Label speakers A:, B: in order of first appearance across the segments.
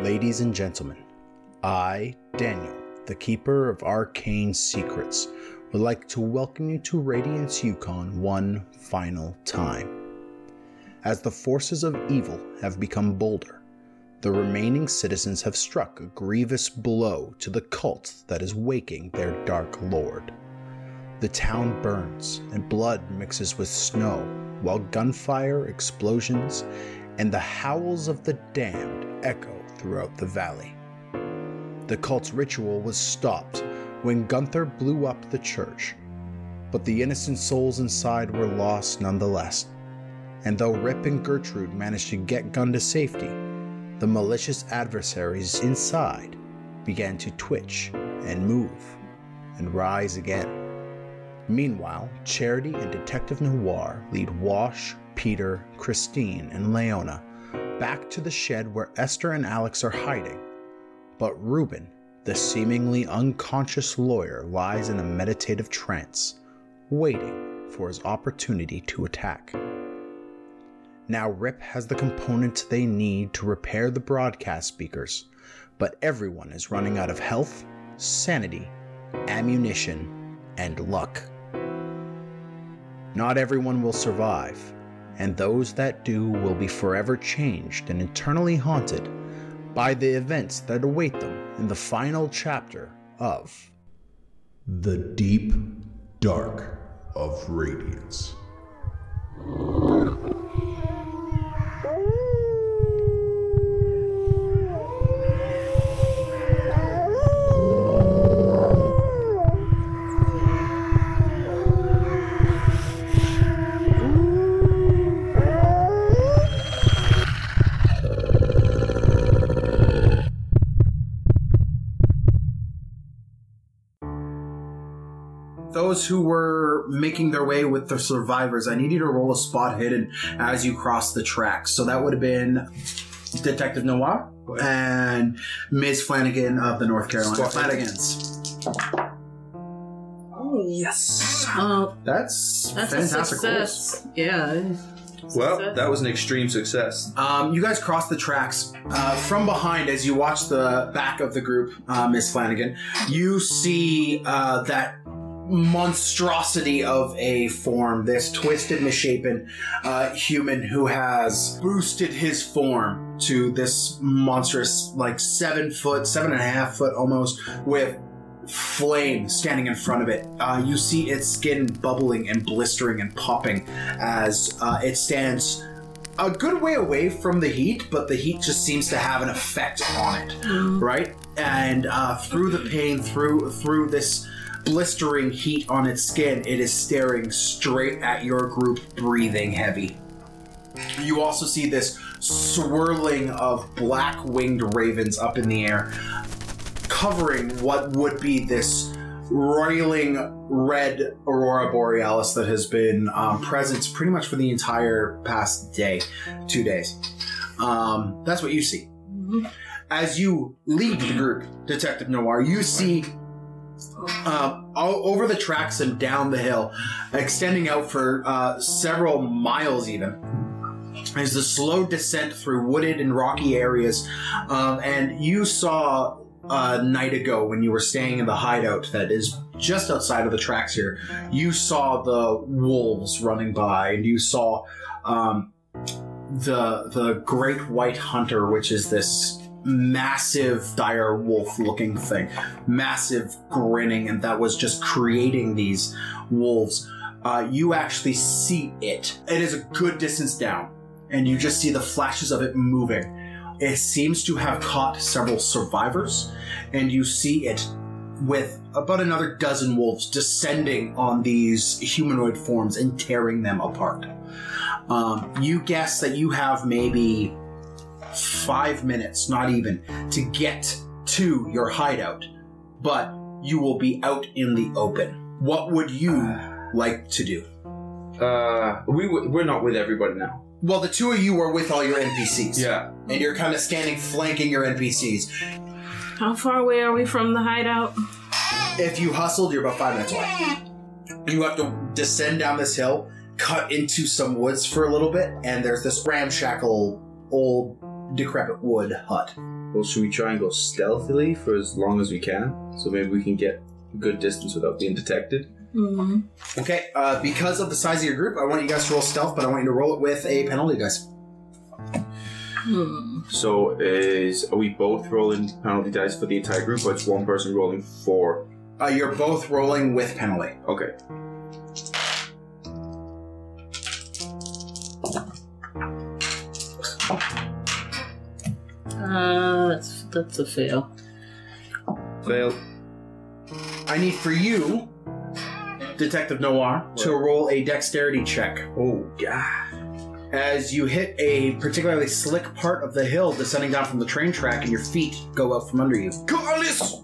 A: Ladies and gentlemen, I, Daniel, the keeper of arcane secrets, would like to welcome you to Radiance Yukon one final time. As the forces of evil have become bolder, the remaining citizens have struck a grievous blow to the cult that is waking their dark lord. The town burns, and blood mixes with snow, while gunfire, explosions, and the howls of the damned echo throughout the valley. The cult's ritual was stopped when Gunther blew up the church, but the innocent souls inside were lost nonetheless. And though Rip and Gertrude managed to get Gun to safety, the malicious adversaries inside began to twitch and move and rise again. Meanwhile, Charity and Detective Noir lead Wash, Peter, Christine, and Leona back to the shed where Esther and Alex are hiding. But Reuben, the seemingly unconscious lawyer, lies in a meditative trance, waiting for his opportunity to attack. Now, Rip has the components they need to repair the broadcast speakers, but everyone is running out of health, sanity, ammunition, and luck. Not everyone will survive, and those that do will be forever changed and eternally haunted by the events that await them in the final chapter of
B: The deep dark of radiance.
C: those who were making their way with the survivors, I need you to roll a spot hidden as you cross the tracks. So that would have been Detective Noir and Ms. Flanagan of the North Carolina
D: Spot hidden.
C: Flanagans.
E: Oh, yes. Uh,
C: That's,
E: that's a
C: fantastic. rolls.
E: success. Yeah.
D: Well,
E: Success.
D: that was an extreme success.
C: Um, you guys cross the tracks uh, from behind as you watch the back of the group, uh, Miss Flanagan. You see uh, that monstrosity of a form, this twisted, misshapen uh, human who has boosted his form to this monstrous, like seven foot, seven and a half foot almost, with flame standing in front of it. Uh, you see its skin bubbling and blistering and popping as uh, it stands a good way away from the heat, but the heat just seems to have an effect on it, right? And uh, through the pain, through through this blistering heat on its skin, it is staring straight at your group, breathing heavy. You also see this swirling of black winged ravens up in the air, covering what would be this roiling red aurora borealis that has been um, present pretty much for the entire past day two days um, that's what you see as you lead the group detective noir you see uh, all over the tracks and down the hill extending out for uh, several miles even is the slow descent through wooded and rocky areas um, and you saw a night ago when you were staying in the hideout that is just outside of the tracks here, you saw the wolves running by, and you saw um, the the great white hunter, which is this massive dire wolf looking thing, massive grinning, and that was just creating these wolves. Uh, you actually see it. It is a good distance down, and you just see the flashes of it moving. It seems to have caught several survivors and you see it with about another dozen wolves descending on these humanoid forms and tearing them apart. Um, you guess that you have maybe five minutes, not even, to get to your hideout, but you will be out in the open. What would you like to do?
D: Uh, we w- we're not with everybody now.
C: Well, the two of you are with all your NPCs.
D: Yeah,
C: And you're kind of standing flanking your NPCs.
E: How far away are we from the hideout?
C: If you hustled, you're about five minutes away. you have to descend down this hill, cut into some woods for a little bit, and there's this ramshackle old decrepit wood hut.
D: Well, should we try and go stealthily for as long as we can? So maybe we can get a good distance without being detected.
E: Mm.
C: Okay, uh, because of the size of your group, I want you guys to roll stealth, but I want you to roll it with a penalty dice.
E: Hmm.
D: So is are we both rolling penalty dice for the entire group, or it's one person rolling four?
C: Uh, you're both rolling with penalty.
D: Okay.
E: Uh, that's that's a fail.
D: Fail.
C: I need for you, Detective Noir, to roll a dexterity check.
D: Oh god.
C: As you hit a particularly slick part of the hill descending down from the train track, and your feet go out from under you.
D: Carlos.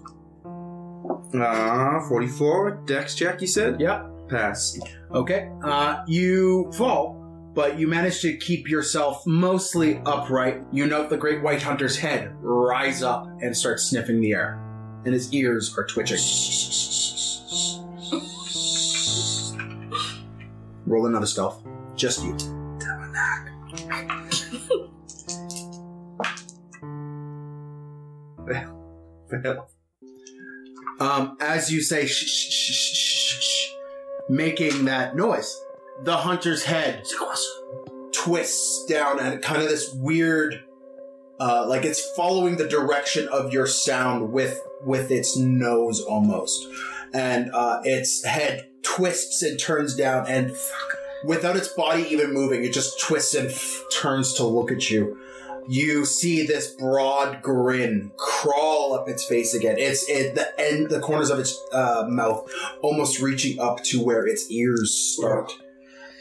D: Ah, forty-four. Dex check. You said.
C: Yep.
D: Pass.
C: Okay. Uh, you fall, but you manage to keep yourself mostly upright. You note the great white hunter's head rise up and start sniffing the air, and his ears are twitching. Roll another stealth. Just you.
D: Fail.
C: Um, as you say, shh, shh, shh, shh, shh, shh, making that noise, the hunter's head twists down at kind of this weird, uh, like it's following the direction of your sound with with its nose almost, and uh, its head twists and turns down, and without its body even moving, it just twists and turns to look at you you see this broad grin crawl up its face again. It's at the end, the corners of its uh, mouth almost reaching up to where its ears start.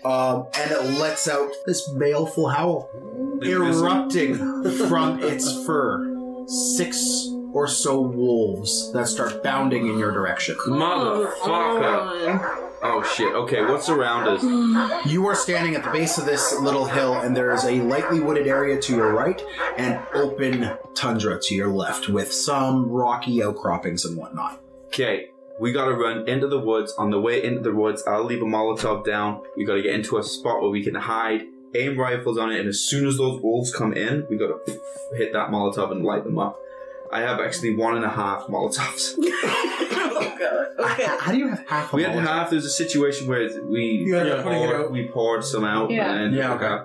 C: Um, and it lets out this baleful howl, erupting from its fur. Six or so wolves that start bounding in your direction.
D: Motherfucker. Oh shit. Okay, what's around us?
E: Mm.
C: You are standing at the base of this little hill, and there is a lightly wooded area to your right and open tundra to your left with some rocky outcroppings and whatnot.
D: Okay, we gotta run into the woods. On the way into the woods, I'll leave a Molotov down. We gotta get into a spot where we can hide, aim rifles on it, and as soon as those wolves come in, we gotta hit that Molotov and light them up. I have actually one and a half Molotovs.
E: oh god. Okay.
C: How do you have half a
D: We had
C: Molotov?
D: half. There's a situation where we
C: You ended up putting it
D: poured,
C: out.
D: we poured some out.
E: Yeah.
D: And,
C: Yeah, okay.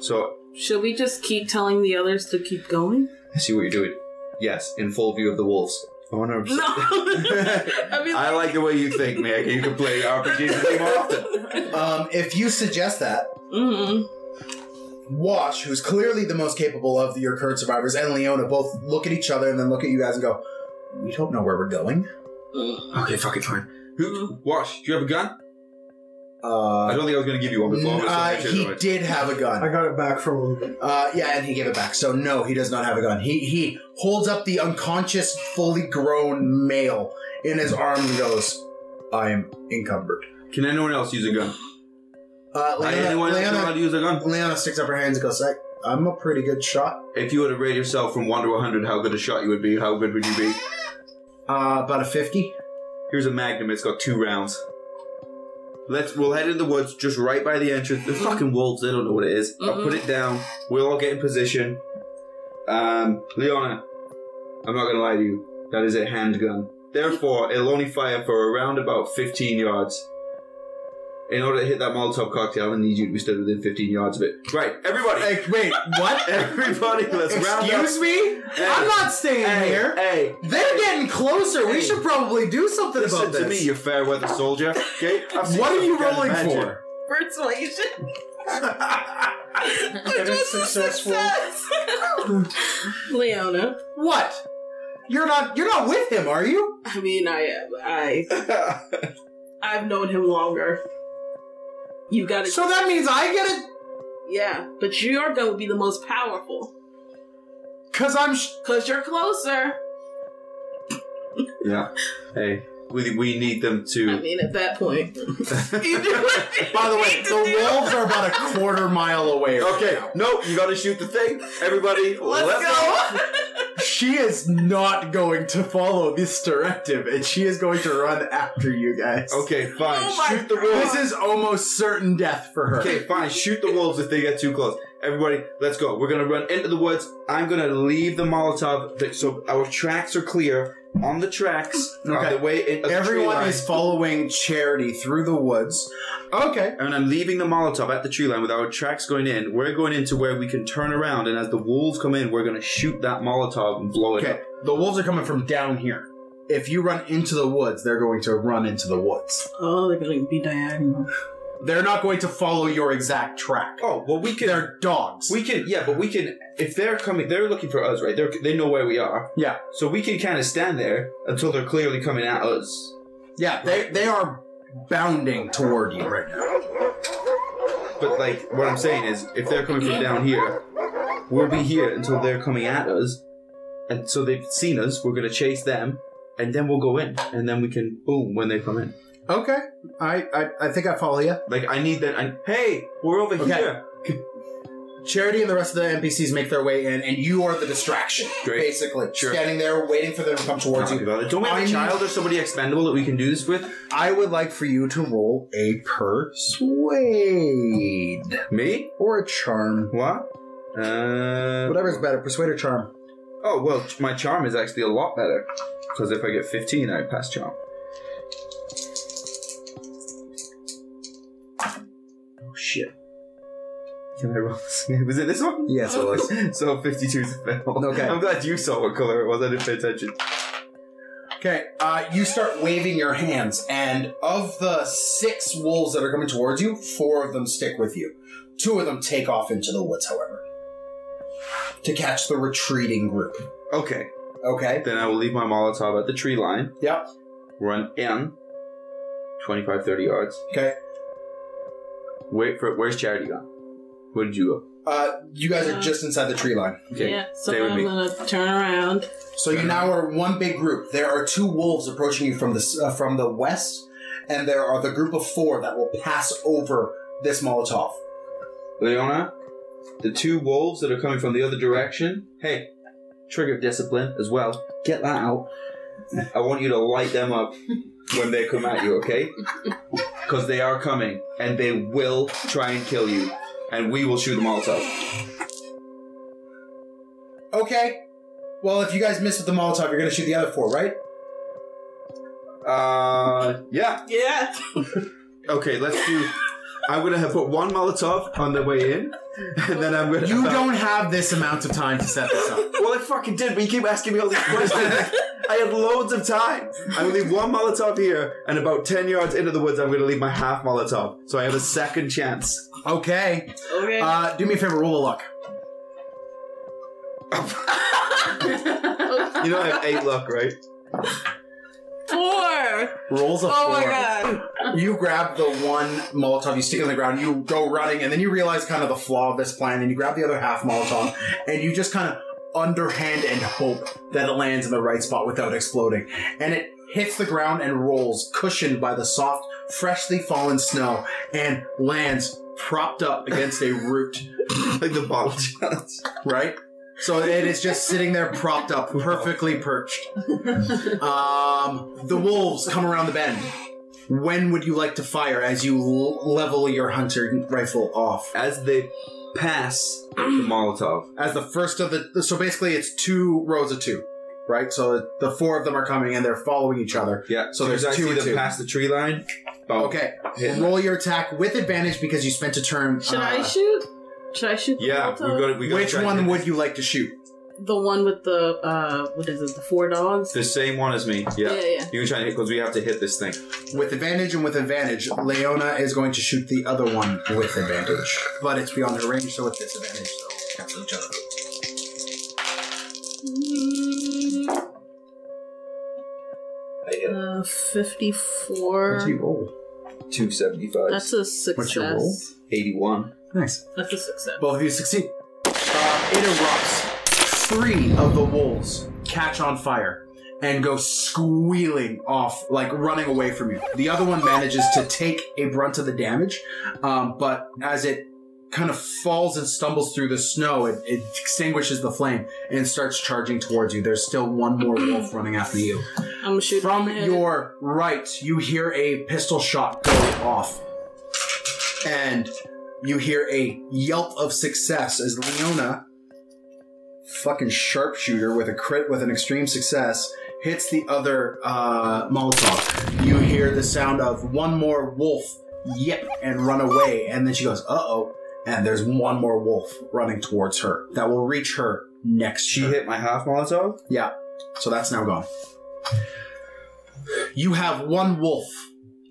D: So
E: Should we just keep telling the others to keep going?
D: I see what you're doing. Yes, in full view of the wolves. 100%.
E: No. I mean,
D: I like the way you think, Meg. You can play RPGs more often.
C: Um, if you suggest that,
E: Mm-mm.
C: Wash, who's clearly the most capable of your current survivors, and Leona both look at each other and then look at you guys and go, "We don't know where we're going."
E: Mm.
D: Okay, fucking fine. Who? Wash, do you have a gun? I
C: Uh,
D: don't think I was gonna give you one before.
C: n- uh, he did have a gun.
F: I got it back from him.
C: Uh, yeah, and he gave it back. So no, he does not have a gun. He he holds up the unconscious, fully grown male in his arms and goes, "I am encumbered."
D: Can anyone else use a gun?
C: Uh, Leona,
D: anyone else know how
C: Leona,
D: to use a gun?
C: Leona sticks up her hands and goes, I, "I'm a pretty good shot,
D: If you were to rate yourself from one to hundred, how good a shot you would be, how good would you be?
C: uh, about a 50.
D: Here's a magnum. It's got two rounds. Let's. We'll head in the woods, just right by the entrance. The fucking wolves. They don't know what it is. I'll put it down. We'll all get in position. Um, Leona, I'm not gonna lie to you. That is a handgun. Therefore, it'll only fire for around about 15 yards. In order to hit that Molotov cocktail, I need you to be stood within 15 yards of it. Right, everybody.
C: Like, wait, what?
D: Everybody, let's round up.
C: Excuse me?
D: Hey,
C: I'm not staying
D: hey,
C: here.
D: Hey,
C: They're getting closer.
D: Hey.
C: We should probably do something
D: listen
C: about
D: to
C: this.
D: me, you fair weather soldier. Okay, I've seen
C: what are
D: some
C: you
D: gun
C: rolling
D: magic.
C: for?
E: Persuasion.
F: And it's successful.
E: Leona.
C: What? You're not you're not with him, are you?
E: I mean, I, I, I've known him longer. You got to
C: So that means I get it
E: yeah. But your gun would be the most powerful
C: cuz I'm sh-
E: because you're closer.
D: yeah. Hey, we, we need them
E: I
D: to.
E: mean, at that point, you do what
C: By the way,
E: you
C: the
E: need to do.
C: wolves are about a quarter mile away. right
D: okay,
C: now.
D: no, you gotta shoot the thing. Everybody,
E: Let's go.
C: She is not going to follow this directive and she is going to run after you guys.
D: Okay, fine.
E: Oh my
D: shoot the
E: God.
D: wolves.
C: This is almost certain death for her.
D: Okay, fine. Shoot the wolves if they get too close. Everybody, let's go. We're gonna run into the woods. I'm gonna leave the Molotov that, so our tracks are clear on the tracks.
C: Okay.
D: On the way in, of the tree
C: Everyone
D: line.
C: is following Charity through the woods. Okay.
D: And I'm leaving the Molotov at the tree line with our tracks going in. We're going into where we can turn around, and as the wolves come in, we're gonna shoot that Molotov and blow it
C: Okay.
D: up.
C: The wolves are coming from down here. If you run into the woods, they're going to run into the woods.
E: Oh, they're gonna be diagonal.
C: They're not going to follow your exact track.
D: Oh well, we can.
C: They're dogs.
D: we can, yeah, but we can. If they're coming, they're looking for us, right? They they know where we are.
C: Yeah.
D: So we can kind of stand there until they're clearly coming at us.
C: yeah, they they are bounding toward you right now.
D: But like, what I'm saying is, if they're coming from down here, we'll be here until they're coming at us, and so they've seen us. We're gonna chase them, and then we'll go in, and then we can boom when they come in.
C: Okay. I I, I think I follow you.
D: Like, I need that. I, hey, we're over
C: Okay.
D: here.
C: Charity and the rest of the NPCs make their way in, and you are the distraction,
D: Great.
C: basically.
D: Sure.
C: Standing there, waiting for them to come towards you.
D: Don't we have
C: I
D: a
C: need-
D: child or somebody expendable that we can do this with?
C: I would like for you to roll a persuade
D: Me?
C: or a charm.
D: What? Uh,
C: Whatever's better, persuade or charm.
D: Oh well, ch- my charm is actually a lot better because if I get 15, I pass charm. Oh shit! Can I roll this? again? Was it this one?
C: Yes, it was.
D: So 52 is a fail.
C: Okay.
D: I'm glad you saw what color it was. I didn't pay attention.
C: Okay, uh, you start waving your hands, and of the six wolves that are coming towards you, four of them stick with you. Two of them take off into the woods, however, to catch the retreating group.
D: Okay.
C: Okay?
D: Then I will leave my Molotov at the tree line.
C: Yep.
D: Run in. 25, 30 yards.
C: Okay.
D: Wait for Where's Charity gone? Where did you
C: Uh, you guys are just inside the tree line.
D: go? Okay.
E: Yeah, so
D: stay with
E: I'm
D: me.
E: gonna turn around.
C: So you now are one big group. There are two wolves approaching you from the s- uh, from the west, and there are the group of four that will pass over this Molotov.
D: Leona, the two wolves that are coming from the other direction. Hey, trigger of discipline as well. Get that out. I want you to light them up when they come at you, okay? Because they are coming and they will try and kill you, and we will shoot them all up.
C: Okay. Well, if you guys miss with the Molotov, you're going to shoot the other four, right?
D: Uh, yeah.
E: Yeah.
D: Okay, let's do. I'm gonna have put one Molotov on the way in, and then I'm gonna.
C: You don't have this amount of time to set this up.
D: Well, I fucking did, but you keep asking me all these questions. I had loads of time. I'm gonna leave one Molotov here, and about 10 yards into the woods, I'm gonna leave my half Molotov. So I have a second chance.
C: Okay.
E: Okay.
C: Uh, do me a favor, roll a luck.
D: You know, I have eight luck, right?
E: Four.
C: Rolls a
E: Oh my god.
C: You grab the one Molotov, you stick it on the ground, you go running, and then you realize kind of the flaw of this plan, and you grab the other half Molotov, and you just kind of underhand and hope that it lands in the right spot without exploding. And it hits the ground and rolls, cushioned by the soft, freshly fallen snow, and lands propped up against a root,
D: Like the bottle challenge.
C: right? So it is just sitting there propped up, perfectly perched. Um, the wolves come around the bend. When would you like to fire as you l- level your hunter rifle off?
D: As they pass the Molotov,
C: As the first of the. So basically, it's two rows of two, right? So the four of them are coming and they're following each other.
D: yeah.
C: So
D: as
C: there's
D: I
C: two
D: see
C: and
D: them
C: two.
D: pass the tree line. Boom.
C: Okay,
D: Hit.
C: roll your attack with advantage because you spent a turn.
E: Should
C: uh,
E: I shoot? Should I shoot? the
D: Yeah, we
E: Molotov?
D: got we got.
C: Which one would you like to shoot?
E: The one with the uh, what is it? The four dogs.
D: The same one as me.
E: yeah,
D: Yeah.
E: yeah.
D: You can try and hit because we have to hit this thing.
C: With advantage and with advantage, Leona is going to shoot the other one with advantage. But it's beyond her range, so it's disadvantage, so cancel each other.
E: Uh,
C: What do
E: fifty-four.
C: you roll?
D: 275,
E: That's a success.
C: your roll?
D: 81.
C: Nice.
E: That's a success.
C: Both of you succeed. Uh, it erupts. Three of the wolves catch on fire and go squealing off, like running away from you. The other one manages to take a brunt of the damage, um, but as it kind of falls and stumbles through the snow, it, it extinguishes the flame and starts charging towards you. There's still one more wolf running after you.
E: I'm gonna shoot
C: From
E: him in the head.
C: your right, you hear a pistol shot go off. And you hear a yelp of success as Leona, fucking sharpshooter with a crit with an extreme success, hits the other uh, Molotov. You hear the sound of one more wolf yip and run away, and then she goes, "Uh oh." And there's one more wolf running towards her that will reach her next.
D: She
C: turn.
D: hit my half Molotov.
C: Yeah. So that's now gone. You have one wolf.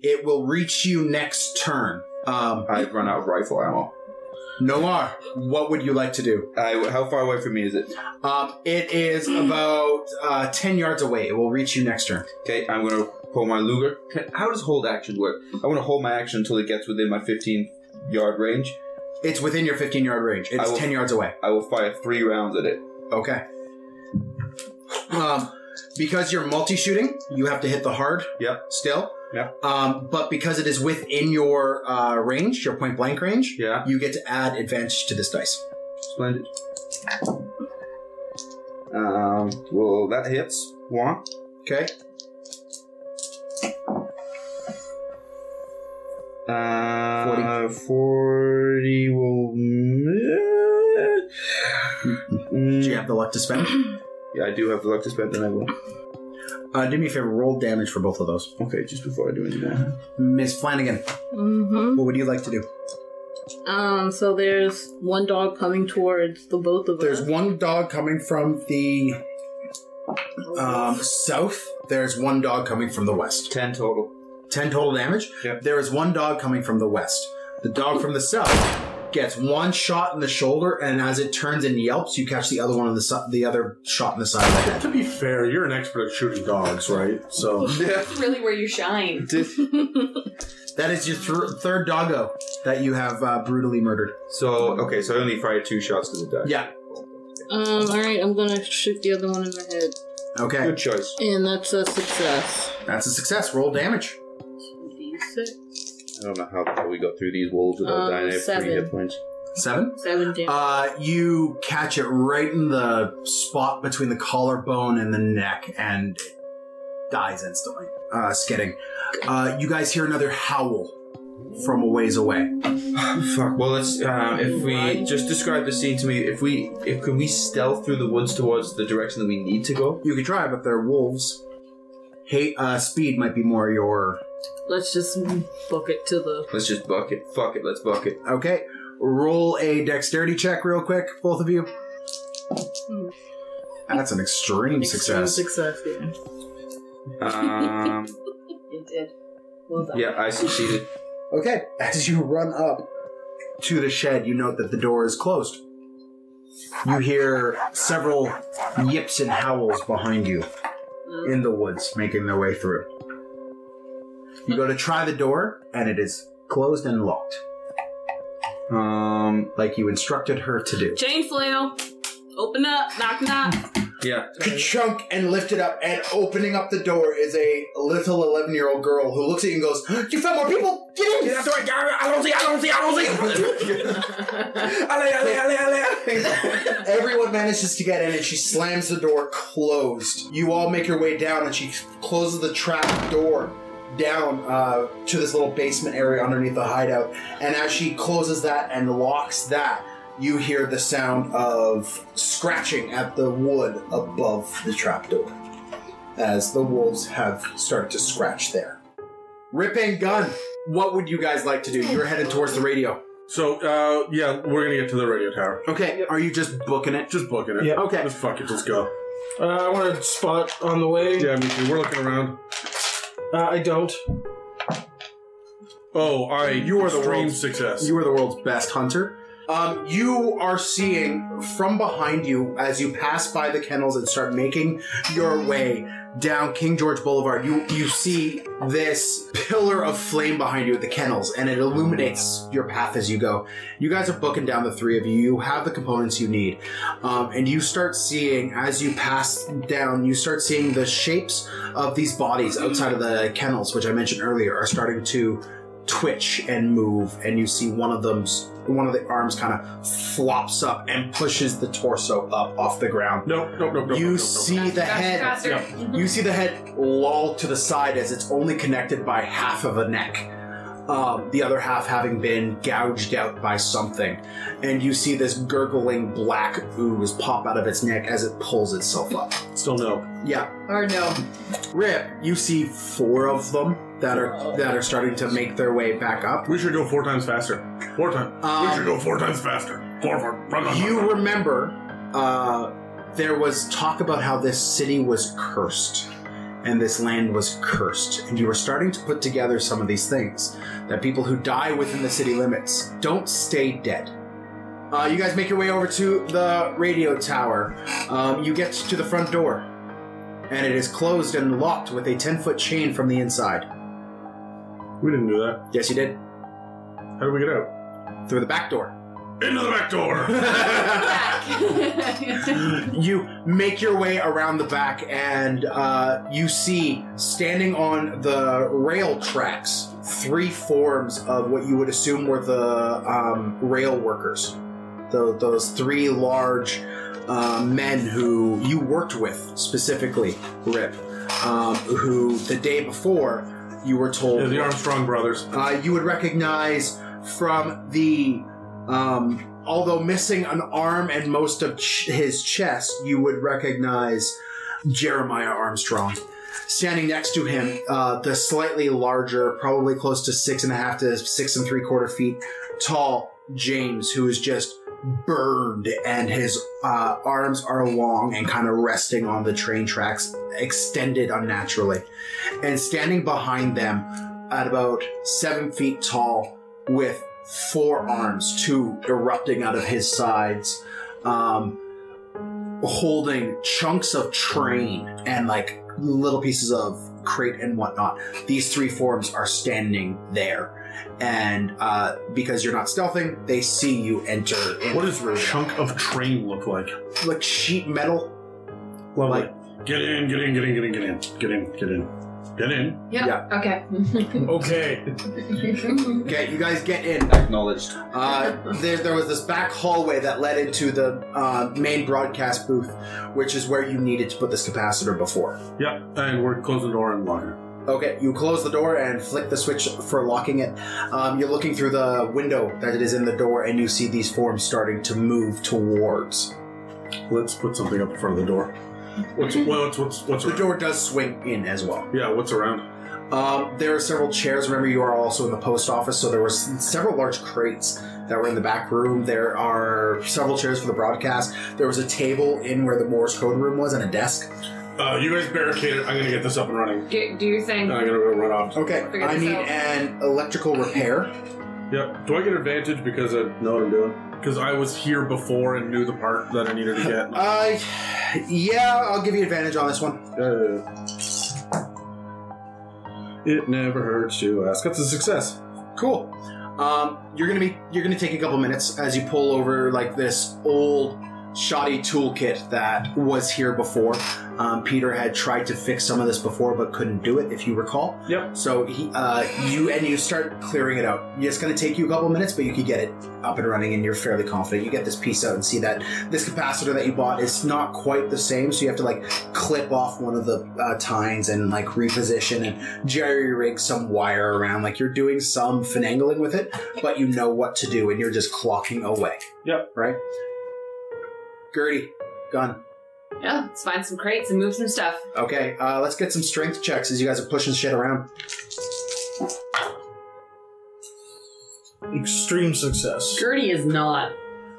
C: It will reach you next turn. Um,
D: I've run out of rifle ammo.
C: Noir, what would you like to do?
D: I, how far away from me is it?
C: Um, it is about uh, 10 yards away. It will reach you next turn.
D: Okay, I'm gonna pull my Luger. Can- How does hold action work? I want to hold my action until it gets within my 15 yard range.
C: It's within your 15 yard range.
D: I
C: It's
D: will-
C: 10 yards away.
D: I will fire three rounds at it.
C: Okay. Um, because you're multi shooting, you have to hit the hard.
D: Yep.
C: Still.
D: Yep.
C: Um, but because it is within your uh, range, your point blank range,
D: Yeah,
C: you get to add advantage to this dice.
D: splendid. Um, well, that hits one.
C: Okay.
D: Uh, 40. 40 will.
C: Do you have the luck to spend?
D: Mm, Yeah, I do have the luck to spend, then I will.
C: Uh, do me a favor, roll damage for both of those.
D: Okay, just before I do any more.
C: Miss Flanagan,
E: Mm-hmm.
C: what would you like to do?
E: Um, so there's one dog coming towards the both of
C: There's
E: us.
C: one dog coming from the um, south. There's one dog coming from the west.
D: 10 total.
C: Ten total damage.
D: Yep.
C: There is one dog coming from the west. The dog from the south gets one shot in the shoulder, and as it turns and yelps, you catch the other one on the si- the other shot in the side of the head.
F: To be fair, you're an expert at shooting dogs, right? So
G: That's really where you shine.
E: Um,
C: That is your thr third doggo that you have uh, brutally murdered.
D: So, okay, so I only fired two shots because it died.
C: Yeah.
E: Um, alright, I'm gonna shoot the other one in the head.
C: Okay,
D: Good choice.
E: And that's a success.
C: that's a success. Roll damage.
E: D6.
D: I don't know how the hell we got through these wolves without
E: Um,
D: dying. I have
E: seven.
D: three hit points.
C: Seven.
E: Seven damage.
C: Uh, you catch it right in the spot between the collarbone and the neck, and it dies instantly. Uh, skidding. Uh, you guys hear another howl from a ways away.
D: Fuck. Well, let's. Um, if we just describe the scene to me, if we, if can we stealth through the woods towards the direction that we need to go?
C: You could try, but they're wolves. Hey, uh, speed might be more your
E: Let's just book it to the.
D: Let's just buck it. Fuck it. Let's buck it.
C: okay. Roll a dexterity check real quick, both of you. That's an extreme
E: Extreme
C: success.
E: Success, yeah.
D: Um,
G: It did.
E: Well done.
D: yeah, I succeeded.
C: Okay, as you run up to the shed, you note that the door is closed. You hear several yips and howls behind you
E: Um,
C: in the woods, making their way through. You go to try the door, and it is closed and locked,
D: Um,
C: like you instructed her to do.
E: Chain flail. Open up. Knock knock.
D: yeah.
C: Ka-chunk and lift it up, and opening up the door is a little 11 year old girl who looks at you and goes, You found more people? Get in!
D: Yeah, sorry, I don't see. I don't see. I don't see. Ale, ale, ale, ale.
C: Everyone manages to get in and she slams the door closed. You all make your way down and she closes the trap door down uh, to this little basement area underneath the hideout. And as she closes that and locks that, you hear the sound of scratching at the wood above the trapdoor as the wolves have started to scratch there. Rip and gun. What would you guys like to do? You're headed towards the radio.
F: so uh, yeah, we're gonna get to the radio tower.
C: Okay, are you just booking it?
F: Just booking it.
H: Yeah.
C: Okay.
F: Just fuck it, just go.
H: Uh, I want a spot on the way.
F: Yeah, me too. We're looking around.
H: Uh, I don't.
F: Oh, I
C: You are the
F: extreme
C: world's-
F: success.
C: You are the world's best hunter. Um, you are seeing from behind you as you pass by the kennels and start making your way down King George Boulevard. You you see this pillar of flame behind you at the kennels, and it illuminates your path as you go. You guys are booking down the three of you. You have the components you need, um, and you start seeing as you pass down. You start seeing the shapes of these bodies outside of the kennels, which I mentioned earlier, are starting to twitch and move, and you see one of them's one of the arms kind of flops up and pushes the torso up off the ground.
F: Nope, nope, nope, nope.
C: you
F: nope,
C: see
F: Nope,
C: the head.
G: Faster, faster.
C: You see the head lolled to the side as it's only connected by half of a neck. um, the other half having been gouged out by something. And you see this gurgling black ooze pop out of its neck as it pulls itself up.
F: Still no.
C: Yeah,
G: Or no.
C: Rip. You see four of them that are that are starting to make their way back up.
F: We should go four times faster. Four times. we should
C: Um,
F: go four times faster. Four, four, run, run, run,
C: you
F: run.
C: remember uh, there was talk about how this city was cursed and this land was cursed and you were starting to put together some of these things that people who die within the city limits don't stay dead uh, you guys make your way over to the radio tower um, you get to the front door and it is closed and locked with a 10 foot chain from the inside
F: We didn't do that.
C: yes you did
F: How do we get out?
C: through the back door
F: Into the back door.
G: Back.
C: you make your way around the back and uh, you see standing on the rail tracks three forms of what you would assume were the um, rail workers Tho- those three large uh, men who you worked with specifically rip um, who the day before you were told
F: yeah, the Armstrong brothers.
C: uh, you would recognize from the um, although missing an arm and most of ch- his chest you would recognize jeremiah armstrong standing next to him uh, the slightly larger probably close to six and a half to six and three quarter feet tall james who is just burned and his uh, arms are long and kind of resting on the train tracks extended unnaturally and standing behind them at about seven feet tall with four arms, two erupting out of his sides, um, holding chunks of train and like little pieces of crate and whatnot. These three forms are standing there. And uh, because you're not stealthing, they see you enter. and-
F: What does chunk of train look like?
C: like sheet metal?
F: Lovely. get in, get in, get in, get in, get in, get in, get in, get in.
G: yeah. Okay.
H: Okay.
C: Okay, you guys get in.
D: Acknowledged.
C: Uh, there, there was this back hallway that led into the uh, main broadcast booth, which is where you needed to put this capacitor before.
F: Yep. And we're closing the door and locking it.
C: Okay, you close the door and flick the switch for locking it. Um, you're looking through the window that it is in the door, and you see these forms starting to move towards.
F: Let's put something up in front of the door. What's what's what's what's
C: The
F: around?
C: door does swing in as well.
F: Yeah, what's around?
C: Um, there are several chairs. Remember, you are also in the post office, so there were s- several large crates that were in the back room. There are several chairs for the broadcast. There was a table in where the Morse code room was and a desk.
F: Uh, you guys barricade it. I'm gonna get this up and running.
G: do, do your thing.
F: And I'm gonna go run off.
C: Okay,
G: Figure
C: I
G: this
C: need
G: out.
C: an electrical repair.
F: Yep. Do I get advantage because I know what I'm doing? Because I was here before and knew the part that I needed to get.
C: Uh, yeah, I'll give you advantage on this one.
F: Uh, it never hurts to ask. That's a success.
C: Cool. Um, you're gonna be you're gonna take a couple minutes as you pull over like this old shoddy toolkit that was here before. Um, Peter had tried to fix some of this before but couldn't do it, if you recall.
F: Yep.
C: So he, uh, you and you start clearing it out. It's gonna take you a couple minutes, but you can get it up and running, and you're fairly confident. You get this piece out and see that this capacitor that you bought is not quite the same, so you have to like clip off one of the uh, tines and like reposition and jerry rig some wire around. Like you're doing some finagling with it, but you know what to do, and you're just clocking away.
F: Yep.
C: Right. Gertie, gun.
G: yeah, let's find some crates and move some stuff.
C: Okay, uh, let's get some strength checks as you guys are pushing shit around.
H: Extreme success.
E: Gertie is not.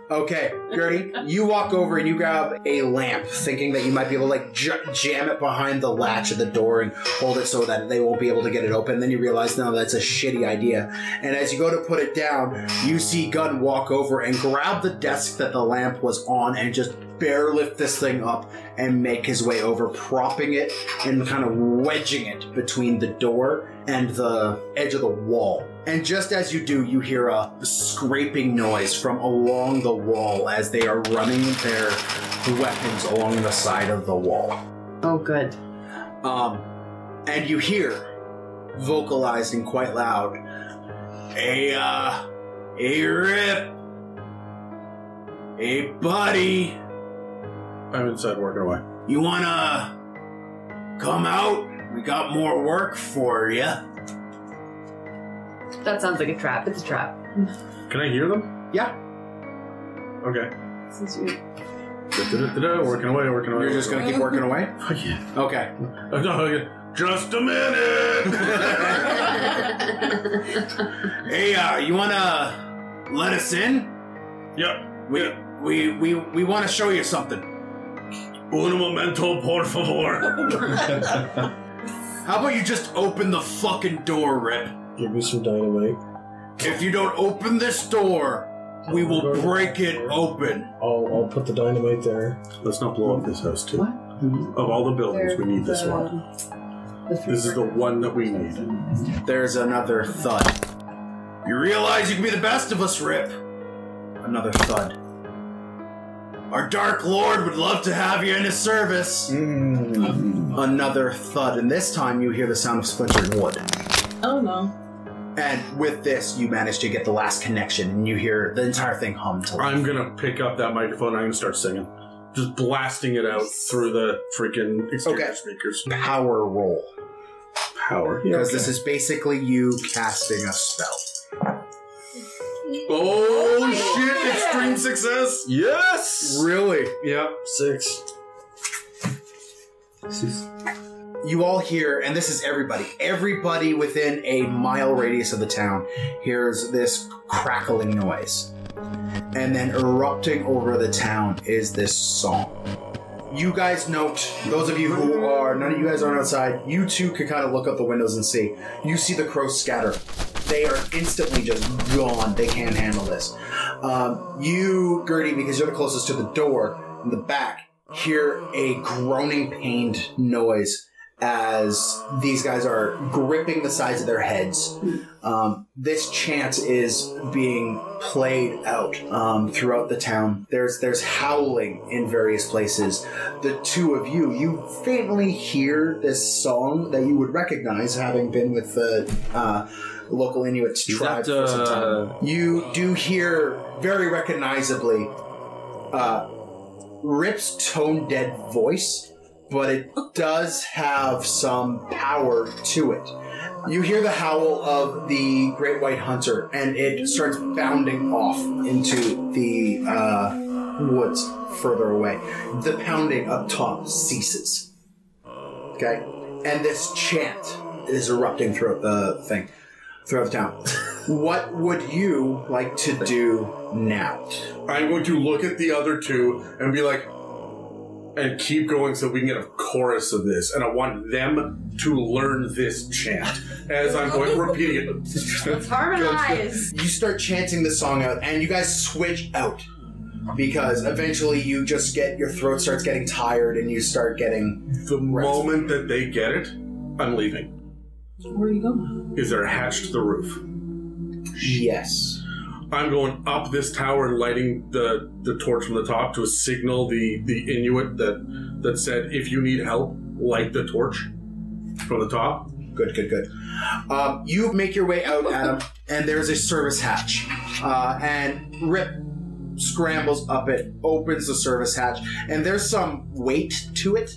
C: Okay, Gertie, you walk over and you grab a lamp, thinking that you might be able to like j- jam it behind the latch of the door and hold it so that they won't be able to get it open. Then you realize, no, that's a shitty idea. And as you go to put it down, you see Gunn walk over and grab the desk that the lamp was on and just bear lift this thing up and make his way over, propping it and kind of wedging it between the door and the edge of the wall. And just as you do, you hear a scraping noise from along the wall as they are running their weapons along the side of the wall.
E: Oh, good.
C: Um, and you hear, vocalizing quite loud, "Hey, uh, hey, Rip, hey, buddy,
F: I'm inside working away.
C: you wanna come out? We got more work for you."
G: That sounds like a trap. It's a trap.
F: Can I hear them?
C: Yeah.
F: Okay.
G: Since you
F: Da-da-da-da-da, working away, working away.
C: You're just gonna keep working away?
F: Fuck yeah.
C: Okay.
F: Uh, no, yeah. Just a minute!
C: Hey, uh, you wanna let us in?
F: yep.
C: We we we, we wanna show you something.
F: Un momento, por favor.
C: How about you just open the fucking door, Rip?
H: Give me some dynamite.
C: If you don't open this door, we will break it open.
H: I'll, I'll put the dynamite there.
F: Let's not blow up this house, too. Of all the buildings, we need this one. This is the one that we need.
C: There's another thud. You realize you can be the best of us, Rip. Another thud. Our Dark Lord would love to have you in his service.
H: Mm-hmm.
C: Another thud, and this time you hear the sound of splintering wood.
E: Oh no.
C: And with this, you manage to get the last connection, and you hear the entire thing hum to life.
F: I'm gonna pick up that microphone and I'm gonna start singing. Just blasting it out through the freaking exterior
C: Okay.
F: speakers.
C: Power roll,
F: Power.
C: because this is basically you casting a spell.
F: Oh
G: God.
F: shit! Extreme success. Yes.
C: Really?
F: Yep.
H: Six.
C: you all hear, and this is everybody, everybody within a mile radius of the town hears this crackling noise. And then erupting over the town is this song. You guys note, those of you who are, none of you guys aren't outside, you too can kind of look out the windows and see. You see the crows scatter. They are instantly just gone. They can't handle this. Um, you, Gertie, because you're the closest to the door in the back, hear a groaning, pained noise as these guys are gripping the sides of their heads. Um, this chant is being played out um, throughout the town. There's there's howling in various places. The two of you, you faintly hear this song that you would recognize, having been with the uh, local Inuit tribe for
D: uh,
C: some time. You do hear very recognizably uh, Rip's tone dead voice but it does have some power to it. You hear the howl of the great white hunter, and it starts bounding off into the uh, woods further away. The pounding up top ceases. Okay, and this chant is erupting throughout the thing, throughout the town. what would you like to do now?
F: I'm going to look at the other two and be like, and keep going so we can get a chorus of this. And I want them to learn this chant as I'm going repeating it.
G: harmonize.
C: you start chanting the song out and you guys switch out because eventually you just get your throat starts getting tired and you start getting
F: The moment that they get it, I'm leaving.
E: Where are you going?
F: Is there a hatch to the roof?
C: yes
F: I'm going up this tower and lighting the, the torch from the top to signal the, the Inuit that that said, if you need help, light the torch from the top.
C: good good good um, you make your way out adam and there's a service hatch uh, and rip scrambles up it opens the service hatch and there's some weight to it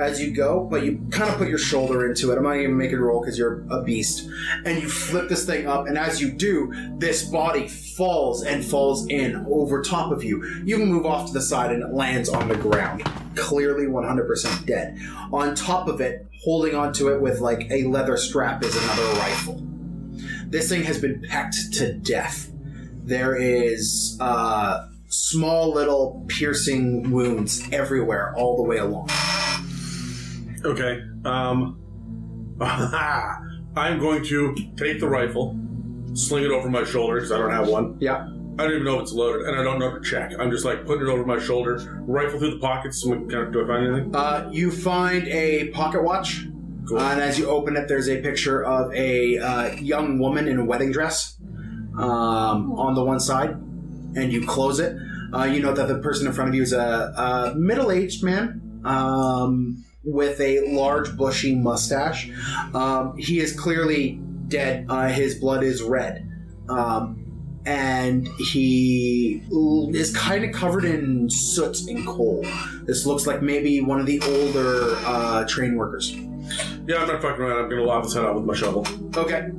C: as you go but you kind of put your shoulder into it i'm not even making a roll because you're a beast and you flip this thing up and as you do this body falls and falls in over top of you you move off to the side and it lands on the ground clearly 100% dead on top of it holding onto it with like a leather strap is another rifle this thing has been pecked to death there is uh, small little piercing wounds everywhere all the way along
F: Okay. Um, I'm going to take the rifle, sling it over my shoulder because I don't have one.
C: yeah
F: I don't even know if it's loaded, and I don't know how to check. I'm just like putting it over my shoulder, rifle through the pockets. Someone, can I- do I find anything?
C: uh, you find a pocket watch
F: Cool.
C: and as you open it there's a picture of a uh, young woman in a wedding dress um, on the one side and you close it uh, you know that the person in front of you is a, a middle-aged man um, with a large bushy mustache um, he is clearly dead uh, his blood is red um, and he is kind of covered in soot and coal this looks like maybe one of the older uh, train workers
F: Yeah, I'm not fucking around. I'm gonna lob his head off with my shovel.
C: Okay.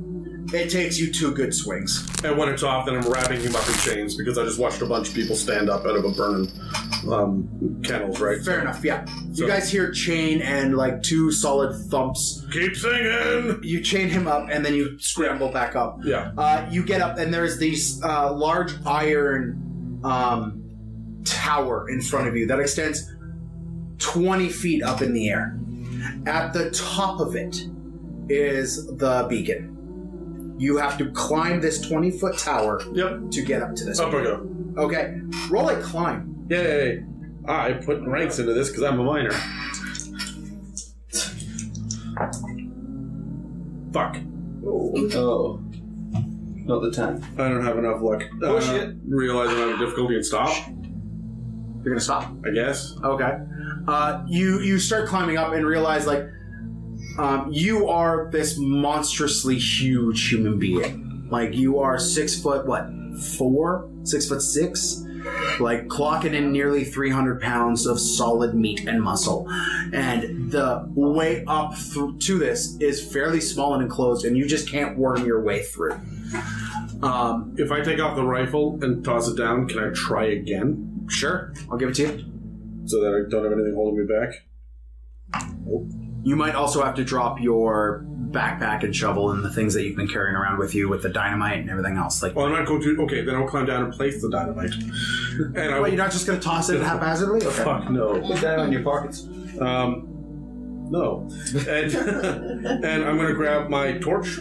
C: It takes you two good swings.
F: And when it's off, then I'm wrapping him up in chains because I just watched a bunch of people stand up out of a burning um, kennels, right?
C: Fair enough, yeah.
F: So-
C: You guys hear chain and like two solid thumps.
F: Keep singing!
C: You chain him up and then you scramble back up.
F: Yeah.
C: Uh, you get up, and there's these uh, large iron um, tower in front of you that extends 20 feet up in the air. At the top of it is the beacon. You have to climb this 20 foot tower
F: Yep.
C: to get up to this.
F: Up I go.
C: Okay, roll a climb.
F: Yay! I put ranks into this because I'm a minor. Fuck.
D: Oh. Not the time.
F: I don't have enough luck. Uh,
D: Oh, shit.
F: Realize I'm having difficulty and stop,
C: You're gonna stop.
F: I guess.
C: Okay. Uh, you you start climbing up and realize like um, you are this monstrously huge human being. Like you are six foot what four six foot six, like clocking in nearly three hundred pounds of solid meat and muscle, and the way up thr to this is fairly small and enclosed, and you just can't worm your way through. Um,
F: If I take off the rifle and toss it down, can I try again?
C: sure, I'll give it to you.
F: So that I don't have anything holding me back?
C: You might also have to drop your backpack and shovel and the things that you've been carrying around with you with the dynamite and everything else. Like,
F: Well, I'm not going to. Okay, then I'll climb down and place the dynamite. And I
C: Wait, you're not just gonna toss it haphazardly? Okay.
F: Fuck no.
D: Put that on your pockets.
F: Um, no. And, and I'm going to grab my torch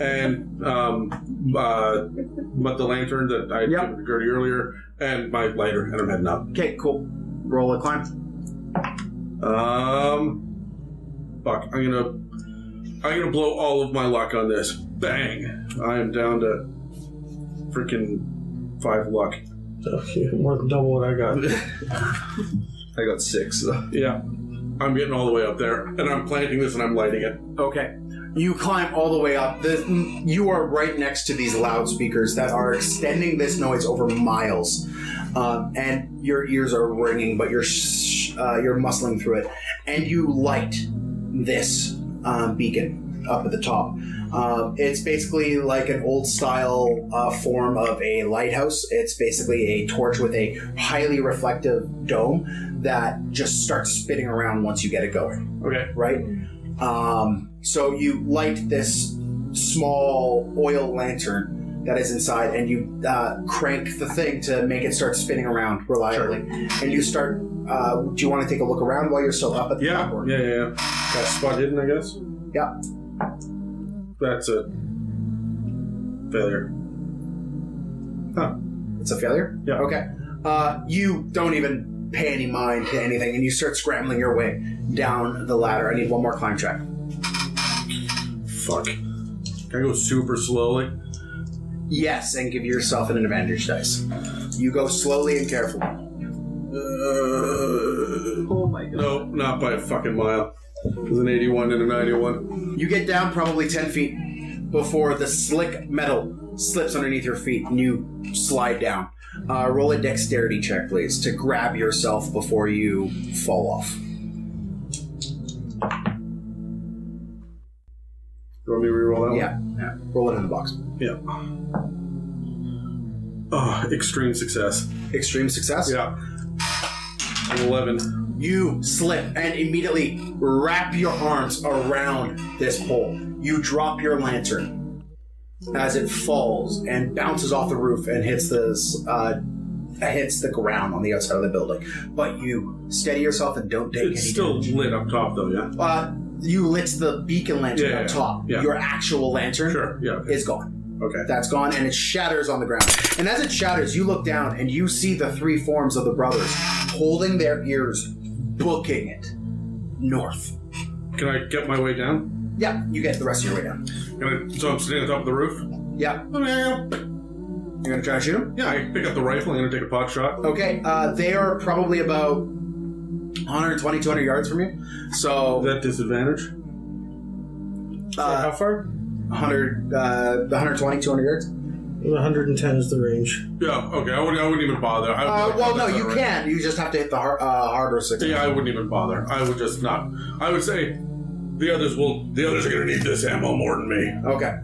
F: and um, uh, but the lantern that I
C: Yep.
F: gave to Gertie earlier and my lighter, and I'm heading up.
C: Okay, cool. Roll a climb.
F: Um, fuck. I'm gonna I'm gonna blow all of my luck on this. Bang! I am down to freaking five luck.
H: Okay, more than double what I got.
D: I got six.
F: Yeah. I'm getting all the way up there, and I'm planting this and I'm lighting it.
C: Okay. You climb all the way up. The, you are right next to these loudspeakers that are extending this noise over miles, um, and your ears are ringing, but you're sh- uh, you're muscling through it, and you light this um, beacon up at the top. Um, it's basically like an old style uh, form of a lighthouse. It's basically a torch with a highly reflective dome that just starts spinning around once you get it going
F: Okay.
C: right? Um, so you light this small oil lantern that is inside, and you uh, crank the thing to make it start spinning around reliably. And you start. Uh, do you want to take a look around while you're still up at the
F: Yeah.
C: top? or-
F: Yeah, yeah, yeah. Got a spot hidden, I guess.
C: Yeah.
F: That's a failure.
C: It's a failure.
F: Yeah.
C: Okay. Uh, you don't even pay any mind to anything, and you start scrambling your way down the ladder. I need one more climb check.
F: Fuck. Can I go super slowly?
C: Yes, and give yourself an advantage dice. You go slowly and carefully.
F: Uh,
G: Oh my god.
F: no, not by a fucking mile. There's an 81 and a 91.
C: You get down probably 10 feet before the slick metal slips underneath your feet and you slide down. Uh, roll a dexterity check, please, to grab yourself before you fall off.
F: You want me to reroll that
C: Yeah, yeah. Roll it in the box.
F: one? Yeah. Oh, extreme success.
C: Extreme success.
F: Yeah. An 11.
C: You slip and immediately wrap your arms around this pole. You drop your lantern as it falls and bounces off the roof and hits this uh, hits the ground on the outside of the building. But you steady yourself and don't take
F: It's
C: any
F: still lit up top, though, yeah?
C: Uh, you lit the beacon lantern
F: Yeah,
C: on
F: yeah,
C: top.
F: yeah.
C: Your actual lantern
F: Sure, yeah.
C: is gone.
F: Okay.
C: That's gone, and it shatters on the ground. And as it shatters, you look down and you see the three forms of the brothers holding their ears, booking it north.
F: Can I get my way down?
C: Yeah, you get the rest of your way down.
F: Can I, so I'm sitting on top of the roof?
C: Yeah, you're gonna try to shoot them.
F: Yeah, I pick up the rifle and I'm gonna take a pot shot.
C: Okay, uh, they are probably about 120, 200 yards from you.
F: Is
C: So
F: that disadvantage?
C: uh,
F: How far?
C: 100, uh, 120, 200 yards.
H: 110 is the range.
F: Yeah, okay, I wouldn't, I wouldn't even bother. I would
C: Uh,
F: be like,
C: well,
F: "Oh,
C: no,
F: that's
C: you
F: all right."
C: can. You just have to hit the har- uh, harder six.
F: Yeah, I wouldn't even bother. I would just not. I would say the others will. The others are gonna need this ammo more than me.
C: Okay.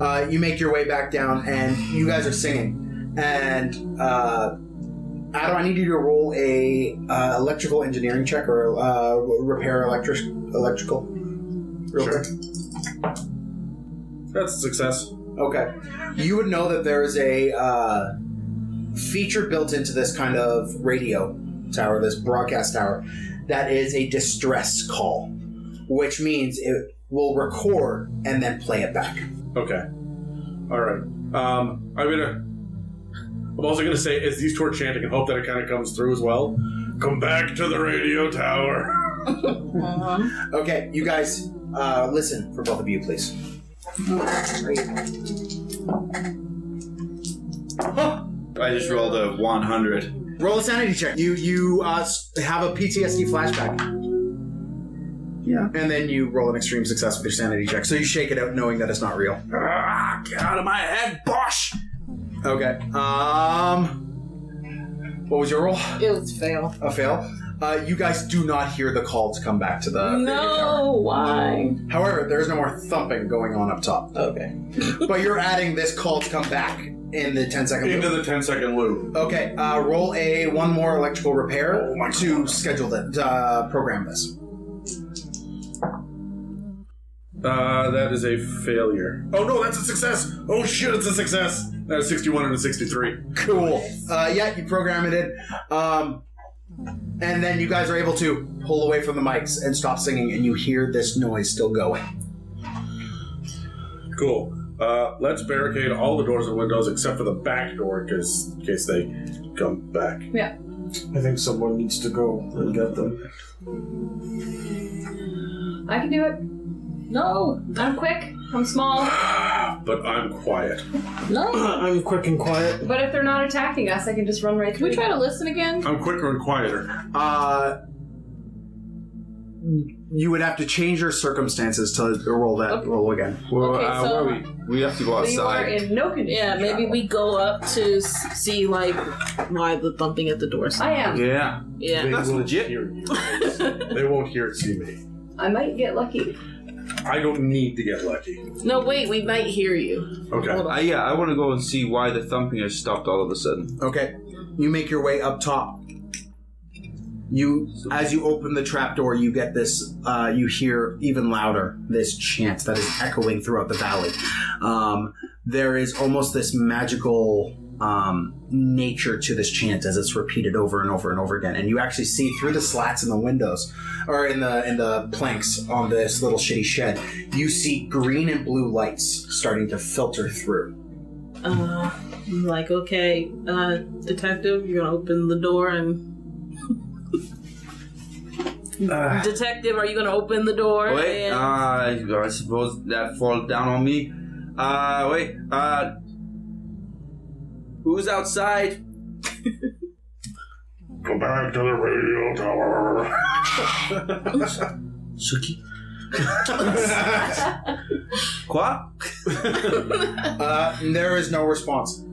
C: Uh, you make your way back down, and you guys are singing. And uh, Adam, I need you to roll a uh, electrical engineering check or uh, repair electric electrical. Real
F: Sure.
C: quick.
F: That's a success.
C: Okay. You would know that there is a uh, feature built into this kind of radio tower, this broadcast tower, that is a distress call, which means it will record and then play it back.
F: Okay. All right. Um, I'm gonna. I'm also gonna say as these two are chanting, and hope that it kind of comes through as well. Come back to the radio tower.
G: Um,
C: Okay, you guys, uh, listen for both of you, please.
D: I just rolled a 100.
C: Roll a sanity check. You you uh, s- have a PTSD flashback. Yeah. And then you roll an extreme success with your sanity check. So you shake it out knowing that it's not real.
F: Ah, get out of my head, Bosh!
C: Okay. Um. What was your roll?
G: it was fail.
C: A fail. Uh, you guys do not hear the call to come back to the. radio tower.
G: No, why?
C: However, there is no more thumping going on up top.
G: Okay.
C: but you're adding this call to come back in the 10 second
F: Into
C: loop.
F: the 10 second loop.
C: Okay, uh, roll a one more electrical repair
F: Oh my
C: to
F: God.
C: schedule that, uh, program this.
F: Uh, that is a failure. Oh no, that's a success! Oh shit, it's a success! That's 61 and a 63.
C: Cool. Uh, yeah, you program it in. Um, and then you guys are able to pull away from the mics and stop singing, and you hear this noise still going.
F: Cool. Uh, let's barricade all the doors and windows except for the back door, because in case they come back.
H: I think someone needs to go and get them.
G: I can do it. No, I'm quick. I'm small.
F: But I'm quiet.
G: No.
H: I'm quick and quiet.
G: But if they're not attacking us, I can just run right
E: Can
G: through.
E: we try to listen again?
F: I'm quicker and quieter.
C: Uh, you would have to change your circumstances to roll that
E: Okay.
C: roll again.
D: Well,
E: Okay,
D: uh,
E: so-
D: where are we? We have to go
G: You are
D: outside.
G: in no condition.
E: Yeah,
G: to
E: maybe
G: travel.
E: we go up to s- see like why the thumping at the door.
G: I am.
D: Yeah.
E: Yeah.
D: That's
F: will
D: legit.
F: Hear you. they won't hear it, see me.
G: I might get lucky.
F: I don't need to get lucky.
E: No, wait. We might hear you.
F: Okay.
D: Uh, yeah, I want to go and see why the thumping has stopped all of a sudden.
C: Okay, you make your way up top. You, as you open the trapdoor, you get this. Uh, you hear even louder this chant that is echoing throughout the valley. Um, there is almost this magical um, nature to this chant as it's repeated over and over and over again, and you actually see through the slats in the windows or in the in the planks on this little shitty shed. You see green and blue lights starting to filter through.
E: Uh, I'm like, okay, uh, detective, you're gonna open the door and. detective, are you gonna open the door?
D: wait,
E: and-
D: uh, I suppose that fall down on me. Uh, wait, uh, who's outside?
F: Go back to the radio tower.
D: Suki. Qua?
C: Uh, there is no response.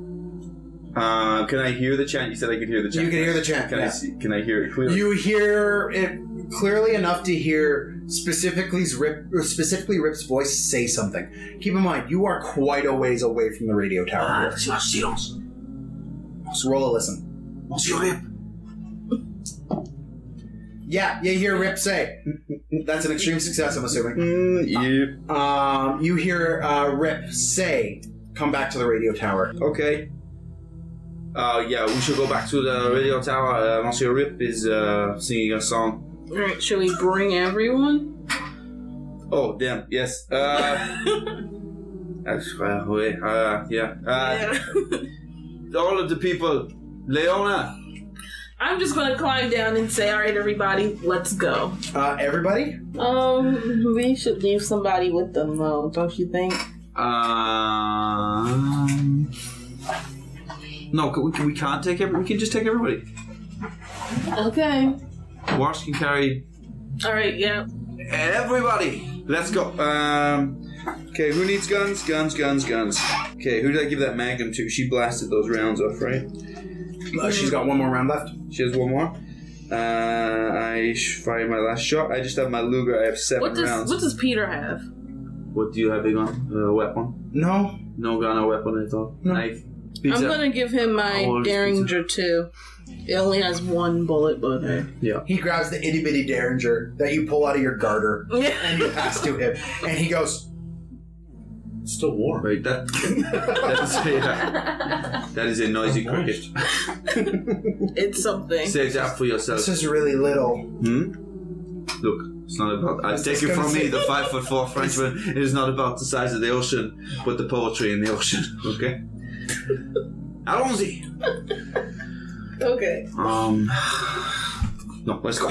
D: Uh, can I hear the chant? You said I could hear the chant.
C: You can hear the chant.
D: Can I
C: yeah.
D: see? Can I hear it clearly?
C: You hear it clearly enough to hear specifically Rip, or specifically Rip's voice say something. Keep in mind, you are quite a ways away from the radio tower. here. So roll a listen. Yeah, you hear Rip say. That's an extreme success, I'm assuming.
D: Mm, yep.
C: Um, you hear uh, Rip say, "Come back to the radio tower."
D: Okay. Uh, yeah, we should go back to the radio tower. Uh, Monsieur Rip is uh, singing a song.
E: Alright, should we bring everyone?
D: Oh, damn, yes. Uh, that's, uh, wait, uh, yeah. Uh,
E: Yeah.
D: All of the people. Leona!
E: I'm just gonna climb down and say, alright, everybody, let's go.
C: Uh, everybody,
E: Um, we should leave somebody with them though, don't you think?
D: Um. No, we, can, we can't take every. We can just take everybody.
E: Okay.
D: Wash can carry
E: Alright, yeah.
D: Everybody, let's go. Um, okay, who needs guns? Guns, guns, guns. Okay, who did I give that magnum to? She blasted those rounds off, right?
C: uh, she's got one more round left.
D: She has one more. Uh, I sh- fired my last shot. I just have my Luger. I have seven
E: What does
D: rounds.
E: what does Peter have?
D: What do you have, big on? Uh, weapon?
C: No.
D: No gun or weapon at all?
C: No.
D: Knife?
E: I'm gonna give him my
D: I will-
E: Derringer too. It only has one bullet, but
C: He grabs the itty bitty derringer that you pull out of your garter and you pass to him, and he goes,
F: It's still warm.
D: Right, that, that's, yeah, that is a noisy cricket.
E: it's something.
D: Save that for yourself.
C: "This is really little."
D: Hmm? Look, it's not about. I take
C: just
D: it
C: gonna
D: from
C: say-
D: me, the five foot four Frenchman. It is not about the size of the ocean, but the poetry in the ocean. Okay. Allons-y.
E: Okay.
D: Um. No, let's go.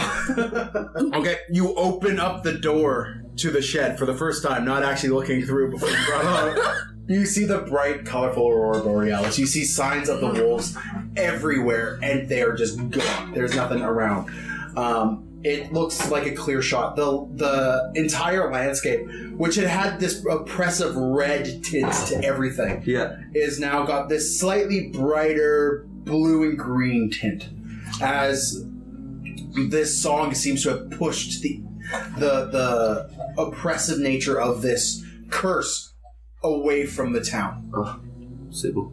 C: Okay, you open up the door to the shed for the first time, not actually looking through before you brought up. You see the bright, colorful aurora borealis. You see signs of the wolves everywhere, and they are just gone. There's nothing around. Um, it looks like a clear shot. The the entire landscape, which had had this oppressive red tint to everything,
D: Yeah.
C: is now got this slightly brighter blue and green tint as this song seems to have pushed the the the oppressive nature of this curse away from the town.
D: Sybil.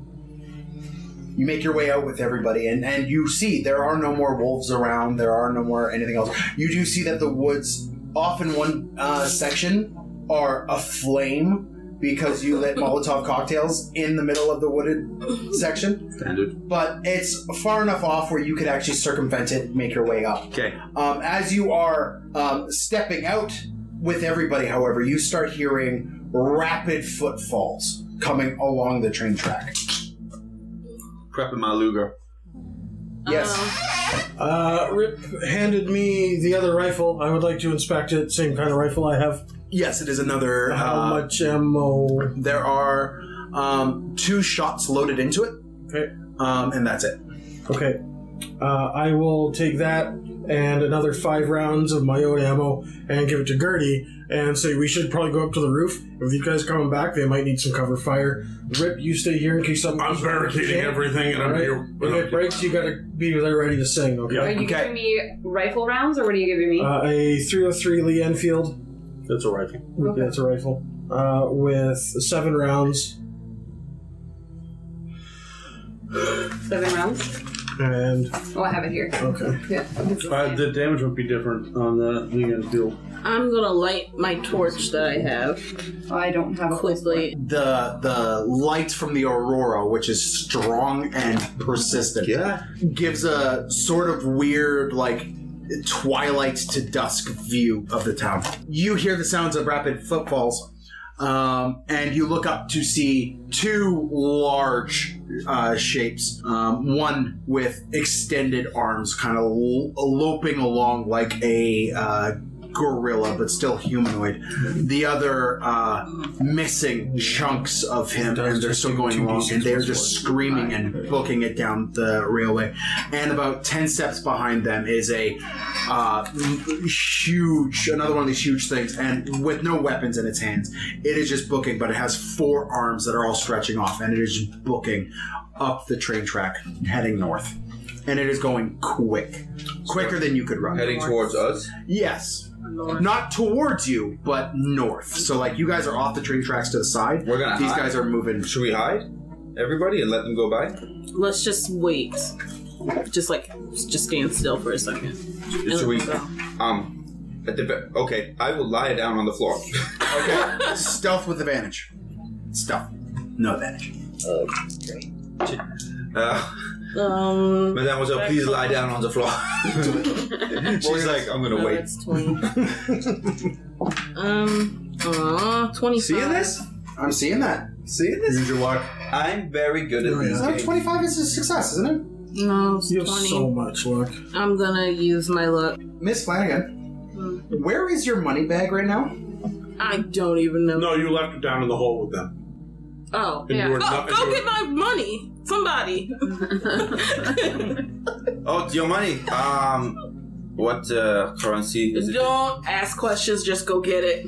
C: You make your way out with everybody and and you see there are no more wolves around, there are no more anything else. You do see that the woods off in one uh, section are aflame because you lit Molotov cocktails in the middle of the wooded section.
D: Standard.
C: but it's far enough off where you could actually circumvent it and make your way up.
D: Okay.
C: Um, as you are um, stepping out with everybody, however, you start hearing rapid footfalls coming along the train track.
D: Prepping my Luger.
C: Yes.
I: Uh-huh.
E: Uh,
H: Uh, Rip handed me the other rifle. I would like to inspect it. Same kind of rifle I have.
C: Yes, it is another.
H: How
C: uh,
H: much ammo?
C: There are um, two shots loaded into it.
H: Okay.
C: Um, and that's it.
H: Okay. Uh, I will take that and another five rounds of my own ammo and give it to Gertie and say we should probably go up to the roof. If you guys coming back, they might need some cover fire. Rip, you stay here in case something.
F: I'm
H: goes wrong.
F: barricading
H: Okay?
F: everything, and I'm
H: Alright.
F: here.
H: If it breaks, you gotta be there ready to sing. Okay.
G: Are
F: Yeah.
G: you
C: Okay.
G: giving me rifle rounds or what are you giving me?
H: Uh, a 303 Lee Enfield.
F: That's a rifle.
H: with-
G: Okay.
H: That's a rifle. Uh, with seven rounds
G: Seven rounds?
H: and
G: Oh, I have it here.
H: okay.
G: Yeah.
F: Uh, the damage would be different on the Legion field.
E: I'm gonna light my torch that I have
G: I don't have a
E: quickly.
C: The the light from the aurora, which is strong and persistent,
D: Yeah.
C: gives a sort of weird, like, twilight to dusk view of the town. You hear the sounds of rapid footfalls, um, and you look up to see two large uh, shapes. Um, one with extended arms, kind of l- loping along like a uh, gorilla, but still humanoid. The other uh, missing chunks of him, and they're still going along, and they're just screaming and booking it down the railway. And about 10 steps behind them is a uh, huge, another one of these huge things, and with no weapons in its hands. It is just booking, but it has four arms that are all stretching off, and it is just booking up the train track heading north. And it is going quick. Quicker than you could run.
D: Heading towards us.
C: Yes. Not towards you, but north. So like you guys are off the train tracks to the side.
D: We're gonna
C: These
D: hide.
C: guys are moving.
D: Should we hide? Everybody and let them go by.
E: Let's just wait. Just like, just stand still for a second.
D: Should we? Um. At the ve- okay, I will lie down on the floor.
C: Okay. Stealth with advantage. Stealth. No advantage.
D: Uh,
E: Um,
D: Mademoiselle, please lie down on the floor. She's like, I'm gonna
E: no,
D: wait.
E: oh, that's 20. um, aw, 25.
D: Seeing this?
C: I'm seeing that. Mm-hmm.
D: Seeing this?
C: Use your luck.
D: I'm very good at these
C: Uh,
D: games.
C: 25 is a success, isn't it?
E: No, it's
H: You
E: 20.
H: have so much luck.
E: I'm gonna use my luck.
C: Miss Flanagan, where is your money bag right now?
E: I don't even know.
F: No, you left it down in the hole with them.
E: Oh.
F: And
G: Yeah.
F: you were
E: Go,
F: not,
E: go
F: and you
E: get my money! Somebody!
D: Oh, your money. Um, what uh, currency is it?
E: Don't ask questions, just go get it.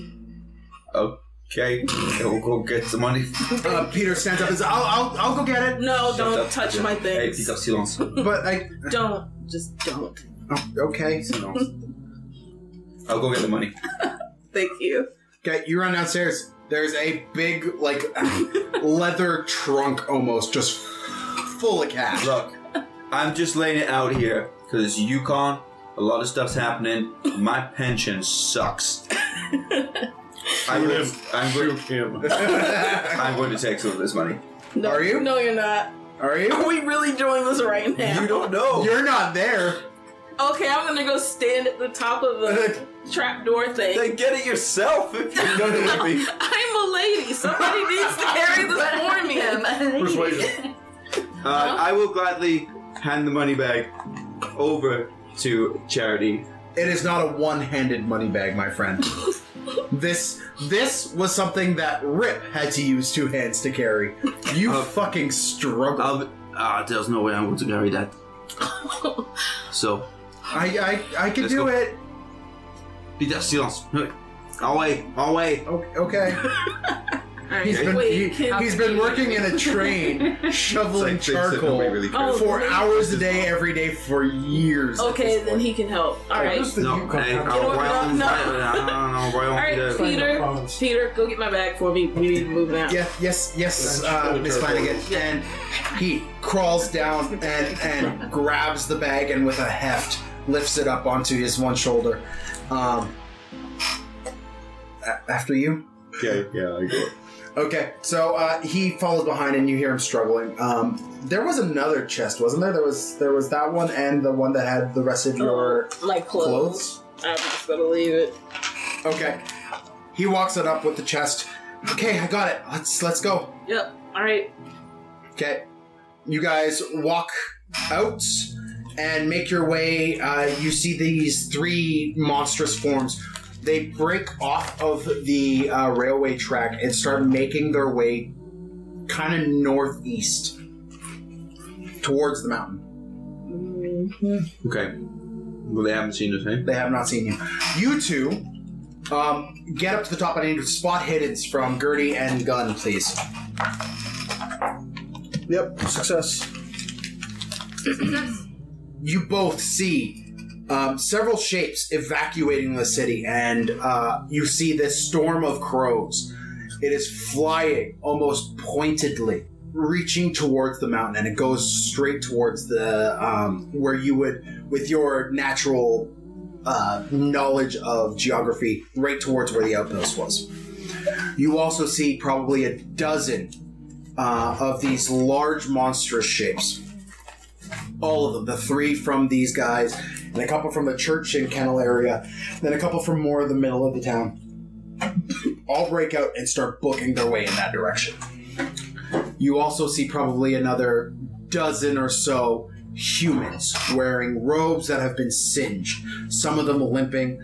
D: Okay, we'll go get the money.
C: Uh, Peter stands up and says, I'll, I'll, I'll go get it.
E: No,
D: Shut
E: don't
D: up.
E: touch my
D: Hey,
E: things.
D: piece of silence.
C: But I.
E: Don't. Just don't.
C: oh, okay.
D: Silence. I'll go get the money.
E: Thank you.
C: Okay, you run downstairs. There's a big, like, leather trunk almost just full of cash.
D: Look, I'm just laying it out here because it's Yukon. A lot of stuff's happening. My pension sucks. I'm, going, I'm, going,
F: him.
D: I'm going to take some of this money.
E: No,
C: Are you?
E: No, you're not.
C: Are you?
E: Are we really doing this right now?
D: You don't know.
C: You're not there.
E: Okay, I'm gonna go stand at the top of the trapdoor thing.
D: then get it yourself if you're going to leave me.
E: I'm a lady. Somebody needs to carry this for me.
F: Persuasion.
D: Uh, I will gladly hand the money bag over to Charity.
C: It is not a one-handed money bag, my friend. this this was something that Rip had to use two hands to carry. You
D: Uh,
C: fucking struggle.
D: I'll, ah, there's no way I'm going to carry that. so,
C: I I I can
D: let's
C: do
D: go.
C: it.
D: be that silence. I'll wait. I'll wait.
C: O- Okay. He's been
E: Wait,
C: he,
E: can-
C: has been working in a train shoveling
D: It's like things that
C: charcoal
D: nobody really cares
E: Oh,
C: for
E: really?
C: hours a day, every day for years. at
E: Okay,
C: this
E: then
C: point.
E: he can help. All right.
H: Who's the
D: No,
H: Yukon
D: hey, I,
H: captain?
E: Get
D: don't-
E: over
D: I don't
E: it. No.
D: I don't know. Why
E: All
D: don't
E: right,
D: we do-
E: Peter. Peter, go get my bag for me. We need to move now.
C: Yeah, yes, yes,
F: That's
C: uh,
F: really
C: Miss
F: terrible.
C: Flanagan. And he crawls down and, and grabs the bag and with a heft lifts it up onto his one shoulder. Um, a- after you?
D: Okay, yeah, I go.
C: Okay, so uh, he follows behind and you hear him struggling. Um, there was another chest, wasn't there? There was there was that one and the one that had the rest of your
E: Like clothes.
C: clothes.
E: I'm just gonna leave it.
C: Okay. He walks it up with the chest. Okay, I got it. Let's let's go.
E: Yep. All right.
C: Okay. You guys walk out and make your way. Uh, you see these three monstrous forms. They break off of the uh, railway track and start making their way kind of northeast towards the mountain.
D: Okay. Well, they haven't seen us, eh?
C: They have not seen you. You two um, get up to the top. I need to spot hiddens from Gertie and Gun, please.
H: Yep, success.
C: you both see um, several shapes evacuating the city, and uh, you see this storm of crows. It is flying almost pointedly, reaching towards the mountain, and it goes straight towards the um, where you would, with your natural uh, knowledge of geography, right towards where the outpost was. You also see probably a dozen uh, of these large monstrous shapes all of them the three from these guys and a couple from the church in kennel area then a couple from more of the middle of the town all break out and start booking their way in that direction you also see probably another dozen or so humans wearing robes that have been singed some of them limping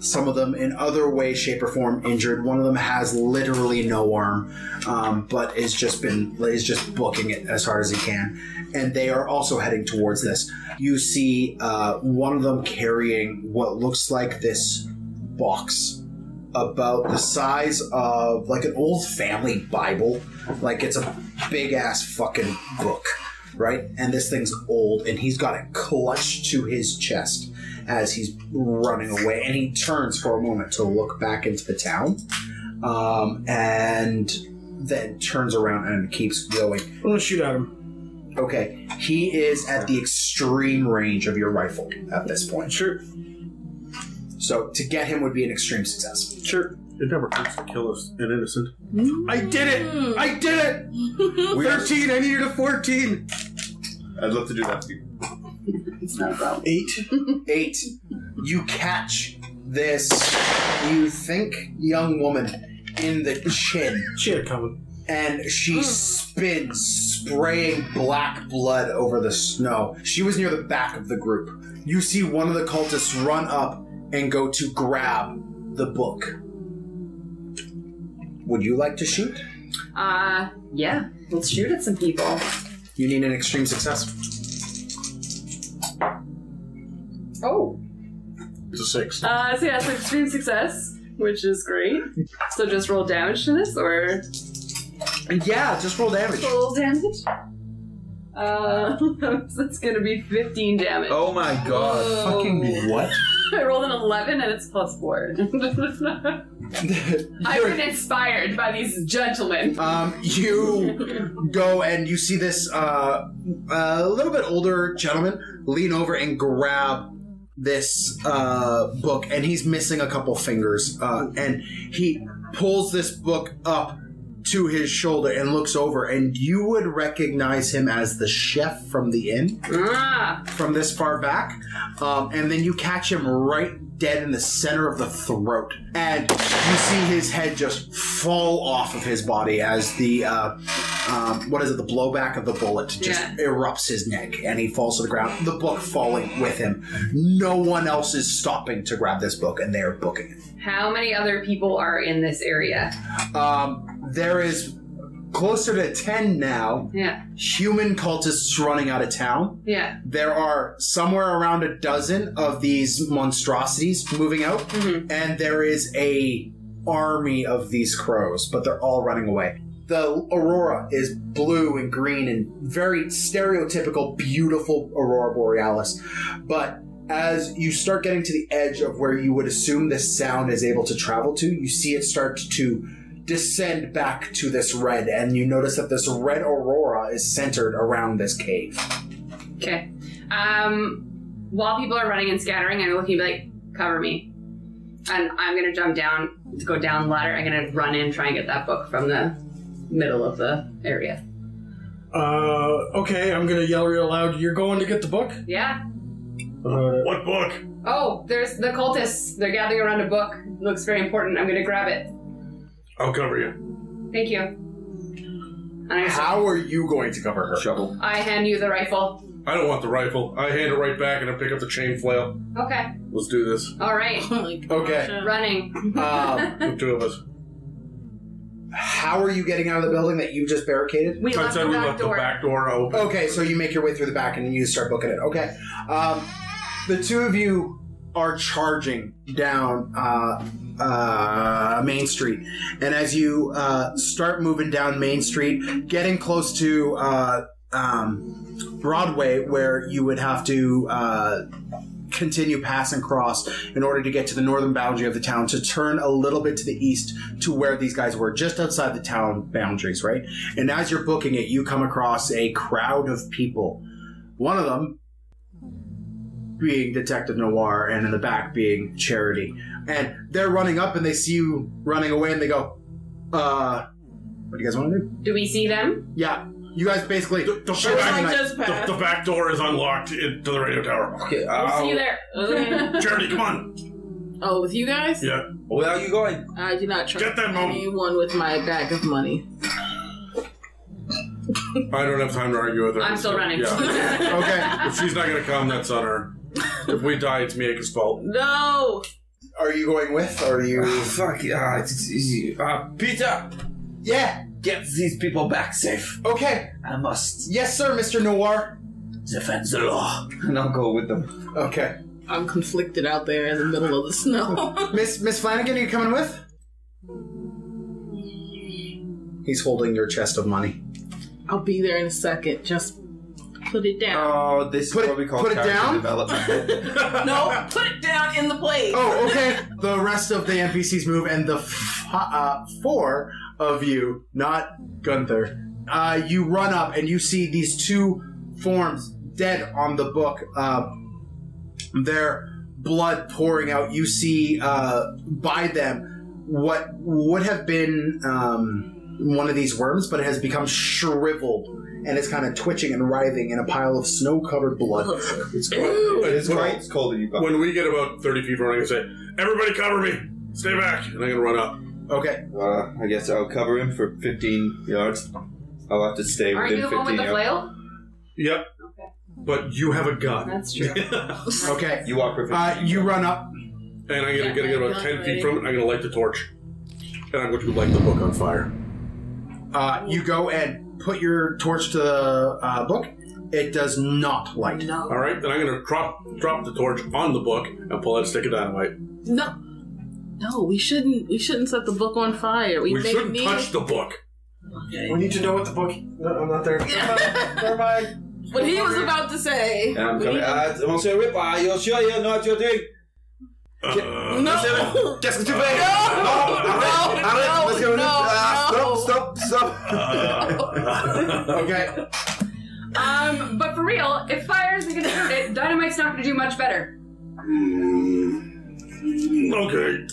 C: some of them in other way shape or form injured one of them has literally no arm um, but is just been is just booking it as hard as he can and they are also heading towards this. You see uh, one of them carrying what looks like this box about the size of like an old family Bible. Like it's a big ass fucking book, right? And this thing's old, and he's got it clutched to his chest as he's running away. And he turns for a moment to look back into the town. Um, and then turns around and keeps going.
H: I'm gonna shoot at him.
C: Okay, he is at the extreme range of your rifle at this point.
H: Sure,
C: So to get him would be an extreme success.
H: sure.
F: It never hurts to kill us an innocent.
H: I did it! I did it!
D: We are-
H: 13, I needed a 14!
D: I'd love to do that too.
H: Eight.
C: Eight, you catch this, you think, young woman in the chin,
H: She had it coming.
C: and she spins, spraying black blood over the snow. She was near the back of the group. You see one of the cultists run up and go to grab the book. Would you like to shoot?
G: Uh, yeah. Let's shoot at some people.
C: You need an extreme success.
G: Oh.
F: It's a six.
G: Uh, so yeah, so extreme success, which is great. So just roll damage to this, or
C: Yeah, just roll damage.
G: total damage? Uh, so it's gonna be 15 damage.
D: Oh my god.
G: Whoa.
C: what?
G: I rolled an 11 and it's plus 4. I've been inspired by these gentlemen.
C: Um, you go and you see this uh, a little bit older gentleman lean over and grab this uh, book, and he's missing a couple fingers. Uh, and he pulls this book up to his shoulder and looks over, and you would recognize him as the chef from the inn
G: Ah,
C: from this far back. Um, and then you catch him right dead in the center of the throat. And you see his head just fall off of his body as the, uh, um, what is it, the blowback of the bullet just
G: Yeah.
C: erupts his neck and he falls to the ground, the book falling with him. No one else is stopping to grab this book and they are booking it.
G: how many other people are in this area?
C: Um, there is closer to 10 now
G: Yeah,
C: human cultists running out of town.
G: yeah.
C: there are somewhere around a dozen of these monstrosities moving out
G: Mm-hmm.
C: and there is a army of these crows but they're all running away the aurora is blue and green and very stereotypical beautiful aurora borealis but as you start getting to the edge of where you would assume this sound is able to travel to you see it start to descend back to this red and you notice that this red aurora is centered around this cave
G: Okay. Um, while people are running and scattering, I'm looking to be like, cover me. And I'm gonna jump down to go down the ladder. I'm gonna run in, try and get that book from the middle of the area.
H: Uh, okay, I'm gonna yell real loud. You're going to get the book.
G: Yeah.
H: Uh,
F: What book?
G: Oh, there's the cultists. They're gathering around a book. Looks very important. I'm gonna grab it.
F: I'll cover you.
G: Thank you. And I,
C: How are you going to cover her?
D: Shovel.
G: I hand you the rifle.
F: I don't want the rifle. I hand it right back and I pick up the chain flail.
G: Okay.
F: Let's do this.
G: All right.
E: Oh my gosh.
C: Okay.
G: Running.
C: Um,
F: The two of us.
C: how are you getting out of the building that you just barricaded?
G: We
F: I
G: left
F: said
G: the
F: we
G: back
F: left
G: door.
F: the back door open.
C: Okay, so you make your way through the back and you start booking it. Okay. Um, the two of you are charging down uh, uh, Main Street. And as you uh, start moving down Main Street, getting close to uh, um, Broadway, where you would have to. Uh, Continue pass and cross in order to get to the northern boundary of the town to turn a little bit to the east to where these guys were, just outside the town boundaries, right? And as you're booking it, you come across a crowd of people. One of them being Detective Noir, and in the back being Charity. And they're running up and they see you running away and they go, uh, what do you guys want to do?
G: Do we see them?
C: Yeah. You guys basically.
F: The, the
C: Sure,
F: back,
E: I
C: Right.
E: just
F: the,
E: passed.
F: the back door is unlocked into the radio tower.
D: Okay,
G: We'll see you
D: I'll-
G: there.
E: Okay.
F: Charity, come on.
E: Oh, with you guys?
F: Yeah.
D: where are you going?
E: I do not trust
F: Get that moment.
E: anyone with my bag of money.
F: I don't have time to argue with her.
G: I'm still running.
F: Yeah.
C: Okay.
F: if she's not gonna come, that's on her. If we die, it's Mieka's fault.
E: No!
C: Are you going with? Or are you.
D: Oh, fuck it. Ah, it's, it's easy. Ah, Peter,
C: Yeah.
D: get these people back safe.
C: Okay.
D: I must
C: Yes, sir, Mr. Noir.
D: defend the law. And I'll go with them.
C: Okay.
E: I'm conflicted out there in the middle of the snow.
C: Miss Miss Flanagan, are you coming with? He's holding your chest of money.
E: I'll be there in a second. Just put it down.
D: Oh, this
C: Put
D: is
C: it-
D: what we call
C: put it
D: character
C: down?
D: development.
E: no, put it down in the plate.
C: Oh, okay. the rest of the NPCs move, and the f- uh, four of you, not Gunther, uh, you run up and you see these two forms dead on the book. Uh, their blood pouring out. You see uh, by them what would have been um, one of these worms, but it has become shriveled and is kind of twitching and writhing in a pile of snow-covered blood.
D: it's
F: Ew.
D: cold. It's cold. It's colder. You got.
F: When we get about 30 feet running, I say, Everybody cover me! Stay back! And I'm gonna run up.
C: Okay.
D: Uh, I guess I'll cover him for 15 yards. I'll have to stay
G: Aren't you
D: within
G: the one
D: 15
G: with the
D: yards.
G: flail?
F: Yep,
G: Okay.
F: but you have a gun.
G: That's true.
C: Okay.
D: You are perfect.
C: Uh, you run up.
F: And I'm gonna get, get about
E: Yeah,
F: 10
E: ready.
F: feet from it, I'm gonna light the torch. And I'm going to light the book on fire.
C: Uh, you go and put your torch to the uh, book. It does not light.
E: No.
F: Alright, then I'm gonna drop, drop the torch on the book and pull out a stick of dynamite.
E: No. No, we shouldn't. We shouldn't set the book on fire. We,
F: We
E: may
F: shouldn't
E: need-
F: touch the book.
H: we need to know what the book. No, I'm not there. Never mind.
E: What he was about to say.
D: And I'm
E: We
D: coming.
E: need-
D: Ah, Uh, Monsieur Ripper, you're sure you're not your thing?
C: Oh,
D: No! Jessica, too bad! No! Alright,
I: no,
D: alright,
I: no,
D: let's go.
C: Uh,
I: no,
D: Ah,
I: no.
D: Stop, stop, stop!
F: Uh,
C: Okay.
G: Um, but for real, if fire isn't gonna hurt it, dynamite's not gonna do much better.
F: Okay.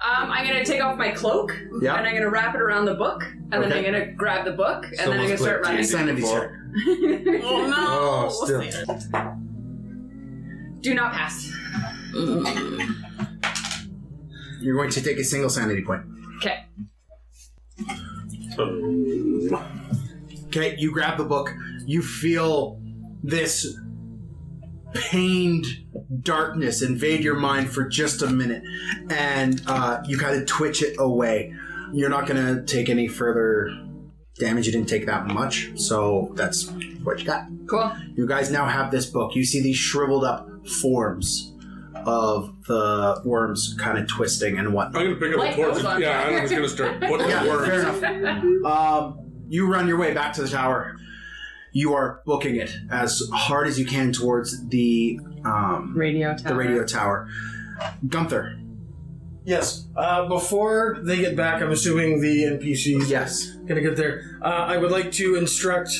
G: Um, I'm gonna take off my cloak
C: Yeah.
G: and I'm gonna wrap it around the book, and then
C: Okay.
G: I'm gonna grab the book, and then I'm gonna
D: Someone's
G: start
D: played
C: Sanity
G: running.
C: check.
I: Oh no!
D: Oh, still.
G: Do not pass.
C: You're going to take a single sanity point.
G: Okay.
C: Okay, you grab the book. You feel this pained darkness invade your mind for just a minute, and uh, you kind of twitch it away. You're not going to take any further damage. You didn't take that much, so that's what you got.
G: Cool.
C: You guys now have this book. You see these shriveled up forms of the worms kind of twisting and whatnot.
F: I'm gonna pick up
G: Light
F: the torch.
G: those on
F: Yeah,
G: fire.
F: I'm just gonna start putting
C: Yeah,
F: the worms.
C: fair enough. Um, you run your way back to the tower. You are booking it as hard as you can towards the um,
G: Radio tower.
C: the radio tower. Gunther,
H: Yes. Uh, before they get back, I'm assuming the NPCs
C: yes.
H: gonna get there. Uh, I would like to instruct.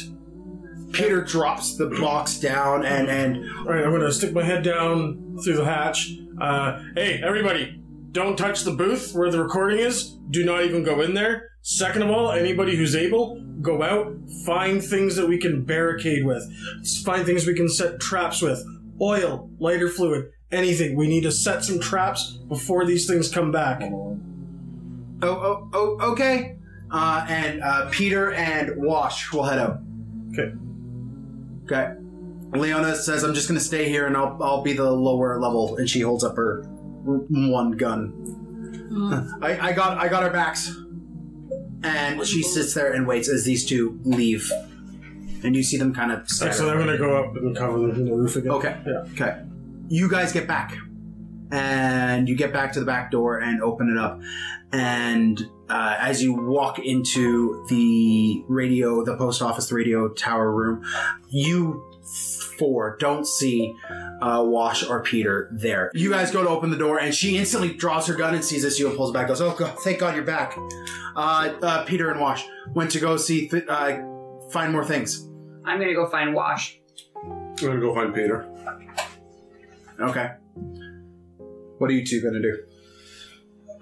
C: Peter drops the box down and and
H: All right, I'm gonna stick my head down through the hatch. Uh, hey, everybody! Don't touch the booth where the recording is. Do not even go in there. Second of all, anybody who's able, go out. Find things that we can barricade with. S- Find things we can set traps with. Oil, lighter fluid, anything. We need to set some traps before these things come back.
C: oh oh oh okay. Uh, and uh, Peter and Wash will head out.
H: Okay.
C: Okay. Leona says, "I'm just gonna stay here and I'll I'll be the lower level." And she holds up her r- one gun I, I got I got our backs. And she sits there and waits as these two leave. And you see them kind of stare.
H: Excellent. I'm gonna go up and cover the, the roof again.
C: Okay.
H: Yeah.
C: Okay. You guys get back. And you get back to the back door and open it up. And uh, as you walk into the radio, the post office, the radio tower room, you four don't see uh, Wash or Peter there. You guys go to open the door, and she instantly draws her gun and sees this. You and pulls back, goes, "Oh God, thank God you're back." Uh, uh, Peter and Wash went to go see, th- uh, find more things.
G: I'm gonna go find Wash.
F: I'm gonna go find Peter.
C: Okay. What are you two gonna do?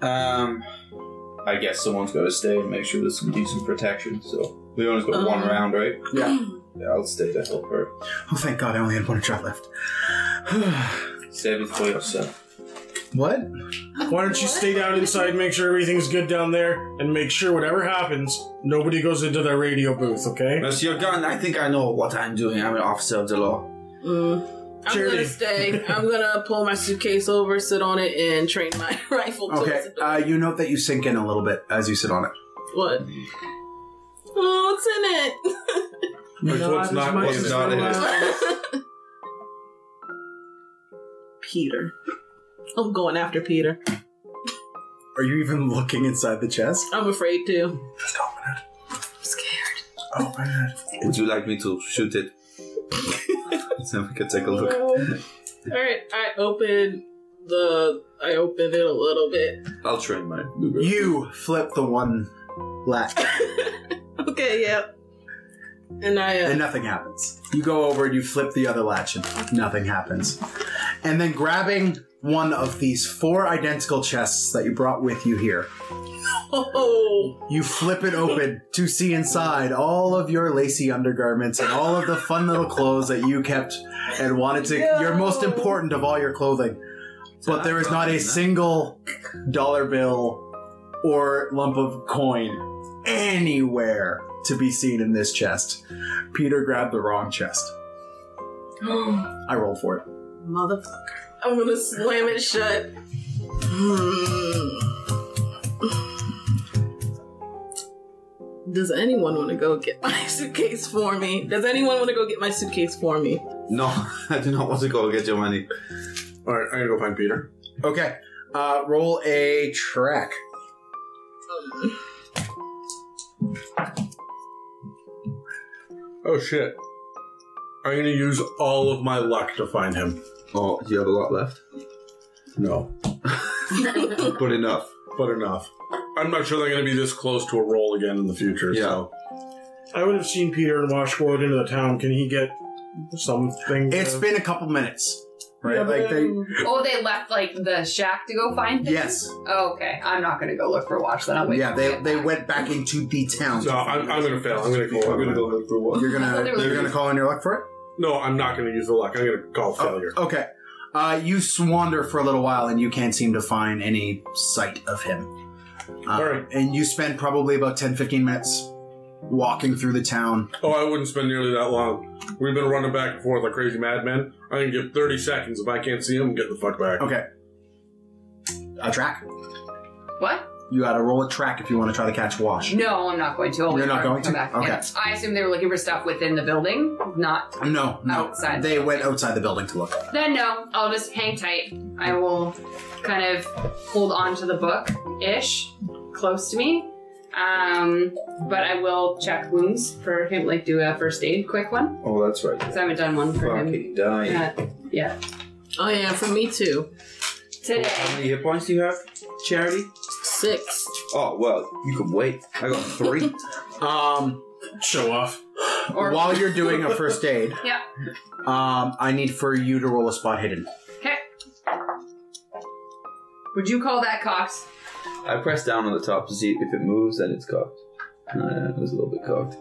D: Um, I guess someone's got to stay and make sure there's some decent protection. So Leona's got one
I: Um.
D: round, right?
C: Yeah.
D: Yeah, I'll stay to help her.
C: Oh, thank God, I only had one shot left.
D: Save it for yourself.
C: what?
H: Why don't you stay down inside, make sure everything's good down there, and make sure whatever happens, nobody goes into that radio booth, okay?
D: Miss your gun. I think I know what I'm doing. I'm an officer of the law.
I: Mm. I'm
H: Charity.
I: gonna stay. I'm gonna pull my suitcase over, sit on it, and train my rifle. to
C: Okay,
I: its-
C: uh, you note that you sink in a little bit as you sit on it.
I: what? Oh, what's in
F: Which what's not, what's not in it.
I: it? Peter. I'm going after Peter.
C: Are you even looking inside the chest?
I: I'm afraid to.
C: Oh my God.
D: Would you like me to shoot it? so we could take a look.
I: all right, I open the. I open it a little bit.
D: I'll train mine.
C: You flip the one latch
I: Okay, yep. And I. Uh,
C: and nothing happens. You go over and you flip the other latch and nothing happens. And then grabbing one of these four identical chests that you brought with you here,
I: oh,
C: you flip it open to see inside all of your lacy undergarments and all of the fun little clothes that you kept and wanted to. Your most
I: No.
C: important of all your clothing. but there is not a single dollar bill or lump of coin anywhere to be seen in this chest. Peter grabbed the wrong chest. I rolled for it.
I: motherfucker! I'm gonna slam it shut. Does anyone want to go get my suitcase for me? Does anyone want to go get my suitcase for me?
D: No, I do not want to go get your money.
F: All right, I'm gonna go find Peter.
C: Okay, uh, roll a track.
F: Oh shit. I'm gonna use all of my luck to find him.
D: Oh, do you have a lot left?
F: No,
D: but enough.
F: but enough. I'm not sure they're going to be this close to a roll again in the future. So
H: I would have seen Peter and Wash go out into the town. Can he get something?
C: It's
H: to-
C: been a couple minutes, right?
H: Yeah,
C: like they,
G: Oh, they left like the shack to go find things.
C: yes,
G: Oh, okay, I'm not gonna go look for watch. Then I'll wait.
C: yeah.
G: for
C: They
G: it.
C: they went back into the town.
F: no, I'm, I'm going to fail. I'm going to call. I'm going to go look for
D: Oh,
F: what.
C: You're gonna
G: They were-
C: they're gonna call in your luck for it.
F: No, I'm not going to use the luck. I'm going to call failure.
C: Okay. Uh, you wander for a little while and you can't seem to find any sight of him. Uh,
F: All right.
C: And you spend probably about 10 15 minutes walking through the town.
F: Oh, I wouldn't spend nearly that long. We've been running back and forth like crazy madmen. I can give 30 seconds. If I can't see him, get the fuck back.
C: Okay. A track.
G: What?
C: You gotta roll a track if you wanna try to catch Wash.
G: No, I'm not going to. I'll wait
C: You're not
G: for it
C: going
G: come
C: to?
G: Back.
C: Okay.
G: Yeah. I assume they were looking for stuff within the building, not
C: No, no.
G: outside.
C: They went outside the building to look.
G: Then no, I'll just hang tight. I will kind of hold on to the book ish, close to me. Um, but I will check wounds for him, like do a first aid quick one.
D: Oh, that's right.
G: Because I haven't done one for him.
D: Fucking dying.
G: Yeah.
I: Oh yeah, for me too.
D: How
G: Today.
D: many hit points do you have, Charity?
I: Six.
D: Oh well, you can wait. I got three.
C: Um,
H: show off.
G: Or
C: while you're doing a first aid,
G: Yeah.
C: um, I need for you to roll a spot hidden.
G: would you call that Cox?
D: I press down on the top to see if it moves, then it's cocked. No, no, it was a little bit cocked.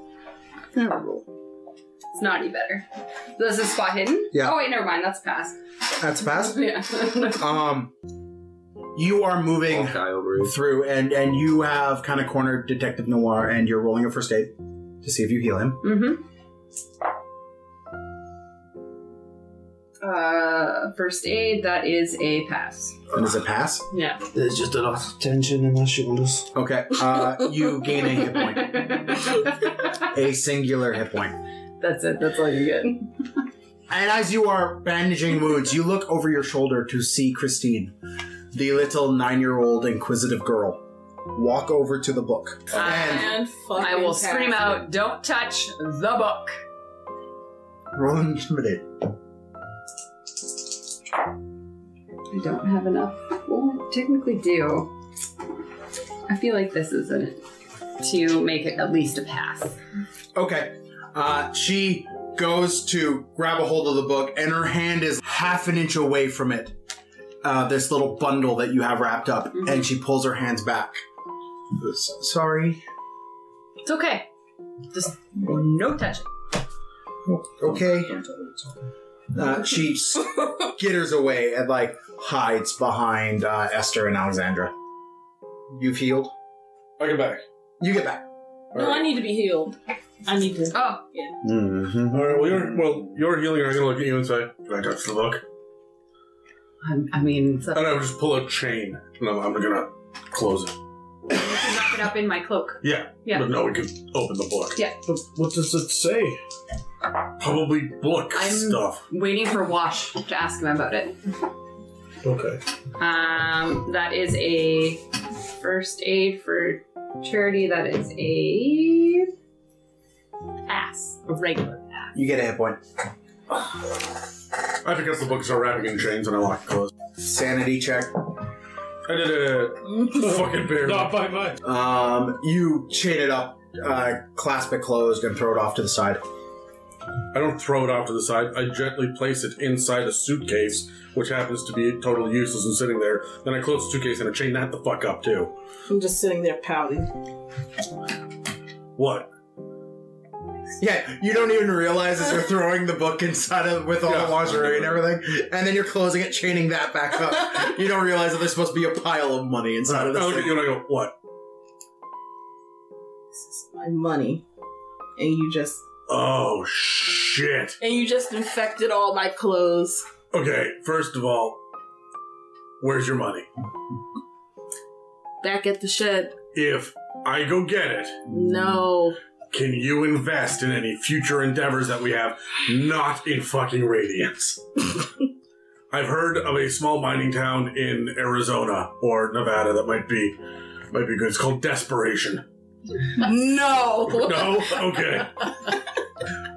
G: It's not any better. This is spot hidden?
C: Yeah.
G: Oh wait, never mind, that's passed.
C: That's fast.
G: Yeah.
C: Um, you are moving
D: I'll die over it.
C: through and and you have kind of cornered detective noir and you're rolling a first aid to see if you heal him
G: mm-hmm. Uh first aid, that is a pass.
C: and does it pass
G: Yeah.
D: There's just a lot of tension in my shoulders.
C: okay uh, you gain a hit point
G: That's
C: a singular hit point
G: it. That's all you get.
C: and as you are bandaging wounds you look over your shoulder to see christine the little nine-year-old inquisitive girl walk over to the book and
I: And fucking
G: I will
I: pass.
G: scream out, "Don't touch the book."
C: roll intimidate
G: I don't have enough. Well, I technically do. I feel like this isn't it. to make it at least a pass.
C: Okay. Uh, she goes to grab a hold of the book, and her hand is half an inch away from it. Uh, this little bundle that you have wrapped up,
G: Mhm.
C: and she pulls her hands back. S- sorry.
G: It's okay. Just no touching.
C: Okay. Uh, she skitters away and like hides behind uh, Esther and Alexandra. You've healed.
F: I get back.
C: You get back.
I: No, I need to be healed. I need to.
G: Oh,
D: Mm-hmm.
F: All right. Well, you're, well, you're healing. and I'm going to look at you and say, "Can I touch the book?"
G: I'm, I mean, so
F: And I would just pull a chain and I'm, I'm going to close it.
G: I can wrap it up in my cloak.
F: Yeah.
G: Yeah.
F: But no, we can open the book.
H: But what does it say?
F: Probably book
G: I'm-
F: stuff.
G: Waiting for Wash to ask him about it.
F: Okay.
G: Um, that is a first aid for charity. That is a pass, a regular pass.
C: You get a hit point.
F: I pick up the book, start wrapping in chains, and I lock it closed.
C: Sanity check.
F: I did a fucking bear.
H: Not by much.
C: Um, you chain it up, uh, clasp it closed, and throw it off to the side.
F: I don't throw it off to the side. I gently place it inside a suitcase, which happens to be totally useless and sitting there. Then I close the suitcase and I chain that the fuck up too.
I: I'm just sitting there pouting.
F: What?
C: Yeah, you don't even realize as you're throwing the book inside of with all
F: Yeah.
C: the lingerie and everything, and then you're closing it, chaining that back up. you don't realize that there's supposed to be a pile of money inside
F: I
C: of this.
F: look at
C: Thing.
F: you and I go, what?
I: This is my money, and you just
F: Oh shit.
I: and you just infected all my clothes.
F: Okay, first of all, where's your money?
I: Back at the shed.
F: If I go get it,
I: No.
F: can you invest in any future endeavors that we have not in fucking Radiance? I've heard of a small mining town in Arizona or Nevada that might be might be good. It's called Desperation.
I: No.
F: No? Okay.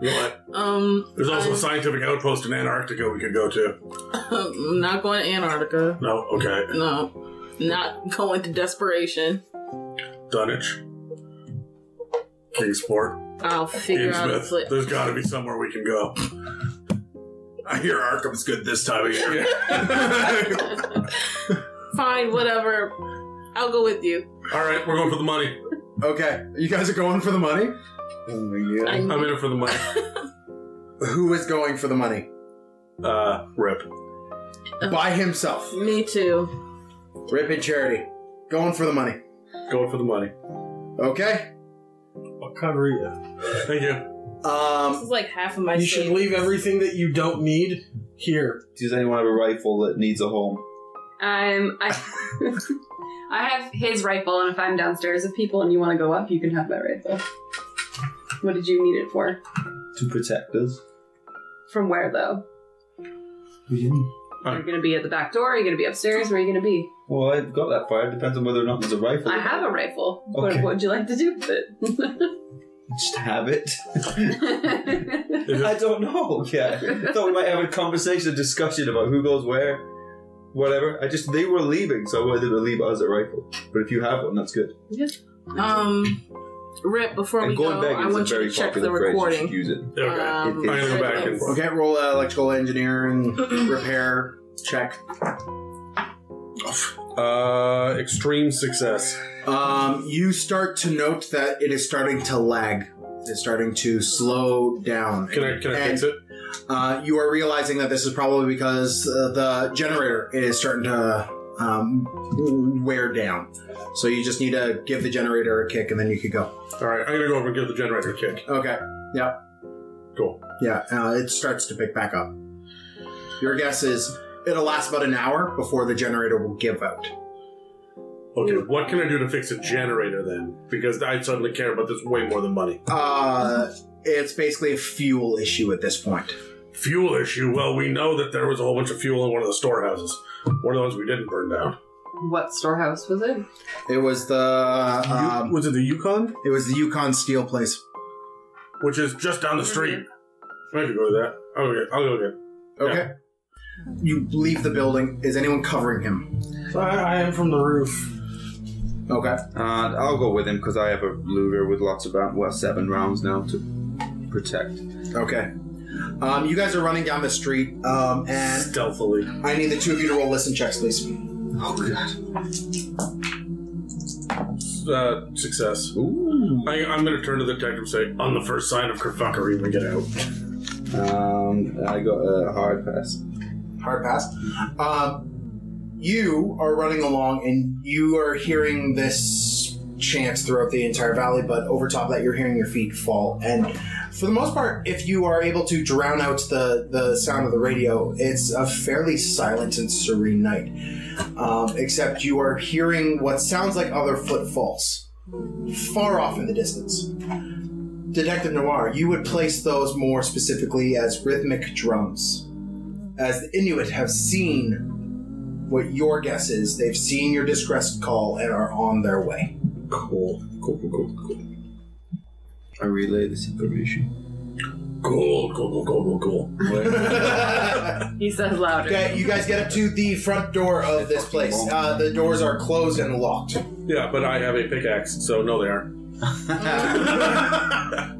F: What?
I: Um,
F: There's also
I: I'm-
F: a scientific outpost in Antarctica we could go to.
I: I'm not going to Antarctica.
F: No, okay.
I: No, not going to desperation.
F: Dunwich. Kingsport.
I: I'll figure out a
F: Kingsmith.
I: flip.
F: There's got to be somewhere we can go. I hear Arkham's good this time of year.
I: Fine, whatever. I'll go with you.
F: All right, we're going for the money.
C: Okay, you guys are going for the money.
I: I
F: I'm in it for the money.
C: Who is going for the money?
F: Uh, rip.
C: By himself.
I: Me too.
C: Rip and Charity. Going for the money.
F: Going for the money.
C: Okay.
H: I'll cover you.
F: Thank you.
I: This
C: Um,
I: is like half of my.
H: You should
I: savings.
H: leave everything that you don't need here.
D: Does anyone have a rifle that needs a home?
G: Um, I, I have his rifle, and if I'm downstairs with people and you want to go up, you can have my rifle. What did you need it for?
D: To protect us?
G: From where, though?
D: We didn't.
G: You're going to be at the back door? Are you going to be upstairs? Where are you going to be?
D: Well, I've got that far. It depends on whether or not there's a rifle.
G: I have a rifle. What,
D: Okay.
G: what would you like to do with
D: Just have it.
G: it?
D: I don't know. Yeah. I thought we might have a conversation, a discussion about who goes where, whatever. I just, they were leaving, so I wanted them to leave us a rifle. But if you have one, that's good.
I: Um, Rip. Before we
D: and
I: go,
D: going back
I: I
D: is a
I: want you
D: very
I: to check the
D: popular phrase. You should
I: recording.
D: use it.
F: Okay.
I: Um,
D: I'm gonna
F: go back and-
C: okay, roll uh, electrical engineer and repair check.
F: Uh, extreme success.
C: Um, you start to note that it is starting to lag. It's starting to slow down.
F: Can I can I fix it?
C: Uh, you are realizing that this is probably because uh, the generator is starting to um, wear down. So you just need to give the generator a kick and then you could go.
F: All right, I'm gonna go over and give the generator a kick.
C: Okay.
F: Cool.
C: Yeah, uh, it starts to pick back up. Your guess is it'll last about an hour before the generator will give out.
F: Okay, what can I do to fix a generator then? Because I suddenly care about this way more than money.
C: Uh, it's basically a fuel issue at this point.
F: Fuel issue. Well, we know that there was a whole bunch of fuel in one of the storehouses. One of the ones we didn't burn down.
G: what storehouse was it?
C: It was the um,
F: was it the Yukon?
C: it was the Yukon steel place.
F: Which is just down the street. I could go to that. I'll go get. I'll go get.
C: Okay. You leave the building. Is anyone covering him?
H: So I, I am from the roof.
C: Okay.
D: And Uh, I'll go with him because I have a luger with lots of rounds. Well, seven rounds now to protect.
C: Okay. Um, you guys are running down the street, um, and
F: Stealthily.
C: I need the two of you to roll listen checks, please.
D: Oh, God.
F: Uh, success.
D: Ooh.
F: I, I'm gonna turn to the detective and say, on the first sign of kerfuckery, we get out.
D: Um, I got a hard pass.
C: Hard pass. Um, you are running along, and you are hearing this chants throughout the entire valley. But over top of that, you're hearing your feet fall. And for the most part, if you are able to drown out the the sound of the radio, it's a fairly silent and serene night. Um, except you are hearing what sounds like other footfalls far off in the distance. Detective Noir, you would place those more specifically as rhythmic drums as the Inuit have seen what your guess is. They've seen your distress call and are on their way.
F: Cool. Cool, cool, cool, cool.
D: I relay this information.
F: Cool, cool, cool, cool, cool, cool.
C: okay,
G: He says louder.
C: you guys get up to the front door of this place. Uh, the doors are closed and locked.
F: Yeah, but I have a pickaxe, so no, they aren't.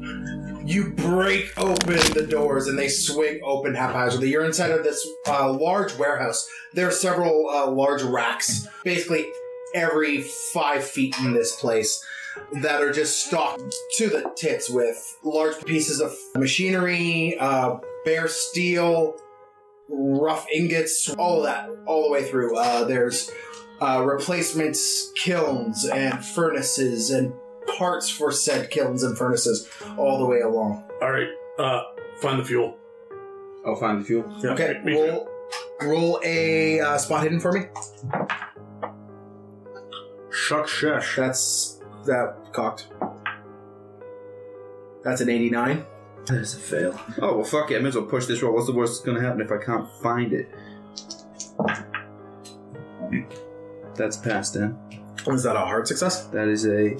C: You break open the doors and they swing open haphazardly. You're inside of this uh, large warehouse. There are several uh, large racks, basically every five feet in this place, that are just stocked to the tits with large pieces of machinery, uh, bare steel, rough ingots, all of that, all the way through. Uh, there's uh, replacements, kilns, and furnaces, and parts for said kilns and furnaces all the way along.
F: All right, uh, find the fuel.
D: I'll find Oh, the fuel.
F: Yeah,
C: Okay,
F: me too.
C: roll, roll a uh, spot hidden for me.
F: Shuck shesh.
C: That's that cocked. That's an 89.
D: That is a fail. Oh, well, fuck it. I may as well push this roll. What's the worst that's going to happen if I can't find it? That's passed then.
C: Is that a hard success?
D: That is a.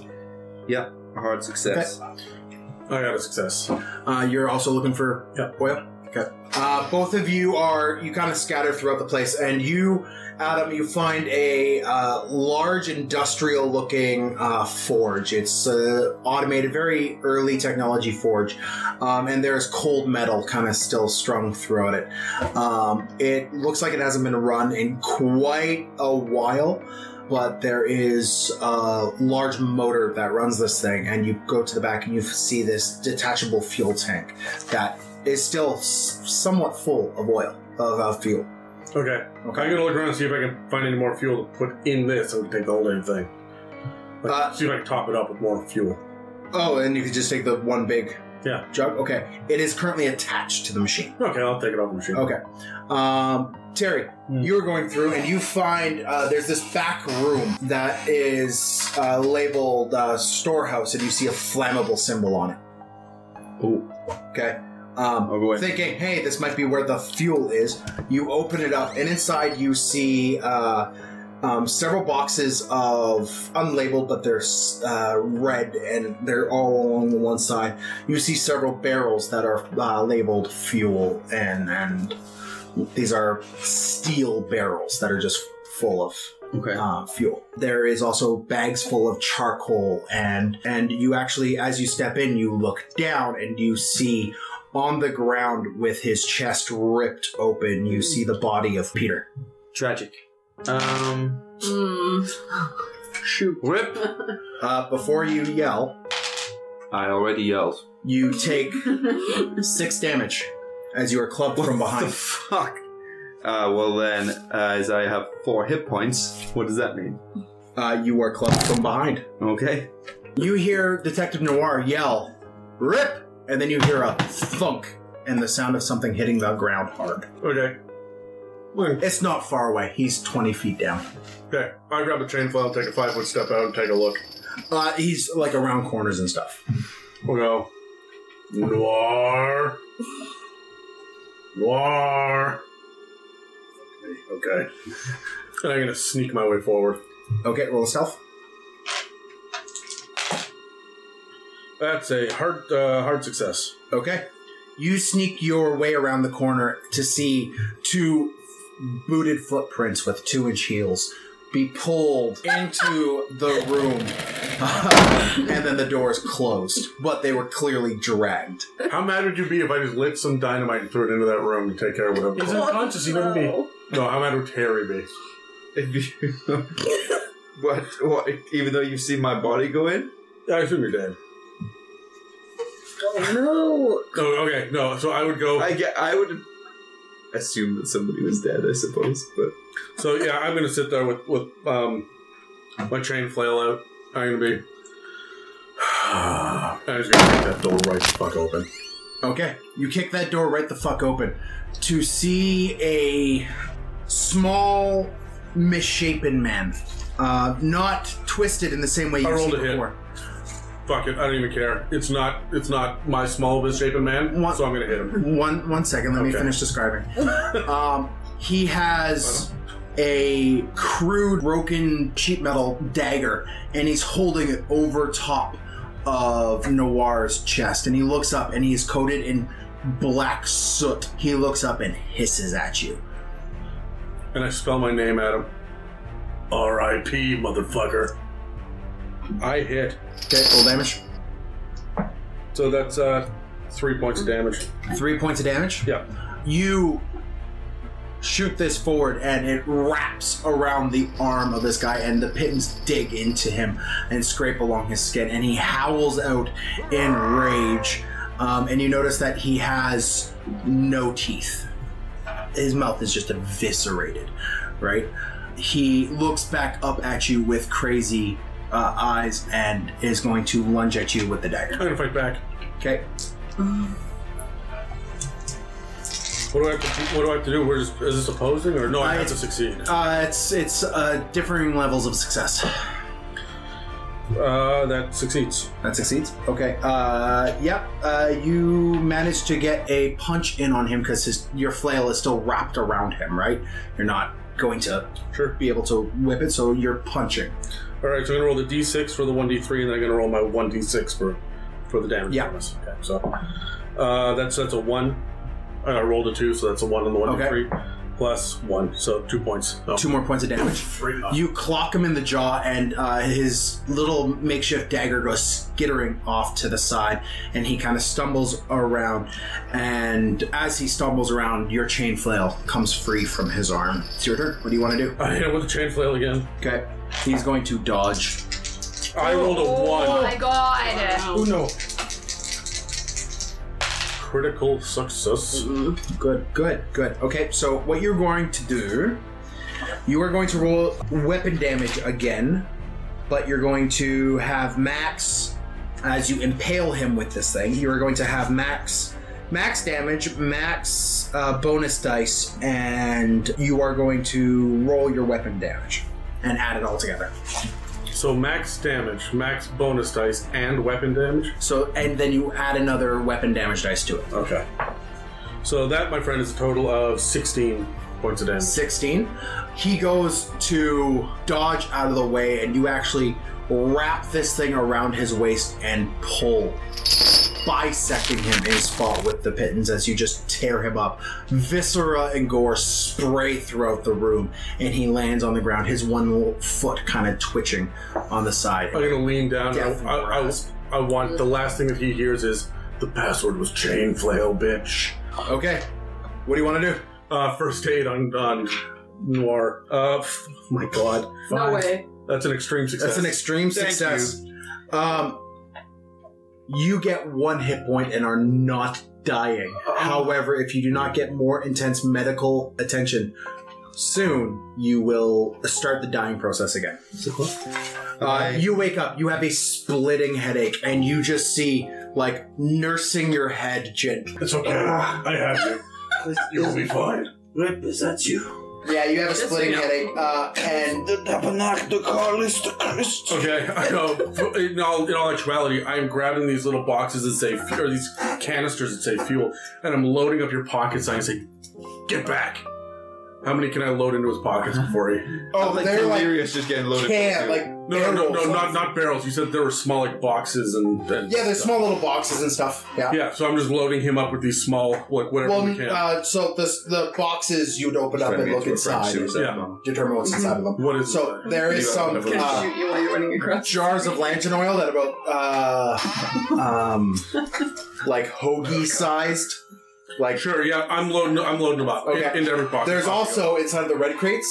D: Yep, a hard success.
F: I got a success.
C: Uh, you're also looking for
F: Yeah.
C: oil. Okay. Uh, both of you are you kind of scatter throughout the place, and you, Adam, you find a uh, large industrial-looking uh, forge. It's uh, automated, very early technology forge, um, and there's cold metal kind of still strung throughout it. Um, it looks like it hasn't been run in quite a while. But there is a large motor that runs this thing, and you go to the back and you see this detachable fuel tank that is still s- somewhat full of oil, of uh, fuel.
F: Okay.
C: Okay.
F: I'm gonna look around and see if I can find any more fuel to put in this. I'm gonna take the whole damn thing. Like,
C: Uh,
F: see if I can top it up with more fuel.
C: Oh, and you could just take the one big
F: Yeah.
C: jug. Okay, it is currently attached to the machine.
F: Okay, I'll take it off the machine.
C: Okay, um, Terry,
F: Hmm.
C: you're going through and you find uh, there's this back room that is uh, labeled uh, storehouse, and you see a flammable symbol on it.
D: Ooh.
C: Okay. Um,
D: I'll go in.
C: thinking, hey, this might be where the fuel is. You open it up, and inside you see uh, um, several boxes of unlabeled, but they're s- uh, red and they're all along the one side. You see several barrels that are uh, labeled fuel, and and these are steel barrels that are just full of
D: Okay.
C: uh, fuel. There is also bags full of charcoal, and and you actually, as you step in, you look down and you see on the ground with his chest ripped open, you see the body of Peter.
D: Tragic. Um.
I: Mm.
D: Shoot. Rip.
C: Uh, before you yell,
D: I already yelled.
C: you take six damage as you are clubbed from
D: The
C: behind.
D: fuck. Uh, well then, as I have four hit points, what does that mean?
C: Uh, you are clubbed from behind.
D: Okay.
C: You hear Detective Noir yell, "Rip!" and then you hear a thunk and the sound of something hitting the ground hard.
F: Okay.
C: It's not far away. He's twenty feet down.
F: Okay. I grab the chain file, take a five foot step out, and take a look.
C: Uh, he's like around corners and stuff.
F: We'll go. Noir. Noir. Okay. And I'm gonna sneak my way forward.
C: Okay, roll a stealth.
F: That's a hard, uh, hard success.
C: Okay. You sneak your way around the corner to see two booted footprints with two inch heels be pulled into the room. and then the doors closed, but they were clearly dragged.
F: How mad would you be if I just lit some dynamite and threw it into that room to take care of
H: He's
F: whatever?
H: unconscious. He wouldn't be.
F: no, how mad would Terry be?
D: If you, what? What? Even though you've seen my body go in.
F: I assume you're dead.
I: No.
F: Oh, okay. No, so I would go.
D: I get. I would assume that somebody was dead. I suppose, but
F: So yeah, I'm gonna sit there with with um my chain flail out. I'm gonna be. I'm just gonna kick that door right the fuck open.
C: Okay. You kick that door right the fuck open to see a small, misshapen man. Uh, not twisted in the same way
F: I
C: you've
F: rolled
C: seen
F: a hit.
C: before.
F: Fuck it, I don't even care. It's not it's not my small misshapen man,
C: What?
F: so I'm gonna hit him.
C: One one second, let me
F: Okay.
C: finish describing. um, he has a crude broken sheet metal dagger and he's holding it over top of Noir's chest and he looks up and he is coated in black soot. He looks up and hisses at you.
F: And I spell my name at him. R.I.P. motherfucker. I hit.
C: Okay, roll damage.
F: So that's uh three points of damage.
C: Three points of damage.
F: Yeah.
C: You shoot this forward and it wraps around the arm of this guy and the pins dig into him and scrape along his skin and he howls out in rage um, and you notice that he has no teeth his mouth is just eviscerated right he looks back up at you with crazy uh, eyes and is going to lunge at you with the
F: I'm
C: dagger
F: gonna fight back.
C: okay
F: What do I have to do? What do I have to do? We're just, is this opposing or no? I
C: I-
F: have to succeed.
C: uh, it's it's uh, differing levels of success
F: Uh, that succeeds.
C: That succeeds. Okay. Uh, yep. Uh, you managed to get a punch in on him because his your flail is still wrapped around him, right? You're not going to
F: Sure.
C: be able to whip it, so you're punching.
F: All right, so I'm gonna roll the d6 for the 1d3, and then I'm gonna roll my 1d6 for for the damage.
C: Yeah.
F: bonus. Okay, so uh, that's that's a one. And I rolled a two, so that's a one and the one
C: Okay.
F: to three. Plus one, so two points. Oh. So
C: Two more points of damage.
F: Three.
C: You clock him in the jaw, and uh, his little makeshift dagger goes skittering off to the side, and he kind of stumbles around. And as he stumbles around, your chain flail comes free from his arm. It's your turn. What do you want to do?
F: I hit him with a chain flail again.
C: Okay. He's going to dodge.
F: I rolled a
G: Oh
F: one.
G: my god.
H: Oh no.
F: Critical success.
D: Uh,
C: Good, good, good. Okay, so what you're going to do, you are going to roll weapon damage again, but you're going to have max, as you impale him with this thing, you are going to have max. Max damage, max uh, bonus dice, and you are going to roll your weapon damage and add it all together.
F: So max damage, max bonus dice, and weapon damage.
C: So, and then you add another weapon damage dice to it.
F: Okay. So that, my friend, is a total of 16 points of damage.
C: 16. He goes to dodge out of the way, and you actually wrap this thing around his waist and pull, bisecting him in his fall with the pittons as you just tear him up. Viscera and gore spray throughout the room, and he lands on the ground, his one little foot kind of twitching on the side.
F: I'm gonna lean down. I,
C: Death
F: I, I,
C: grasp.
F: I want the last thing that he hears is the password was chain flail, bitch.
C: Okay, what do you want to do?
F: Uh, first aid on on noir. Uh, f- oh my god,
G: No way.
F: that's an extreme success.
C: That's an extreme
F: Thank
C: success. Um, you get one hit point and are not dying. However, if you do not get more intense medical attention soon, you will start the dying process again. Uh, you wake up, you have a splitting headache, and you just see, like, nursing your head gently.
F: It's okay.
J: Ah.
F: I have you. You'll be fine.
J: Represents you.
C: Yeah, you have a
G: Just splitting so you know.
C: headacle, uh, and
J: The tabernacle is the Christ.
F: Okay, I go. In all, in all actuality, I'm grabbing these little boxes that say, fu- or these canisters that say fuel, and I'm loading up your pockets. And I say, get back. How many can I load into his pockets before he?
D: Oh, like delirious, just getting loaded.
C: can't,
D: full, too.
C: like,
F: No, no, no, no, not not barrels. You said there were small like boxes and, and
C: yeah, there's small little boxes and stuff. Yeah.
F: Yeah, so I'm just loading him up with these small like whatever
C: Well,
F: we can.
C: uh, so this, the boxes you'd open up
D: Trying to
C: and
D: get
C: look
D: to a French
C: inside,
D: suicide
F: Yeah.
D: bomb.
C: determine what's inside of them.
F: what is
C: So there is some
D: Can I
C: uh,
E: shoot you while you're running across.
C: jars of lantern oil that are about uh, um, like hoagie sized. Like
F: Sure, yeah, I'm loading. I'm loading them up
C: Okay.
F: in, into every box.
C: there's also inside of the red crates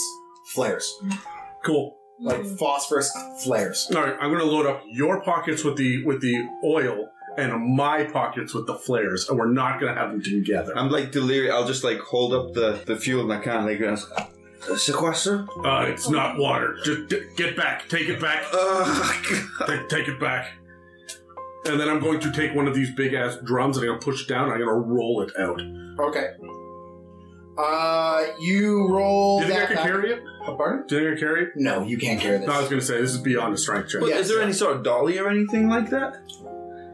C: flares,
F: cool.
C: like phosphorus flares.
F: All right, I'm gonna load up your pockets with the with the oil and my pockets with the flares, and we're not gonna have them together.
D: I'm like delirious. I'll just like hold up the, the fuel and I can't like ask. Sequester?
F: Uh, it's not water. Just d- get back. Take it back. Take, take it back. And then I'm going to take one of these big ass drums and I'm gonna push it down. And I'm gonna roll it out. Do
C: Okay. Uh, you roll
F: you think I
C: that
F: can
C: back-
F: carry it?
C: Oh, pardon?
F: Do you think I can carry it?
C: No, you can't carry this.
F: No, I was gonna say this is beyond a strength check.
D: But
C: Yeah,
D: is there
C: yeah.
D: any sort of dolly or anything like that?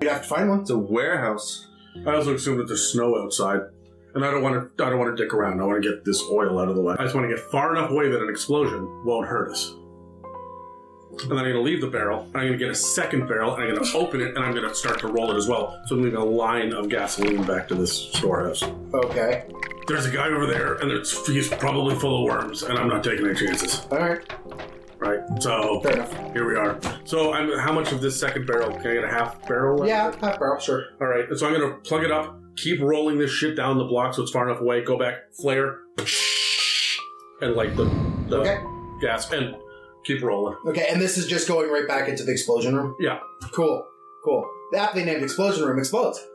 C: You'd have to find one.
D: It's a warehouse.
F: I also assume that there's snow outside, and I don't want to. I don't want to dick around. I want to get this oil out of the way. I just want to get far enough away that an explosion won't hurt us. And then I'm going to leave the barrel. And I'm going to get a second barrel, and I'm going to open it, and I'm going to start to roll it as well. So I'm leaving a line of gasoline back to this storehouse.
C: Okay.
F: There's a guy over there, and there's, he's probably full of worms, and I'm not taking any chances.
C: All right.
F: Right? So
C: Fair enough.
F: here we are. So I'm. How much of this second barrel? Can I get a half barrel? out of
C: Yeah, half barrel, sure.
F: all right, so I'm gonna plug it up, keep rolling this shit down the block so it's far enough away. Go back, flare, and like the, the
C: Okay.
F: gas, and keep rolling.
C: Okay, and this is just going right back into the explosion room?
F: Yeah.
C: Cool, cool. The aptly named explosion room explodes.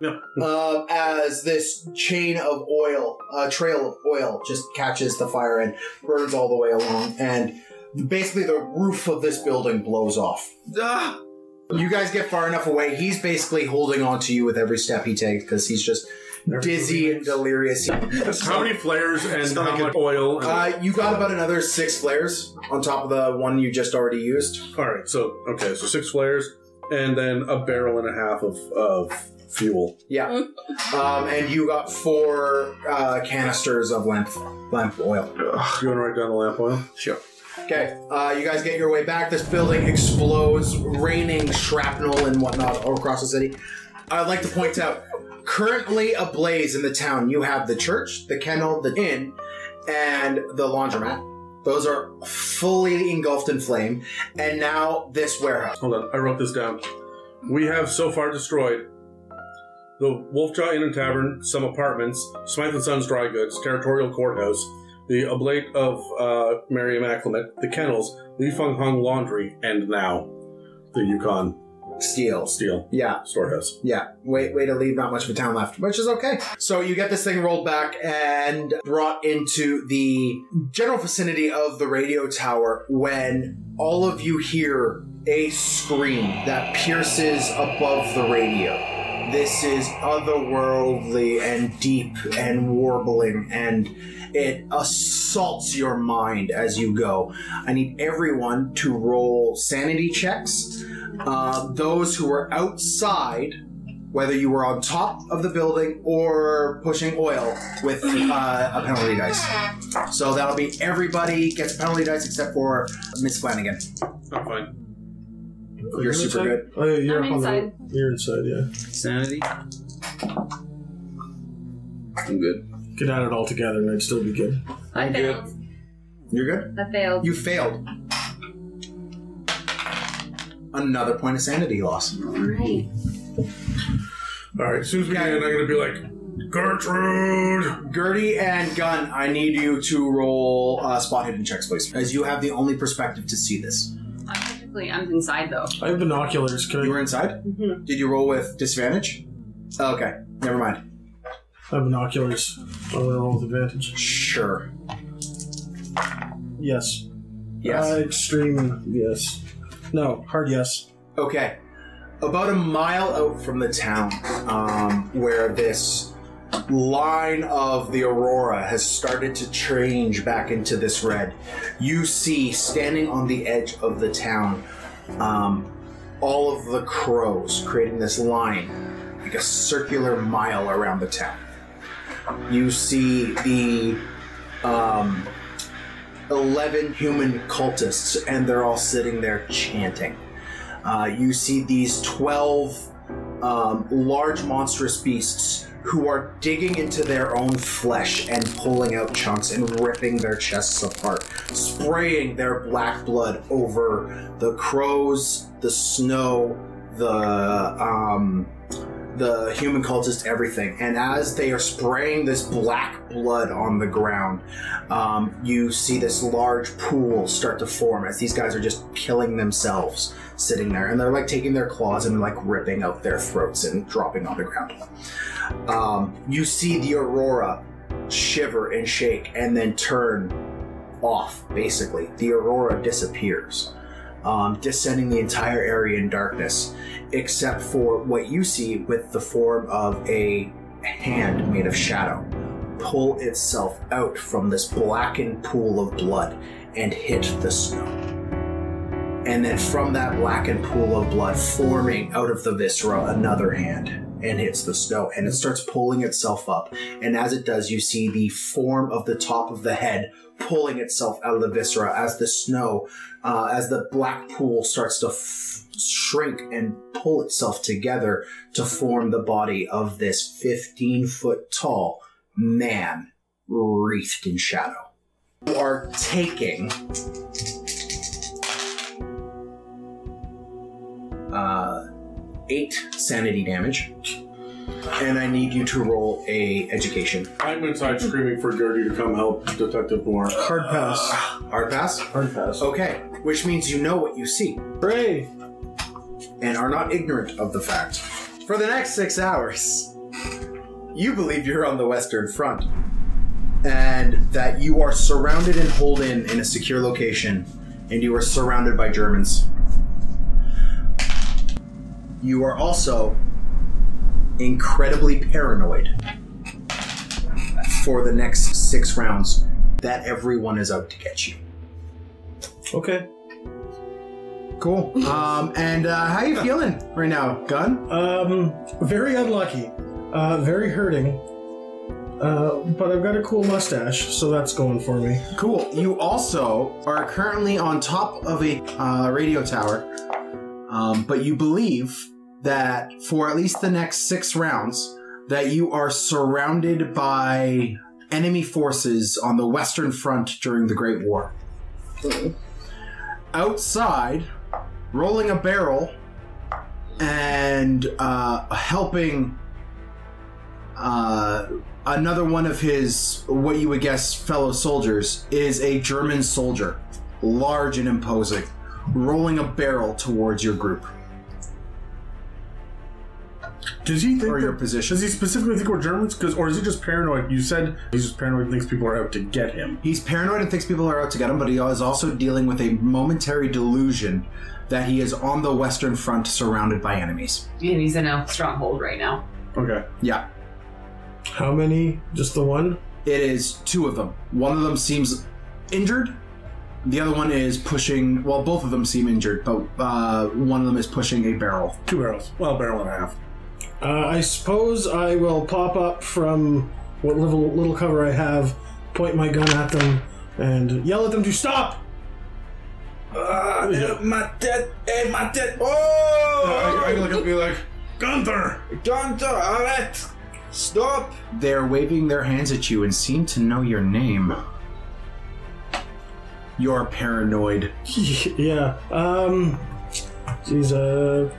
F: Yeah.
C: Um, as this chain of oil, uh, trail of oil, just catches the fire and burns all the way along, and basically the roof of this building blows off.
D: Ah!
C: You guys get far enough away. He's basically holding on to you with every step he takes because he's just dizzy and delirious.
F: How many flares and how much oil? and-
C: Uh, you got about another six flares on top of the one you just already used.
F: all right, so okay, so six flares, and then a barrel and a half of of fuel.
C: Yeah. Um, and you got four uh, canisters of lamp lamp oil.
F: You want to write down the lamp oil?
D: Sure.
C: Okay, uh, you guys get your way back. This building explodes, raining shrapnel and whatnot all across the city. I'd like to point out, currently ablaze in the town, you have the church, the kennel, the inn, and the laundromat. Those are fully engulfed in flame, and now this warehouse.
F: Hold on, I wrote this down. We have so far destroyed the Wolfjaw Inn and Tavern, some apartments, Smythe and Sons Dry Goods, Territorial Courthouse, the Oblate of uh, Mary Immaculate, the Kennels, Li Feng Hung Laundry, and now the Yukon
C: Steel.
F: Steel
C: Yeah,
F: Storehouse.
C: yeah. Way, way to leave not much of a town left, which is okay. So you get this thing rolled back and brought into the general vicinity of the radio tower when all of you hear a scream that pierces above the radio. This is otherworldly and deep and warbling, and it assaults your mind as you go. I need everyone to roll sanity checks. Uh, those who were outside, whether you were on top of the building or pushing oil with uh, a penalty dice. So that'll be everybody gets a penalty dice except for Miss Flanagan.
F: I'm fine.
C: You're super good.
H: Oh, yeah, you're
G: I'm
H: up on the-
G: inside.
H: you're inside, yeah.
D: Sanity. I'm good.
H: Could add it all together and I'd still be good.
G: I failed.
C: You're good?
G: I failed.
C: You failed. Another point of sanity loss.
G: Alright.
F: All right, Susan and I'm gonna be like Gertrude.
C: Gertie and Gun, I need you to roll uh, spot hidden checks, please, as you have the only perspective to see this.
G: I'm technically I'm inside though.
H: I have binoculars. Can I?
C: You were inside?
G: Mhm.
C: Did you roll with disadvantage? Okay, never mind.
H: I have binoculars. I want to roll with advantage.
C: Sure.
H: Yes.
C: Yes.
H: Uh, extreme. Yes. No. Hard yes.
C: Okay. About a mile out from the town, um, where this line of the aurora has started to change back into this red, you see standing on the edge of the town um, all of the crows creating this line, like a circular mile around the town. You see the um, 11 human cultists, and they're all sitting there chanting. Uh, you see these 12 um, large monstrous beasts who are digging into their own flesh and pulling out chunks and ripping their chests apart, spraying their black blood over the crows, the snow, the. Um, the human cultist, everything. And as they are spraying this black blood on the ground, um, you see this large pool start to form as these guys are just killing themselves sitting there, and they're like taking their claws and like ripping out their throats and dropping on the ground. Um, you see the aurora shiver and shake, and then turn off. Basically, the aurora disappears, um, descending the entire area in darkness, except for what you see with the form of a hand made of shadow pull itself out from this blackened pool of blood and hit the snow and then from that blackened pool of blood forming out of the viscera another hand and hits the snow and it starts pulling itself up and as it does you see the form of the top of the head pulling itself out of the viscera as the snow uh, as the black pool starts to f- shrink and pull itself together to form the body of this 15 foot tall man wreathed in shadow you are taking uh, eight sanity damage, and I need you to roll a education
F: I'm inside screaming for Gertie to come help Detective Moore.
H: Hard pass.
C: Uh, hard pass.
H: Hard pass.
C: Okay, which means you know what you see
H: Hooray!
C: and are not ignorant of the fact. For the next six hours, you believe you're on the Western Front and that you are surrounded and holden in a secure location, and you are surrounded by Germans. You are also incredibly paranoid for the next six rounds that everyone is out to get you.
H: Okay.
C: Cool. Um, and uh, how you feeling right now, Gun?
H: Um, very unlucky. Uh, very hurting. Uh, but I've got a cool mustache, so that's going for me.
C: Cool. You also are currently on top of a uh, radio tower, um, but you believe that for at least the next six rounds, that you are surrounded by enemy forces on the Western Front during the Great War. Mm-hmm. Outside, rolling a barrel and uh, helping uh, another one of his, what you would guess, fellow soldiers, is a German soldier, large and imposing, rolling a barrel towards your group.
H: Does he think
C: Or your
H: that-
C: position.
H: Does he specifically think we're Germans? 'Cause- or is he just paranoid? You said he's just paranoid and thinks people are out to get him.
C: He's paranoid and thinks people are out to get him, but he is also dealing with a momentary delusion that he is on the Western Front surrounded by enemies.
G: And he's in a stronghold right now.
H: Okay.
C: Yeah,
H: How many? Just the one?
C: it is two of them. One of them seems injured. The other one is pushing. Well, both of them seem injured, but uh, one of them is pushing a barrel.
H: Two barrels. Well, barrel and a half. Uh, I suppose I will pop up from what little little cover I have, point my gun at them, and yell at them to stop.
J: Ah, eh, my dead, eh, my dead.
F: I, I
J: Oh!
F: look up and be like, Gunther!
J: Gunther, alright! Stop!
C: They're waving their hands at you and seem to know your name. You're paranoid.
H: yeah. Um. Geez. Uh.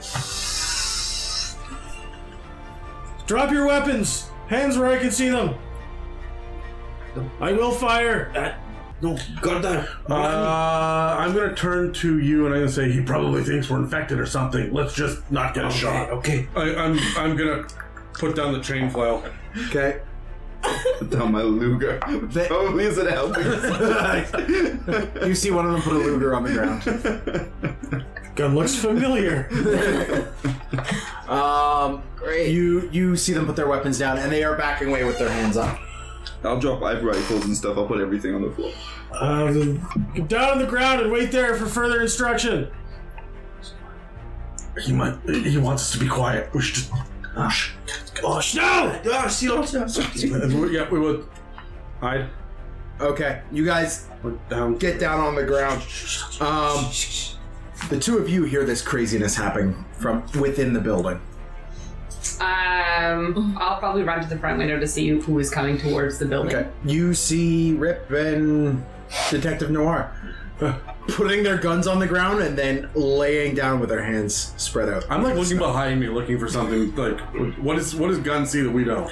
H: Drop your weapons. Hands where I can see them. I will fire.
J: No, Gunther!
F: Uh, I'm gonna turn to you and I'm gonna say he probably thinks we're infected or something. Let's just not get a shot.
J: Okay.
F: I, I'm I'm gonna put down the chain flail.
C: Okay.
D: Down my Luger. Probably isn't helping.
C: You see one of them put a Luger on the ground.
H: Gun looks familiar.
C: Um,
I: Great.
C: you you see them put their weapons down and they are backing away with their hands up.
D: I'll drop live rifles and stuff. I'll put everything on the floor.
H: Uh,
F: Um,
H: get down on the ground and wait there for further instruction.
F: He might. He wants us to be quiet. We should just. Gosh. Gosh, no!
J: Ah, silence!
F: yeah, we would. Hide.
C: Okay, you guys
F: We're down.
C: get down on the ground. Um, the two of you hear this craziness happening from within the building.
G: Um, I'll probably run to the front window to see who is coming towards the building.
C: Okay, you see Rip and Detective Noir uh, putting their guns on the ground and then laying down with their hands spread out.
F: I'm like looking behind me, looking for something. Like, what is what does Gun see that we don't?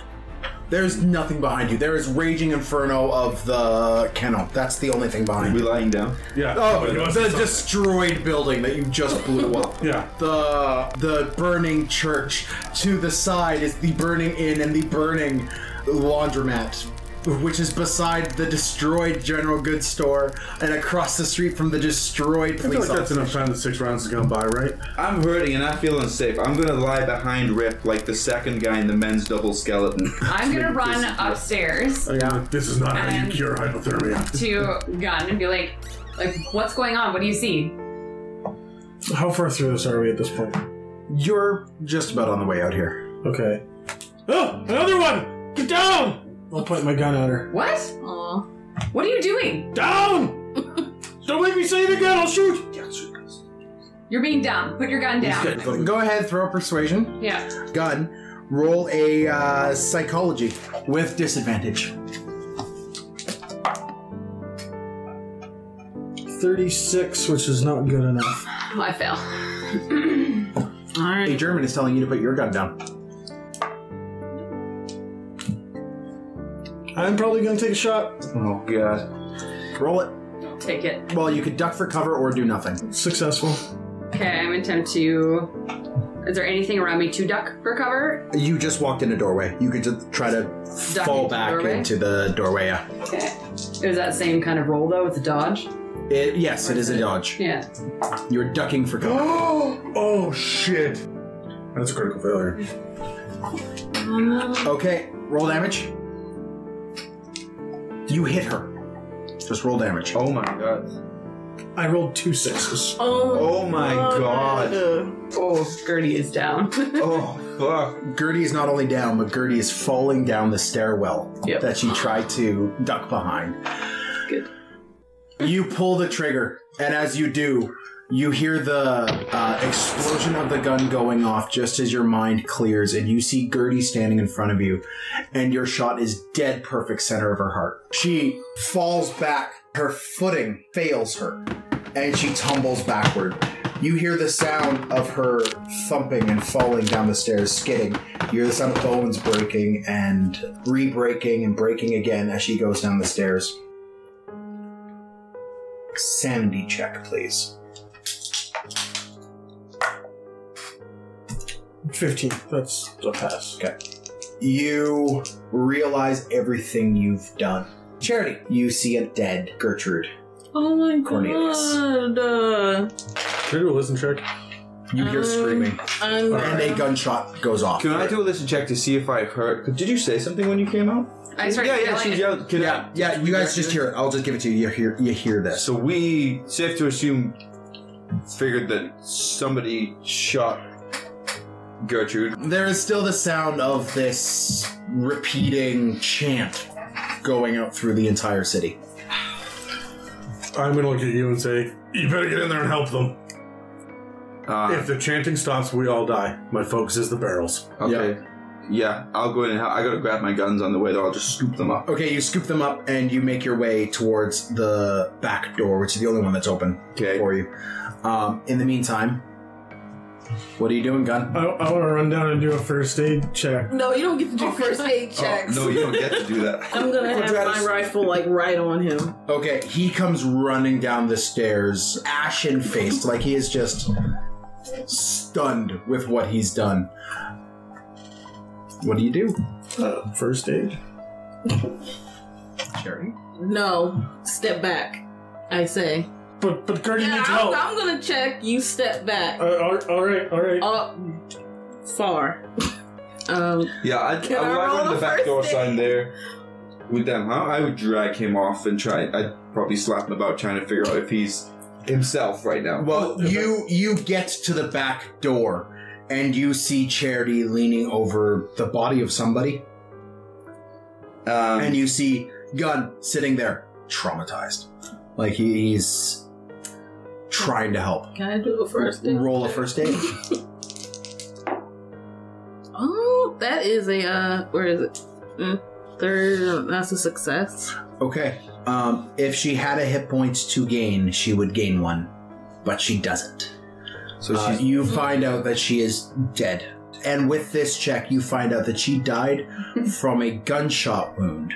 C: There's nothing behind you. There is raging inferno of the kennel. That's the only thing behind
D: We
C: you.
D: lying down.
F: Yeah.
C: Oh,
F: but he wants to
C: the
F: see something.
C: destroyed building that you just blew up.
F: Yeah.
C: the the burning church to the side is the burning inn and the burning laundromat which is beside the destroyed general goods store and across the street from the destroyed
F: I feel
C: police
F: like
C: office
F: that's enough time that six rounds has gone by, right?
D: I'm hurting and I feel unsafe. I'm gonna lie behind Rip like the second guy in the men's double skeleton.
G: I'm gonna run upstairs
F: Yeah. This is not how you
G: And-
F: cure hypothermia.
G: to Gun and be like, like, what's going on? What do you see?
H: How far through this are we at this point?
C: you're just about on the way out here
H: Okay. Oh, another one! Get down! I'll point my gun at her.
G: What?
I: Aw.
G: What are you doing?
H: Down! Don't make me say it again, I'll shoot!
G: You're being dumb. Put your gun down.
C: go ahead throw persuasion
G: Yeah.
C: gun roll a uh, psychology with disadvantage
H: 36, which is not good enough.
G: Oh, I fail.
C: a
I: Alright.
C: german is telling you to put your gun down
H: I'm probably gonna take a shot.
D: Oh god.
C: roll it
G: Take it.
C: well you could duck for cover or do nothing
H: Successful.
G: Okay, I'm gonna attempt to. Is there anything around me to duck for cover?
C: you just walked in a doorway you could just try to
G: Duck
C: fall
G: into the
C: back
G: doorway?
C: into the doorway yeah
G: Okay. It was that same kind of roll though. It's a dodge.
C: It, yes, it is a dodge.
G: Yeah.
C: You're ducking for cover.
F: Oh shit. That's a critical failure.
C: Okay, roll damage. You hit her. Just roll damage.
D: Oh my god.
H: I rolled two sixes.
D: Oh my god.
G: Oh, Gertie is down.
D: Oh, fuck.
C: Gertie is not only down, but Gertie is falling down the stairwell
G: Yep.
C: that she tried to duck behind.
G: Good.
C: You pull the trigger, and as you do, you hear the uh, explosion of the gun going off just as your mind clears, and you see Gertie standing in front of you, and your shot is dead perfect center of her heart. She falls back, her footing fails her, and she tumbles backward. You hear the sound of her thumping and falling down the stairs, skidding. You hear the sound of bones breaking and re breaking and breaking again as she goes down the stairs. Sanity check, please.
H: 15. That's a pass.
C: You realize everything you've done. Charity, you see a dead Gertrude.
I: Oh my
C: Cornelius.
I: god. Uh,
F: Can I do a listen check?
C: You hear
I: Um,
C: screaming,
I: I'm
C: and a gunshot goes off.
D: Can I do a listen check to see if I heard? Did you say something when you came out?
G: I started
D: yeah, yeah,
G: feeling
D: she
G: it.
D: yelled. Can
C: Yeah, yeah. You guys just hear it. I'll just give it to you. You hear, you hear
D: I?
C: this.
D: So we safe to assume figured that somebody shot Gertrude.
C: There is still the sound of this repeating chant going out through the entire city.
F: I'm gonna look at you and say, you better get in there and help them.
D: Uh,
F: If the chanting stops, we all die. My focus is the barrels.
D: okay. Yeah. I'll go in and help. I gotta grab my guns on the way though. I'll just scoop them up.
C: Okay, you scoop them up and you make your way towards the back door, which is the only one that's open
D: Okay.
C: for you. Um, in the meantime, what are you doing, Gun?
H: I, I want to run down and do a first aid check.
I: No, you don't get to do first aid checks.
D: Oh, No, you don't get to do that.
I: I'm gonna have my rifle like right on him.
C: Okay, he comes running down the stairs, ashen faced, like he is just stunned with what he's done. What do you do?
H: Uh, first aid?
C: Charity?
I: No, step back. I say.
H: But but Gertie
I: Yeah,
H: needs
I: I'm,
H: help.
I: I'm gonna check. You step back.
H: Uh, all, all right, all right.
I: Up far. um,
D: Yeah, I'd,
I: Can
D: I
I: I
D: would
I: roll
D: run the
I: a
D: back
I: first
D: door
I: aid?
D: sign there with them, huh? I would drag him off and try. I'd probably slap him about trying to figure out if he's himself right now.
C: Well, you you get to the back door and you see Charity leaning over the body of somebody,
D: Um,
C: and you see Gun sitting there, traumatized, like he- he's trying to help.
I: can I do a first aid?
C: Roll a first aid.
I: Oh, that is a uh, where is it? Mm, third. That's a success.
C: Okay. Um, if she had a hit point to gain, she would gain one, but she doesn't.
D: so
C: Uh,
D: she's
C: you find out that she is dead. And with this check, you find out that she died from a gunshot wound,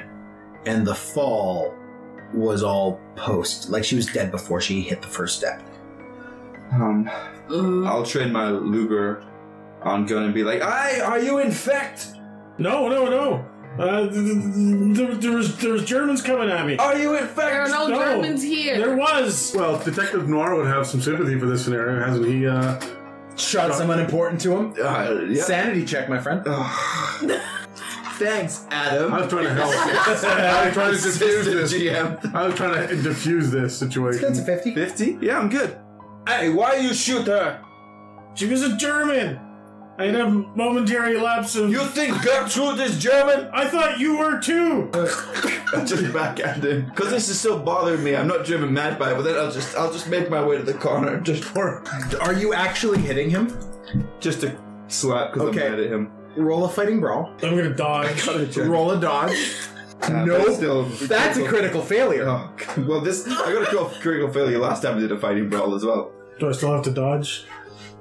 C: and the fall was all post. Like she was dead before she hit the first step.
D: um.
I: Mm.
D: I'll train my Luger on gun and be like, "I are you infect?
H: No, no, no. Uh, th- th- th- there was there was Germans coming at me.
D: Are you
I: There are
D: infect?"
I: no,
H: No.
I: Germans here.
H: There was.
F: Well, Detective Noir would have some sympathy for this scenario, hasn't he? Uh,
C: Shot someone important to him.
D: Uh, yeah.
C: Sanity check, my friend.
D: Ugh.
C: Thanks, Adam.
F: I was trying to help. I was trying to diffuse
D: Assistant
F: this.
D: GM.
F: I was trying to diffuse this situation.
C: That's a fifty.
D: Fifty? Yeah, I'm good. Hey, why you shoot her?
H: She was a German. I had a momentary lapse of.
D: You think Gertrude is German? Uh,
H: I thought you were too.
D: I'll just back at him because this is still bothering me. I'm not German mad by it, but then I'll just I'll just make my way to the corner and just pour
C: Are you actually hitting him?
D: just to slap because
C: Okay.
D: I'm mad at him.
C: Roll a fighting brawl.
H: I'm gonna die.
C: Roll a dodge.
D: Uh,
C: Nope.
D: but still-
C: That's a critical
F: Uh,
C: failure.
D: Oh, well, this I got a critical- critical failure last time I did a fighting brawl as well.
H: Do I still have to dodge?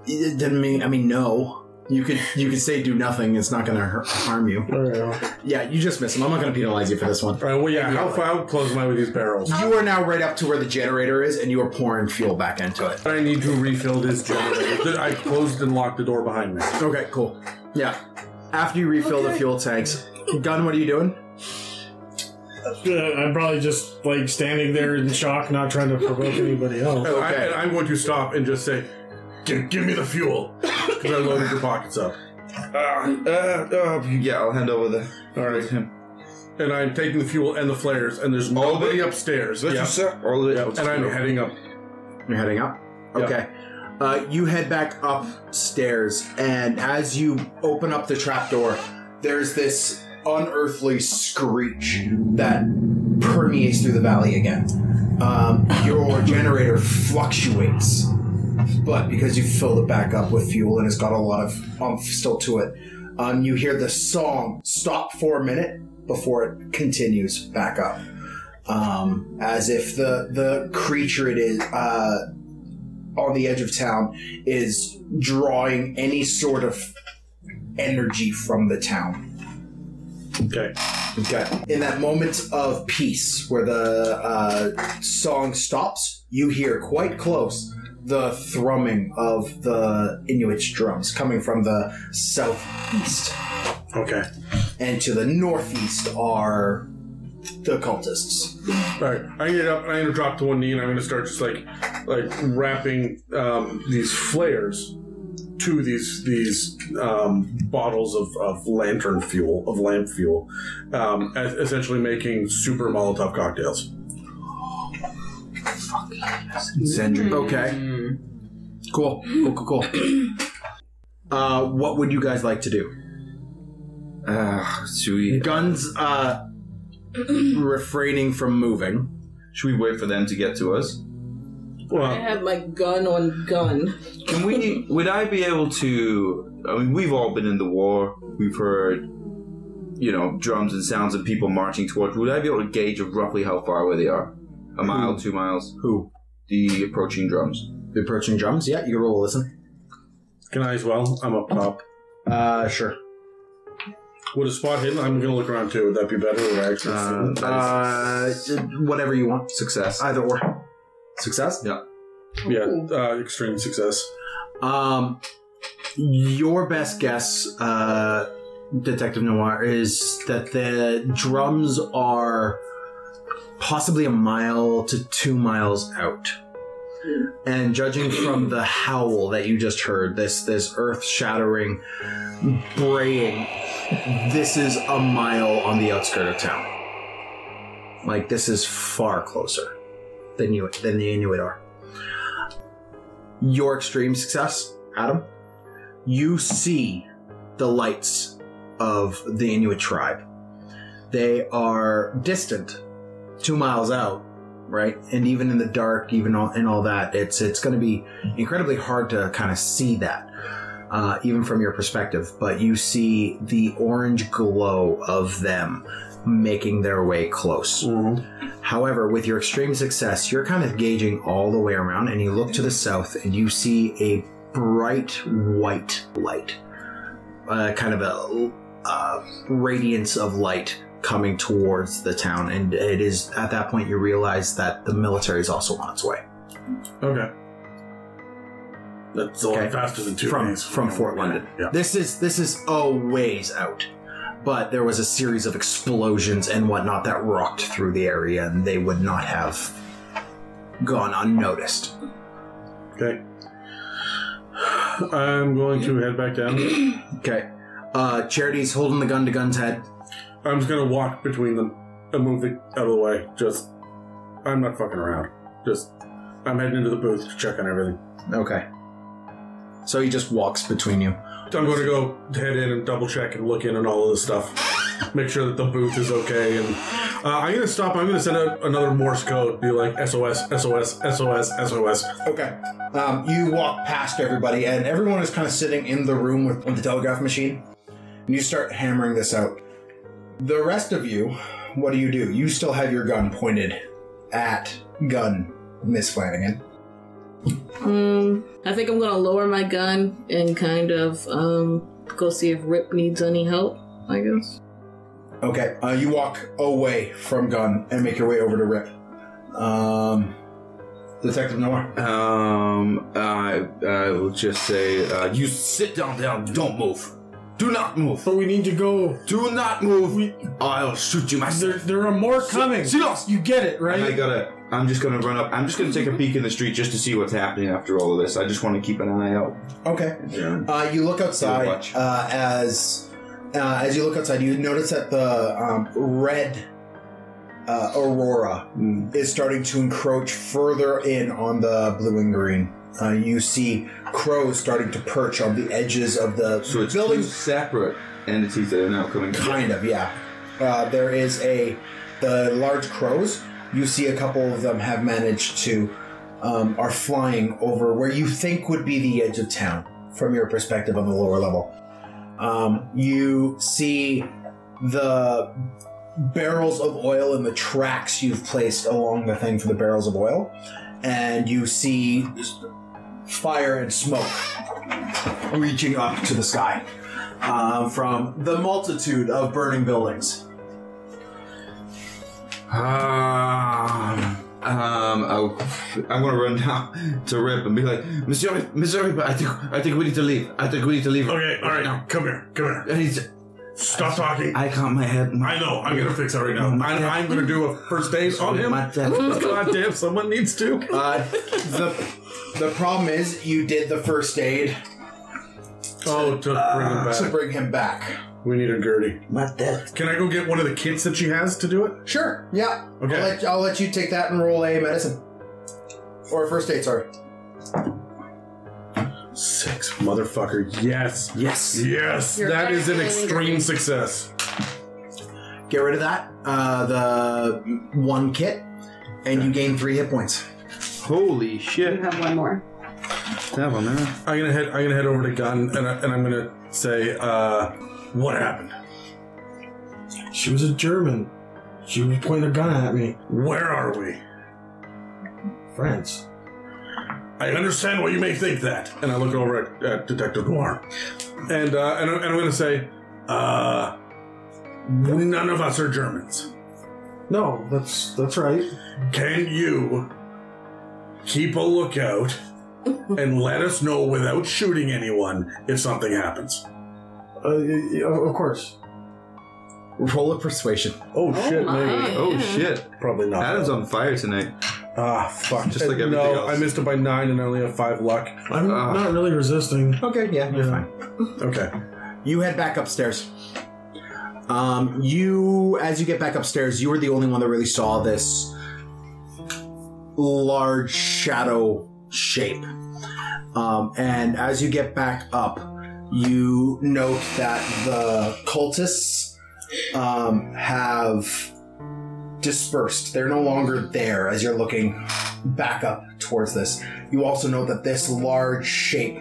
C: It didn't mean. I mean, no. You could you could say do nothing. It's not going to harm you.
H: All right, well.
C: Yeah, you just missed him. I'm not going to penalize you for this one.
F: All right, well, yeah, how far how close am I with these barrels?
C: You are now right up to where the generator is, and you are pouring fuel back into it.
F: I need to refill this generator. I closed and locked the door behind me.
C: Okay, cool. Yeah. After you refill the fuel tanks, Gun, what are you doing?
H: Uh, I'm probably just like standing there in shock, not trying to provoke anybody else.
F: Okay. I,
C: Okay.
F: and I'm going to stop and just say, "Gi- give me the fuel. Because I loaded your pockets up.
D: Uh, uh, yeah, I'll hand over the.
F: All right.
D: him.
F: And I'm taking the fuel and the flares, and there's
D: All of
F: nobody
D: it?
F: upstairs.
D: Is that you,
F: Yeah.
D: sir? All of it.
F: And I'm heading up
C: You're heading up? Okay. Uh, you head back upstairs, and as you open up the trapdoor, there's this unearthly screech that permeates through the valley again. Um, your generator fluctuates, but because you filled it back up with fuel and it's got a lot of umph still to it, um, you hear the song stop for a minute before it continues back up, um, as if the the creature it is uh, on the edge of town is drawing any sort of energy from the town.
F: Okay.
C: Okay. In that moment of peace where the uh, song stops, you hear quite close the thrumming of the Inuit drums coming from the southeast.
F: Okay.
C: And to the northeast are the cultists.
F: Alright, I ended up. I ended up drop to one knee, and I'm gonna start just like, like wrapping um, these flares to these these um, bottles of, of lantern fuel, of lamp fuel, um, es- essentially making super Molotov cocktails.
C: Zendry. Okay. Cool. Cool, cool, cool. Uh, what would you guys like to do?
D: Uh, should we
C: Guns uh, refraining from moving.
D: should we wait for them to get to us?
I: I
F: Well,
I: have my gun on gun.
D: Can we? would I be able to? I mean, we've all been in the war. We've heard, you know, drums and sounds of people marching towards. Would I be able to gauge roughly how far away they are? A mile, two miles.
C: Who?
D: The approaching drums.
C: The approaching drums? Yeah, you can roll a listen.
F: can I as well? I'm up top.
C: Uh, sure.
F: Would a spot hit? I'm gonna look around too. Would that be better? Would I actually
D: Uh,
F: see?
C: Uh, whatever you want.
D: Success.
C: Either or. Success?
F: yeah, uh, extreme success.
C: Um, your best guess, uh, Detective Noir, is that the drums are possibly a mile to two miles out. And judging from the howl that you just heard, this this earth shattering braying, this is a mile on the outskirt of town. Like this is far closer than you than the Inuit are your extreme success, Adam, you see the lights of the Inuit tribe. They are distant, two miles out, right? And even in the dark, even all, and all that, it's it's going to be incredibly hard to kind of see that, uh, even from your perspective. But you see the orange glow of them making their way close. However, with your extreme success, you're kind of gauging all the way around, and you look to the south and you see a bright white light, uh, kind of a uh, radiance of light coming towards the town. And it is at that point you realize that the military is also on its way
F: Okay. That's a lot
C: Okay.
F: faster than two
C: from
F: days.
C: from Fort London.
F: Yeah.
C: This is this is a ways out. But there was a series of explosions and whatnot that rocked through the area, and they would not have gone unnoticed.
F: Okay. I'm going to head back down.
C: Okay. Uh, Charity's holding the gun to Gun's head.
F: I'm just gonna walk between them and move it out of the way. Just, I'm not fucking around. Just, I'm heading into the booth to check on everything.
C: Okay. So he just walks between you.
F: I'm gonna go head in and double check and look in and all of this stuff. Make sure that the booth is okay. And uh, I'm gonna stop. I'm gonna send out another Morse code. Be like SOS, SOS, SOS, SOS.
C: Okay. Um, you walk past everybody, and everyone is kind of sitting in the room with, with the telegraph machine. And you start hammering this out. The rest of you, what do you do? You still have your gun pointed at Gun, Miss Flanagan.
I: Um, I think I'm gonna lower my gun and kind of um go see if Rip needs any help. I guess.
C: Okay. Uh, you walk away from Gun and make your way over to Rip. Um, Detective Noir.
D: Um, I I will just say, uh, you sit down, down. Don't move. Do not move.
H: But we need to go.
D: Do not move. I'll shoot you
H: There,
D: myself.
H: there are more coming.
D: Sit down.
H: You get it,
D: And I
H: right?
D: gotta. I'm just gonna run up. I'm just gonna take a peek in the street just to see what's happening after all of this. I just want to keep an eye out.
C: Okay.
D: Yeah.
C: Uh, you look outside
D: Good watch.
C: uh, as uh, as you look outside, you notice that the um, red uh, Aurora
D: Hmm.
C: is starting to encroach further in on the blue and green. Uh, you see crows starting to perch on the edges of the
D: So it's two
C: buildings.
D: separate entities that are now coming.
C: Kind of, yeah. Uh, there is a the large crows. You see a couple of them have managed to um, are flying over where you think would be the edge of town from your perspective on the lower level. Um, you see the barrels of oil and the tracks you've placed along the thing for the barrels of oil, and you see fire and smoke reaching up to the sky uh, from the multitude of burning buildings.
H: Ah.
D: Um, um, I'll, I'm gonna run down to Rip and be like, Missouri, Missouri, I think, I think we need to leave. I think we need to leave.
F: Okay, all right,
D: now.
F: come here, come here.
D: And he's,
F: Stop talking.
D: I can't my head.
F: I know. I'm gonna fix it right now.
D: My
F: I'm,
D: dad-
F: I'm gonna do a first aid on him.
D: My dad-
F: God damn, someone needs to.
C: Uh, the the problem is you did the first aid uh,
F: Oh, to bring
H: Ah.
F: him
C: to
F: back.
C: bring him back.
F: We need a Gertie.
D: My dad.
F: Can I go get one of the kits that she has to do it?
C: Sure. Yeah.
F: Okay.
C: I'll let, I'll let you take that and roll a medicine or first aid. Sorry.
F: Six, motherfucker. Yes.
C: Yes.
F: Yes.
G: You're
F: that is an
G: definitely
F: extreme
G: right.
F: success.
C: Get rid of that. Uh, the one kit, and you gain three hit points.
D: Holy shit.
G: You have one more.
D: That one, man.
F: I'm gonna head. I'm gonna head over to Gun and, I, and I'm gonna say, uh, what happened?
H: She was a German. She was pointing a gun at me.
F: Where are we?
H: France.
F: I understand why you may think that. And I look over at, at Detective Noir, and uh, and, I- and I'm gonna say, uh, none of us are Germans.
H: No, that's that's right.
F: Can you keep a lookout and let us know without shooting anyone if something happens?
H: Uh, y- y- of of course.
C: Roll a persuasion.
F: Oh,
G: Oh
F: shit,
G: my.
F: maybe.
D: Oh
G: Yeah.
D: shit.
F: Probably not.
D: Adam's on fire tonight.
F: ah, fuck.
D: Just like
F: Uh,
D: everything
F: No,
D: else.
F: I missed it by nine and I only have five luck.
H: I'm
D: Ah.
H: not really resisting.
C: Okay. Yeah. You're
H: Yeah.
C: fine.
F: Okay.
C: You head back upstairs. Um, you, as you get back upstairs, you were the only one that really saw this large shadow shape. Um, and as you get back up, you note that the cultists um, have dispersed. They're no longer there as you're looking back up towards this. You also note that this large shape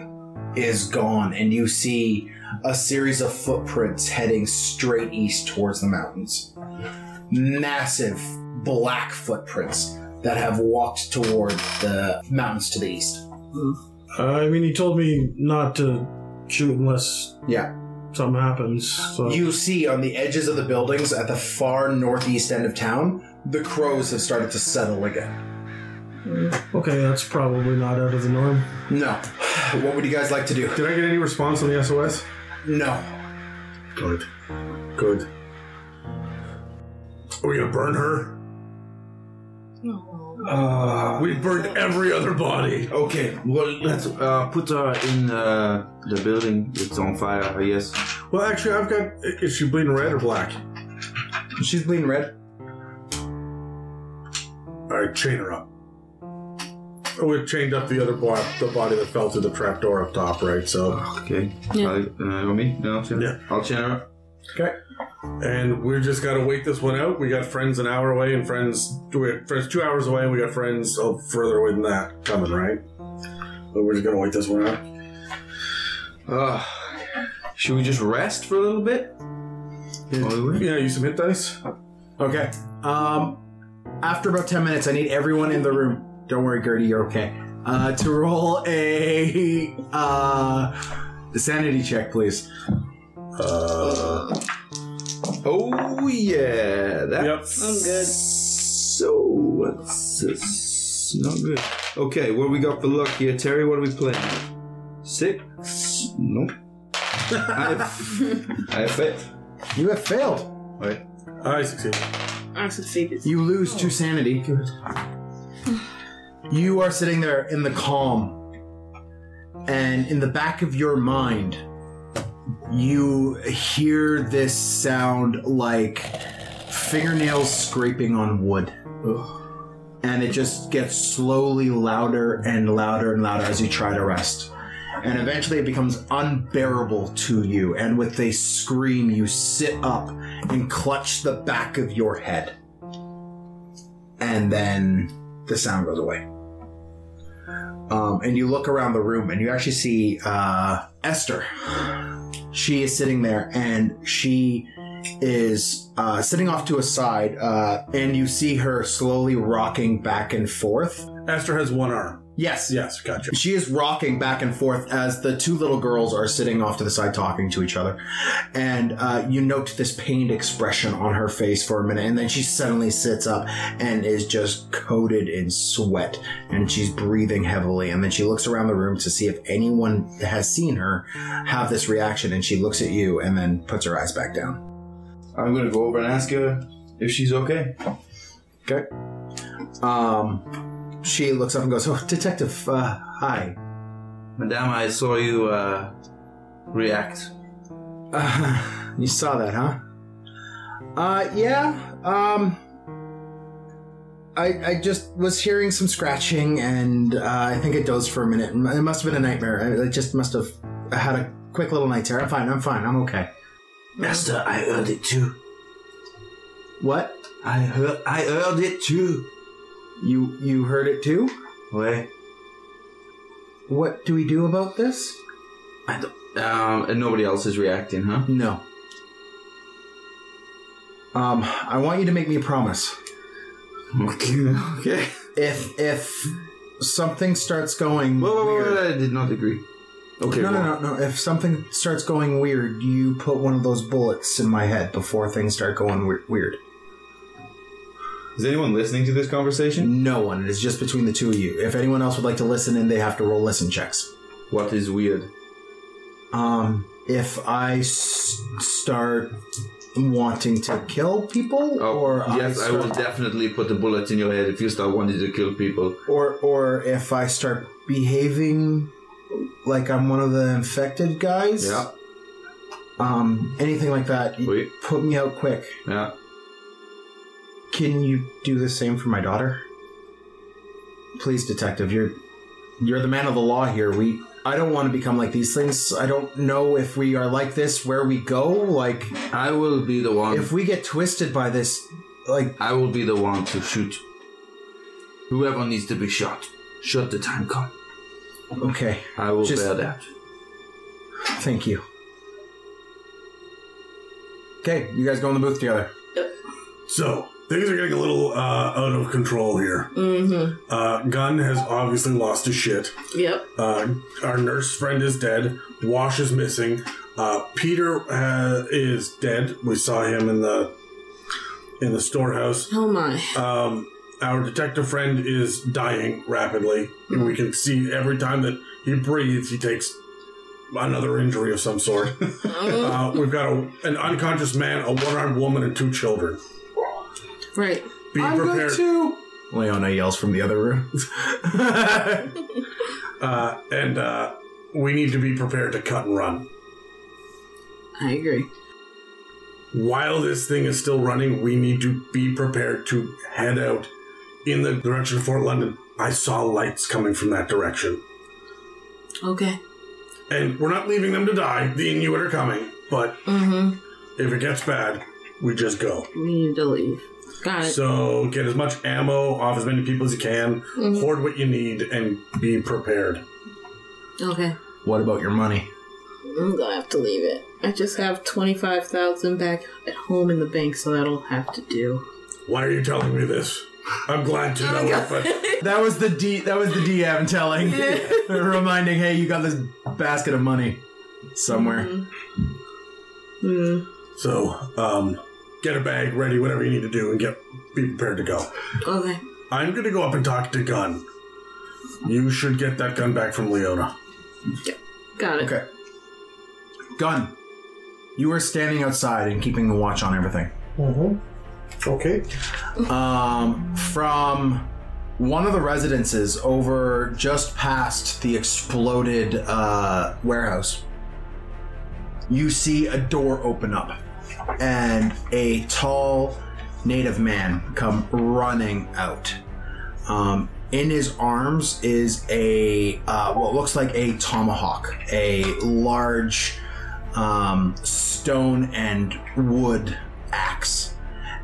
C: is gone, and you see a series of footprints heading straight east towards the mountains. Massive black footprints that have walked toward the mountains to the east.
H: Uh, I mean, he told me not to shoot unless
C: Yeah.
H: something happens. So
C: You see on the edges of the buildings at the far northeast end of town, the crows have started to settle again.
H: okay, that's probably not out of the norm.
C: No. What would you guys like to do?
F: Did I get any response on the SOS?
C: No.
F: Good. Good. Are we gonna burn her? We've burned every other body.
D: Uh, Okay, well, let's uh, put her in uh, the building that's on fire, I guess.
F: Well, actually, I've got. Is she bleeding red or black?
C: She's bleeding red.
F: All right, chain her up. Oh, we've chained up the other bo- the body that fell through the trap door up top, right? So,
D: Okay.
I: Yeah.
D: I'll, uh, on me? No, Chen?
F: Yeah.
D: I'll chain her up.
F: and we just got to wait this one out. We got friends an hour away, and friends we have friends two hours away, and we got friends oh, further away than that coming, right? But we're just gonna wait this one out.
D: Uh, should we just rest for a little bit? While we wait?
F: Yeah, use some hit dice.
C: Okay. Um, after about 10 minutes, I need everyone in the room. Don't worry, Gertie, you're okay. Uh, to roll a uh, sanity check, please.
F: Uh,
D: Oh, yeah. That's
F: yep.
I: I'm good.
D: So, that's, that's not good. Okay, what we got for luck here? Terry, what are we playing? Six? No. I have, I have it.
C: You have failed.
D: Wait.
F: I succeed.
I: I succeeded.
C: You lose two sanity. You are sitting there in the calm, and in the back of your mind, you hear this sound like fingernails scraping on wood. And it just gets slowly louder and louder and louder as you try to rest. And eventually it becomes unbearable to you. And with a scream, you sit up and clutch the back of your head. And then the sound goes away. Um, and you look around the room and you actually see uh, Esther. She is sitting there and she is uh, sitting off to a side, uh, and you see her slowly rocking back and forth.
F: Esther has one arm.
C: Yes,
F: Yes, gotcha.
C: she is rocking back and forth as the two little girls are sitting off to the side talking to each other. And uh, you note this pained expression on her face for a minute, and then she suddenly sits up and is just coated in sweat, and she's breathing heavily. And then she looks around the room to see if anyone has seen her have this reaction, and she looks at you and then puts her eyes back down.
D: I'm gonna go over and ask her if she's okay.
C: Okay. Um, she looks up and goes, "Oh, detective, uh, hi."
D: Madame, I saw you uh, react.
C: Uh, you saw that, huh? Uh, yeah. Um, I I just was hearing some scratching, and uh, I think I dozed for a minute. It must have been a nightmare. I, I just must have had a quick little night terror. I'm fine. I'm fine. I'm okay.
J: Master, I heard it too.
C: What?
J: I heard I heard it too.
C: You you heard it too?
D: Where?
C: What do we do about this?
D: I don't- um, and nobody else is reacting, huh?
C: No. Um, I want you to make me a promise.
D: Okay. okay.
C: If if something starts going
D: Whoa, whoa, whoa,
C: weird-
D: whoa, I did not agree. Okay.
C: no,
D: well,
C: no, no, no. If something starts going weird, you put one of those bullets in my head before things start going weir- weird.
D: Is anyone listening to this conversation?
C: No one. It is just between the two of you. If anyone else would like to listen in, they have to roll listen checks.
D: What is weird?
C: Um, if I s- start wanting to kill people,
D: Oh,
C: or
D: yes, I,
C: start-
D: will definitely put a bullet in your head if you start wanting to kill people.
C: or or if I start behaving like I'm one of the infected guys,
D: Yeah.
C: um, anything like that, you
D: Wait.
C: put me out quick.
D: Yeah.
C: Can you do the same for my daughter? Please, detective, you're you're the man of the law here. We I don't want to become like these things. I don't know if we are like this where we go. Like
D: I will be the one.
C: if we get twisted by this, like
D: I will be the one to shoot whoever needs to be shot. Should the time come,
C: okay,
D: I will
C: Just-
D: bear that.
C: thank you. Okay, you guys go in the booth together.
F: So things are getting a little uh, out of control here.
I: Mm-hmm.
F: Uh, Gun has obviously lost his shit.
I: Yep.
F: Uh, our nurse friend is dead. Wash is missing. Uh, Peter uh, is dead. We saw him in the in the storehouse.
I: Oh my.
F: Um, our detective friend is dying rapidly, and we can see every time that he breathes, he takes another injury of some sort. uh, we've got a, an unconscious man, a one-armed woman, and two children.
I: right.
F: Be prepared.
C: too. Leona yells from the other room.
F: uh, and uh, we need to be prepared to cut and run.
I: I agree.
F: While this thing is still running, we need to be prepared to head out in the direction of Fort London. I saw lights coming from that direction.
I: Okay.
F: And we're not leaving them to die. The Inuit are coming. But
I: Mm-hmm.
F: if it gets bad, we just go.
I: We need to leave. Got it.
F: So get as much ammo off as many people as you can,
I: Mhm.
F: hoard what you need, and be prepared.
I: Okay.
C: what about your money?
I: I'm gonna have to leave it. I just have twenty five thousand back at home in the bank, so that'll have to do.
F: Why are you telling me this? I'm glad to know it, but
C: That was the D. That was the DM telling, reminding, "Hey, you got this basket of money somewhere."
I: Mm.
F: So, um, get a bag ready, whatever you need to do, and get be prepared to go.
I: Okay.
F: I'm gonna go up and talk to Gun. You should get that gun back from Leona.
I: Got it.
C: Okay. Gun. You were standing outside and keeping the watch on everything.
H: Mm-hmm.
F: Okay.
C: Um, from one of the residences over just past the exploded uh, warehouse, you see a door open up and a tall, native man come running out. Um, in his arms is a uh, what looks like a tomahawk, a large um, stone and wood axe,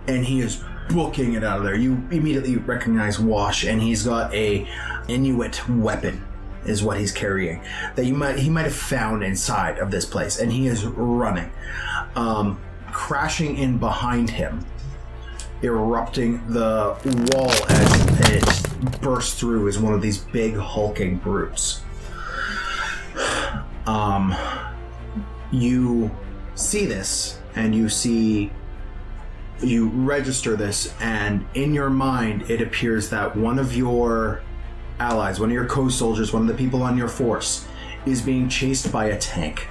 C: and he is booking it out of there. You immediately recognize Wash, and he's got a Inuit weapon, is what he's carrying that you might he might have found inside of this place, and he is running, um, crashing in behind him, erupting the wall as it bursts through is one of these big hulking brutes. Um, you see this, and you see you register this, and in your mind, it appears that one of your allies, one of your co soldiers, one of the people on your force, is being chased by a tank.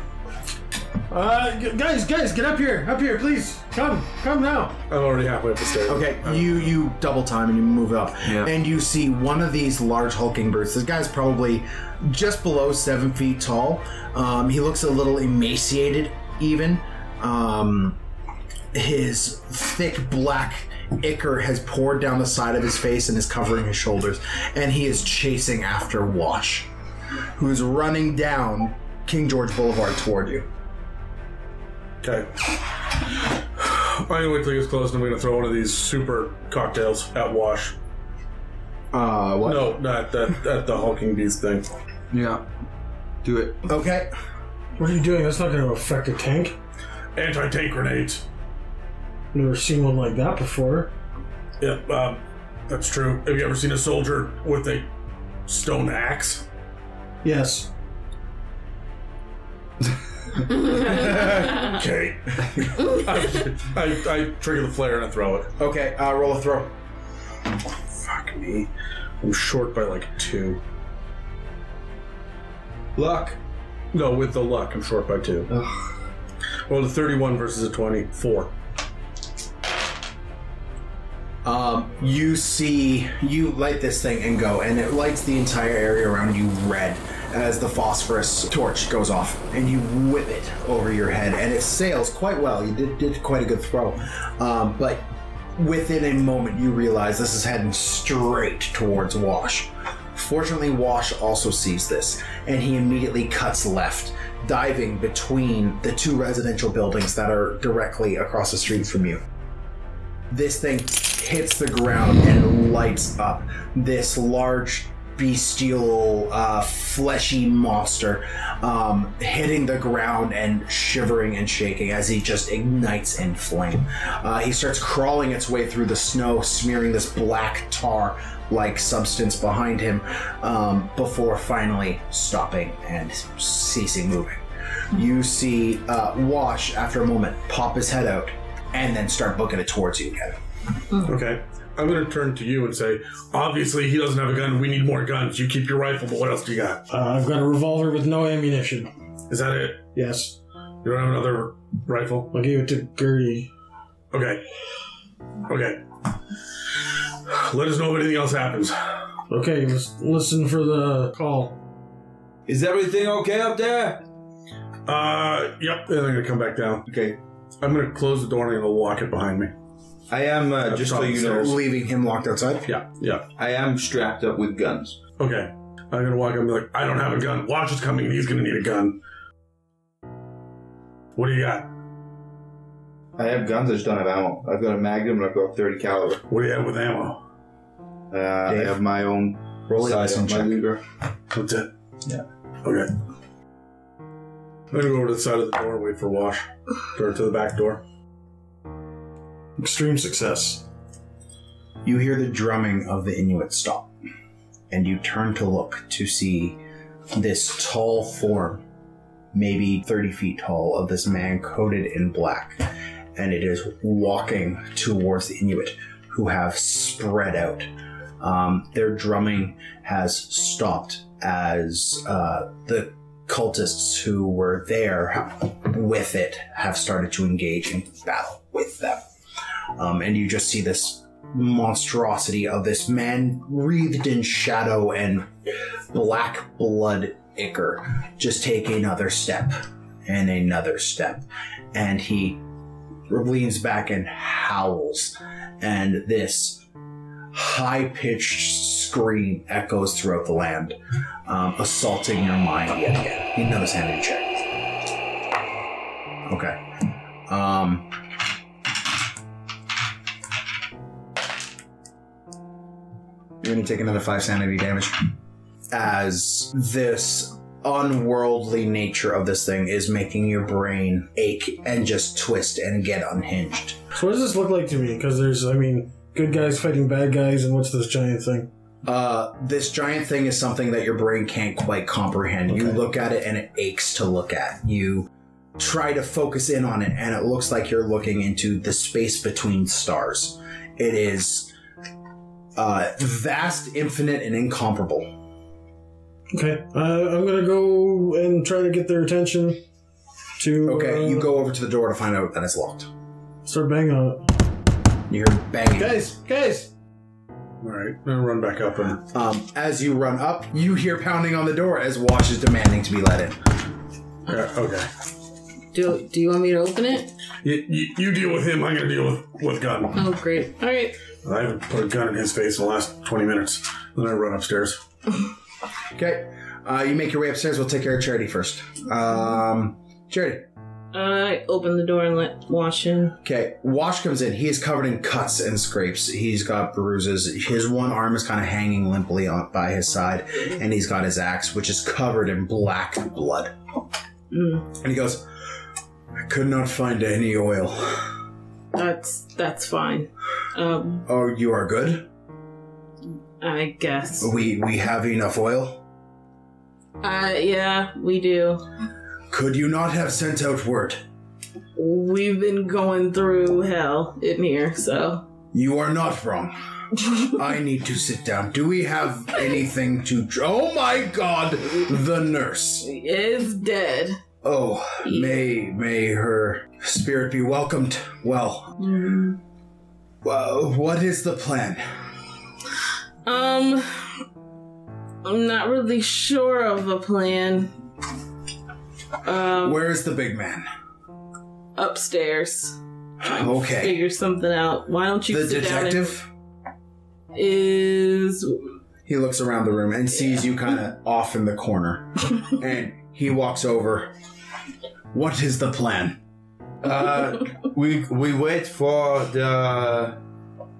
H: Uh, g- guys, guys, get up here, up here, please. Come, come now.
F: I'm already halfway up the stairs.
C: Okay, you you double time and you move up,
D: Yeah.
C: and you see one of these large hulking brutes. This guy's probably just below seven feet tall. Um, he looks a little emaciated, even. Um, his thick black ichor has poured down the side of his face and is covering his shoulders, and he is chasing after Wash, who is running down King George Boulevard toward you.
F: Okay. I'm gonna wait till he gets close, and I'm gonna throw one of these super cocktails at Wash.
C: Uh, what?
F: No, not that at the hulking beast thing.
D: Yeah. Do it.
C: Okay.
H: What are you doing? That's not going to affect a tank.
F: Anti-tank grenades.
H: Never seen one like that before.
F: Yeah, um, that's true. Have you ever seen a soldier with a stone axe?
H: Yes.
F: Okay. I, I, I trigger the flare and I throw it.
C: Okay, uh, roll a throw.
F: Fuck me. I'm short by like two. Luck. No, with the luck, I'm short by two. Well, the 31 versus a 24.
C: Um, you see, you light this thing and go, and it lights the entire area around you red as the phosphorus torch goes off, and you whip it over your head, and it sails quite well. You did, did quite a good throw, um, but within a moment, you realize this is heading straight towards Wash. Fortunately, Wash also sees this, and he immediately cuts left, diving between the two residential buildings that are directly across the street from you this thing hits the ground and lights up this large bestial uh, fleshy monster um, hitting the ground and shivering and shaking as he just ignites in flame uh, he starts crawling its way through the snow smearing this black tar like substance behind him um, before finally stopping and ceasing moving you see uh, wash after a moment pop his head out and then start booking it towards you again.
F: Okay. I'm going to turn to you and say, obviously, he doesn't have a gun. We need more guns. You keep your rifle, but what else do you got?
H: Uh, I've got a revolver with no ammunition.
F: Is that it?
H: Yes.
F: You don't have another rifle?
H: I gave it to Gertie.
F: Okay. Okay. Let us know if anything else happens.
H: Okay, let's listen for the call.
D: Is everything okay up there?
F: Uh, yep. And I'm going to come back down.
D: Okay.
F: I'm going to close the door and I'm going to lock it behind me.
D: I am, uh, just so you know,
C: Leaving him locked outside.
F: Yeah, yeah.
D: I am strapped up with guns.
F: Okay. I'm going to walk up and be like, I don't have a gun. Watch is coming and he's going to need a gun. What do you got?
D: I have guns, I just don't have ammo. I've got a magnum and I've got a 30 caliber.
F: What do you have with ammo?
D: Uh, I
C: Dave?
D: have my own
C: Roll
D: size
C: it
D: on
C: and
D: my
C: check.
D: Luger.
F: That's it? Yeah. Okay. I'm going to go over to the side of the door and wait for Wash. Or to the back door.
H: Extreme success.
C: You hear the drumming of the Inuit stop, and you turn to look to see this tall form, maybe 30 feet tall, of this man coated in black. And it is walking towards the Inuit, who have spread out. Um, their drumming has stopped as uh, the cultists who were there with it have started to engage in battle with them. Um, and you just see this monstrosity of this man wreathed in shadow and black blood ichor just take another step and another step and he leans back and howls and this high pitched scream echoes throughout the land, um, assaulting your mind yet again. You need another sanity check. Okay. Um, you're going to take another five sanity damage as this unworldly nature of this thing is making your brain ache and just twist and get unhinged.
H: So what does this look like to me? Because there's, I mean, good guys fighting bad guys, and what's this giant thing?
C: Uh, this giant thing is something that your brain can't quite comprehend. You look at it and it aches to look at. You try to focus in on it and it looks like you're looking into the space between stars. It is uh, vast, infinite, and incomparable.
H: Okay, uh, I'm gonna go and try to get their attention. To
C: Okay,
H: uh,
C: you go over to the door to find out that it's locked.
H: Start banging on it.
C: You hear banging.
H: Guys, guys.
F: All right, I'm gonna run back up and
C: Um, as you run up, you hear pounding on the door as Wash is demanding to be let in.
F: Yeah, Uh, okay.
I: Do Do you want me to open it?
F: You, you, you deal with him. I'm gonna deal with with gun.
I: Oh, great. All right.
F: I haven't put a gun in his face in the last 20 minutes. Then I run upstairs.
C: Okay, uh, you make your way upstairs. We'll take care of Charity first. Um, Charity.
I: I open the door and let Wash in.
C: Okay, Wash comes in. He is covered in cuts and scrapes. He's got bruises. His one arm is kind of hanging limply on, by his side, and he's got his axe, which is covered in black blood.
I: Mm,
C: And he goes, I could not find any oil.
I: that's That's fine. Um,
C: Oh, you are good?
I: I guess.
C: We, we have enough oil?
I: Uh, yeah, we do.
C: Could you not have sent out word?
I: We've been going through hell in here, so
C: You are not wrong. I need to sit down. Do we have anything to. Dr- oh my god! The nurse.
I: is dead.
C: Oh, may may her spirit be welcomed. Well,
I: Mm.
C: well, what is the plan?
I: Um, I'm not really sure of a plan. Um,
C: Where is the big man?
I: upstairs.
C: Okay.
I: Figure something out. Why don't you
C: The
I: sit down and-
C: detective?
I: is
C: He looks around the room and sees you kind of off in the corner. and he walks over. What is the plan?
D: Uh, we we wait for the.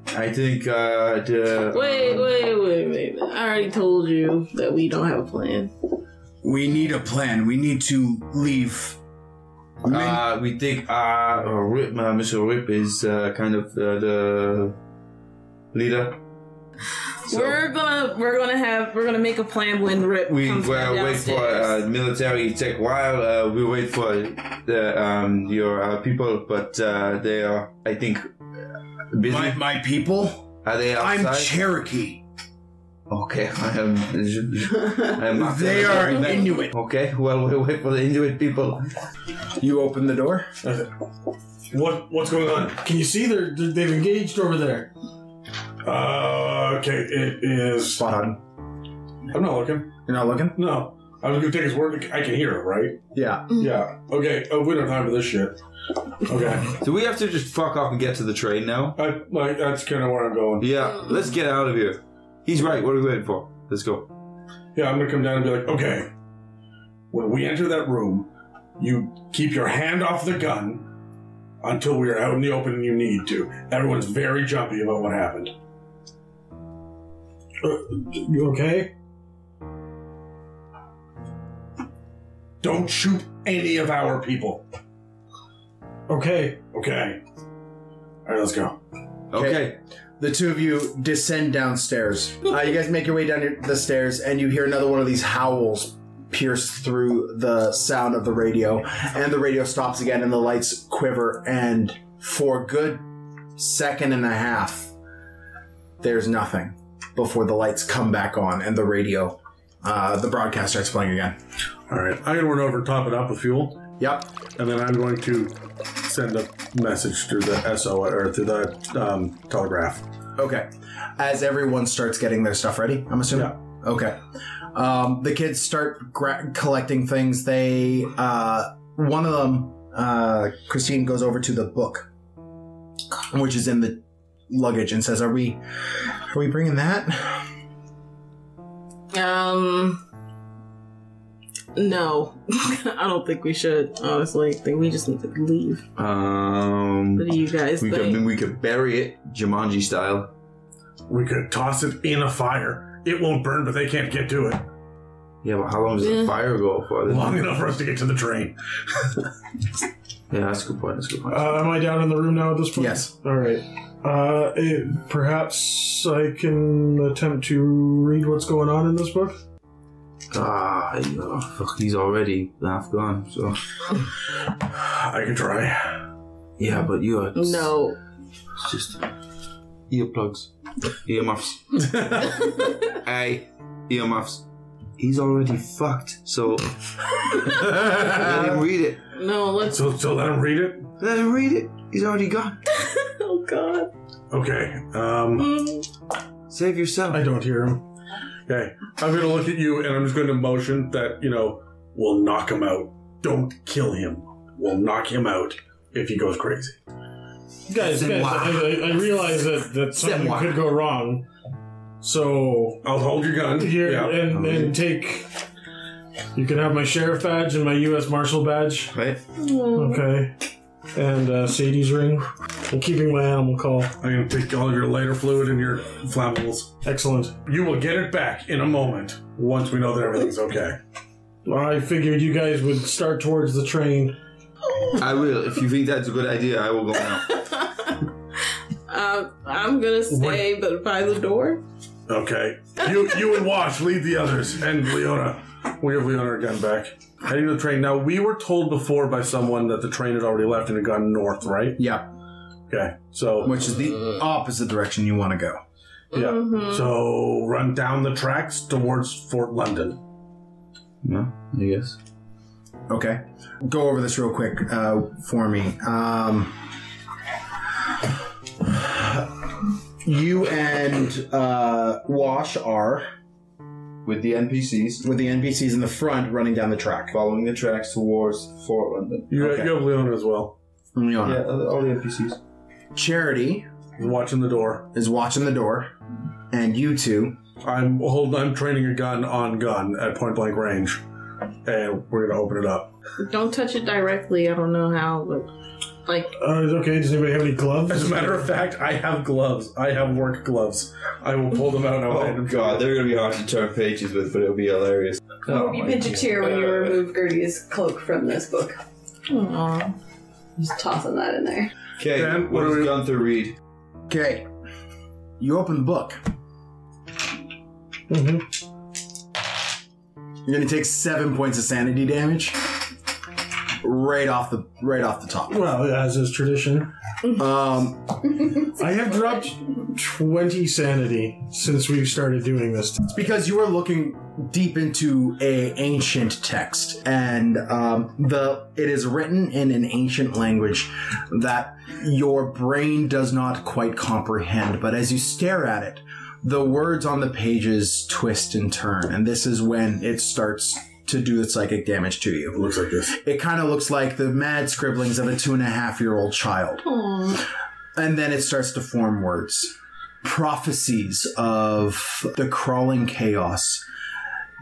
D: I think uh, the.
I: Wait, wait, wait, wait. I already told you that we don't have a plan.
C: We need a plan. We need to leave. Min-
D: Uh, we think uh, Rip, uh, Mr. Rip is uh, kind of uh, the leader. So
I: we're gonna we're gonna have we're gonna make a plan when Rip
D: we
I: comes
D: well,
I: back
D: wait for
I: downstairs.
D: uh, military take while. Uh, we wait for the, um, your uh, people, but uh, they are, I think, busy.
C: my, my people?
D: are they outside?
C: I'm Cherokee.
D: okay, I am. I'm
C: They are Inuit.
D: Okay, well, we wait for the Inuit people.
C: You open the door.
F: What what's going on?
H: Can you see they're, they're- they've engaged over there?
F: Uh, okay, it is.
C: Spot on.
F: I'm not looking.
C: You're not looking?
F: No, I was gonna take his word. I can hear it, right?
C: Yeah.
F: Yeah. Okay. Oh, we don't have time for this shit. Okay.
D: Do we have to just fuck off and get to the train now?
F: I, like that's kind of where I'm going.
D: Yeah, let's get out of here. He's right. What are we waiting for? Let's go.
F: Yeah, I'm gonna come down and be like, okay, when we enter that room, you keep your hand off the gun until we are out in the open and you need to. Everyone's very jumpy about what happened. Uh,
H: You okay?
F: Don't shoot any of our people,
H: Okay.
F: okay? All right, let's go.
D: Okay.
C: The two of you descend downstairs. Uh, you guys make your way down your- the stairs, and you hear another one of these howls pierce through the sound of the radio. And the radio stops again, and the lights quiver. And for a good second and a half, there's nothing before the lights come back on, and the radio, uh, the broadcast starts playing again.
F: All right, I'm gonna run over and top it up with fuel,
C: Yep.
F: and then I'm going to send a message through the SO or through the um, telegraph.
C: Okay. As everyone starts getting their stuff ready, I'm assuming. Okay. Um, the kids start gra- collecting things. They uh, one of them, uh, Christine goes over to the book, which is in the luggage and says, "Are we, are we bringing that?"
I: Um. No, I don't think we should. Honestly, I think we just need to leave.
D: Um,
I: What do you guys
D: we
I: think?
D: could we could bury it Jumanji style.
F: We could toss it in a fire. It won't burn, but they can't get to it.
D: Yeah, but how long does
I: Yeah.
D: the fire go for?
F: Long enough for us to get to the train.
D: Yeah, that's a good point. That's a good point.
H: Uh, am I down in the room now at this point?
C: Yes.
H: All right. Uh, eh, perhaps I can attempt to read what's going on in this book.
D: ah, yeah, fuck, he's already half gone. So
F: I can try.
D: yeah, but you are
I: No.
D: it's just earplugs, earmuffs. Hey, earmuffs. He's already fucked. So let him read it.
I: No, let's.
F: So, so let him read it.
D: Let him read it. He's already gone.
I: Oh God.
F: Okay. Um,
I: Mm.
D: Save yourself.
H: I don't hear him.
F: okay. I'm gonna look at you, and I'm just going to motion that you know we'll knock him out. Don't kill him. We'll knock him out if he goes crazy.
H: Guys,
D: Then
H: guys,
D: why?
H: I, I- I realize that, that something
D: why?
H: could go wrong. So
F: I'll hold your gun.
H: here
F: Yeah.
H: and, and take. You can have my sheriff badge and my U.S. Marshal badge.
D: Right?
H: Okay. And uh, Sadie's ring. I'm keeping my animal call.
F: I'm gonna take all your lighter fluid and your flammables.
H: Excellent.
F: You will get it back in a moment once we know that everything's okay.
H: I figured you guys would start towards the train.
D: I will. If you think that's a good idea, I will go now.
I: Uh, I'm gonna stay, but by the door.
F: Okay. You you and Wash lead the others and Leona. We have Leona our gun back. Heading to the train. Now we were told before by someone that the train had already left and had gone north, right?
C: Yeah,
F: Okay. So
C: which is the opposite direction you want to go.
F: Yeah.
I: Mhm.
F: so run down the tracks towards Fort London.
D: No, I guess.
C: Okay, go over this real quick uh, for me. Um, you and uh, Wash are
D: With the NPCs
C: with the NPCs in the front, running down the track.
D: following the tracks towards Fort London.
F: You,
C: Okay.
F: you have Leona as well.
C: Leona.
D: Yeah, all the NPCs.
C: Charity
F: Watching the door.
C: is watching the door, and you two.
F: I'm holding I'm training a gun on gun at point blank range. And we're gonna open it up.
I: Don't touch it directly. I don't know how, but like
H: Uh, is okay. Does anybody have any
F: As
H: gloves?
F: a matter of fact, I have gloves. I have work gloves. I will pull them out and I will hand
D: Oh
F: them to
D: god, they're gonna be hard to turn pages with, but it'll be hilarious. Oh,
G: you
D: my
G: pinch a tear when you remove Gertie's cloak from this book.
I: aw.
G: Just tossing that in there.
D: Okay,
F: Dan,
D: what
F: what are
D: does
F: we-
D: Gunther read?
C: Okay, you open the book.
H: Mm-hmm.
C: You're gonna take seven points of sanity damage. Right off the right off the top.
F: Oh,
H: Well, as is tradition.
C: Um,
H: I have dropped 20 sanity since we started doing this.
C: it's because you are looking deep into a ancient text, and um, the it is written in an ancient language that your brain does not quite comprehend. But as you stare at it, the words on the pages twist and turn, and this is when it starts to do its psychic damage to you.
F: Looks like this.
C: It kind of looks like the mad scribblings of a two and a half year old child.
I: Aw.
C: And then it starts to form words. Prophecies of the crawling chaos,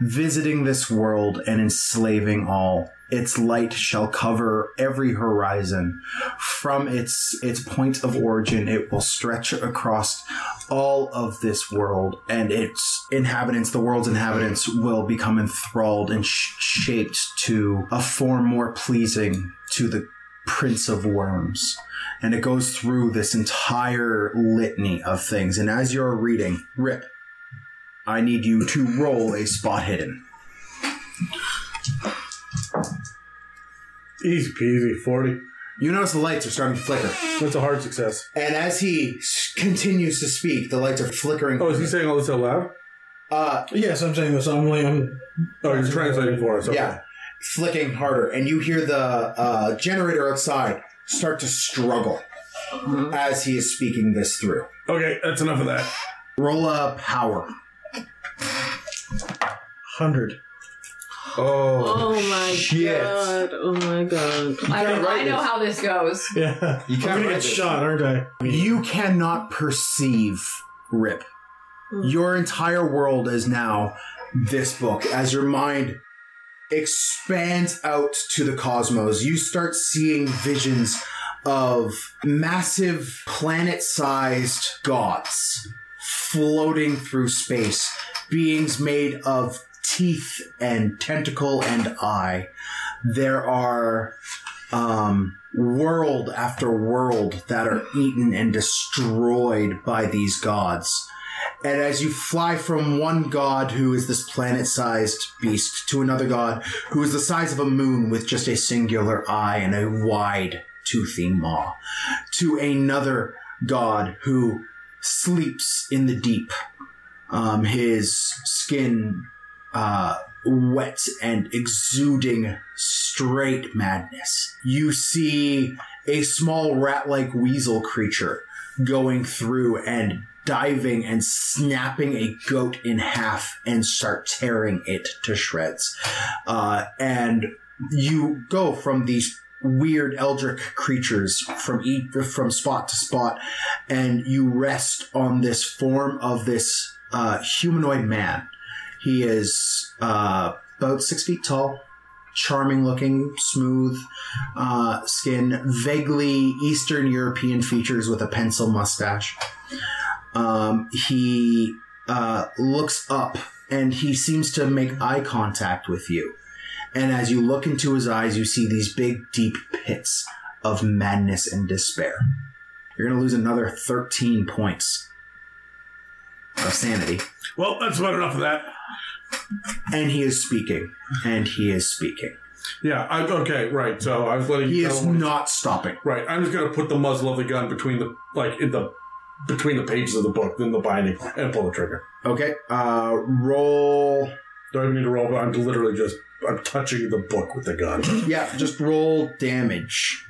C: visiting this world and enslaving all. Its light shall cover every horizon. From its its point of origin, it will stretch across all of this world, and its inhabitants, the world's inhabitants, will become enthralled and sh- shaped to a form more pleasing to the Prince of Worms and it goes through this entire litany of things. And as you're reading, Rip, I need you to roll a spot hidden.
F: Easy peasy, 40.
C: You notice the lights are starting to flicker,
F: That's a hard success.
C: and as he s- continues to speak, the lights are flickering.
F: Oh, is he saying all this out loud?
C: Uh,
H: Yes, I'm saying this. I'm like, I'm,
F: Oh, you're translating for us. Okay.
C: yeah, flicking harder, and you hear the uh, generator outside start to struggle as he is speaking this through.
F: Okay, that's enough of that.
C: Roll a power.
H: 100.
D: Oh,
I: Oh my
D: shit.
I: god. Oh my god.
G: I,
C: can't write
G: I know
C: this.
G: how this goes.
H: Yeah.
D: You
H: I'm
D: can't
H: gonna
D: write
H: get
D: this.
H: shot, aren't I?
C: You cannot perceive Rip. Your entire world is now this book. As your mind expands out to the cosmos, you start seeing visions of massive planet sized gods floating through space, beings made of teeth and tentacle and eye. There are um, world after world that are eaten and destroyed by these gods. And as you fly from one god who is this planet sized beast to another god who is the size of a moon with just a singular eye and a wide toothy maw, to another god who sleeps in the deep, um, his skin uh, wet and exuding straight madness. You see a small rat like weasel creature going through and diving and snapping a goat in half and start tearing it to shreds. Uh, and you go from these weird eldritch creatures from e- from spot to spot and you rest on this form of this uh, humanoid man he is uh, about six feet tall, charming looking, smooth uh, skin, vaguely Eastern European features with a pencil mustache. Um, he uh, looks up and he seems to make eye contact with you. And as you look into his eyes, you see these big, deep pits of madness and despair. You're going to lose another 13 points of sanity
F: Well, that's about enough of that.
C: and he is speaking and he is speaking
F: Yeah. I, okay. Right. So I was letting
C: he
F: you.
C: is
F: know-
C: not stopping
F: Right. I'm just gonna put the muzzle of the gun between the like in the between the pages of the book, then the binding, and pull the trigger.
C: okay uh roll
F: Don't even need to roll. But I'm literally just I'm touching the book with the gun.
C: yeah just roll damage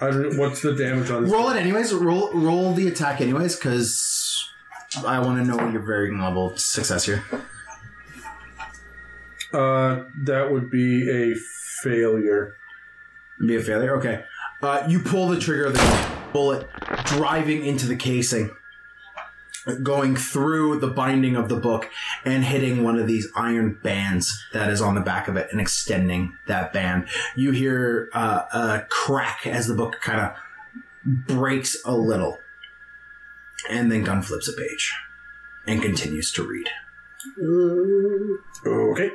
F: I don't, what's the damage on this?
C: roll it anyways roll roll the attack anyways because i want to know what your varying level of success here
F: Uh, that would be a failure.
C: be a failure okay uh you pull the trigger of the bullet driving into the casing going through the binding of the book and hitting one of these iron bands that is on the back of it and extending that band. You hear uh, a crack as the book kind of breaks a little. And then Gun flips a page and continues to read.
F: Okay.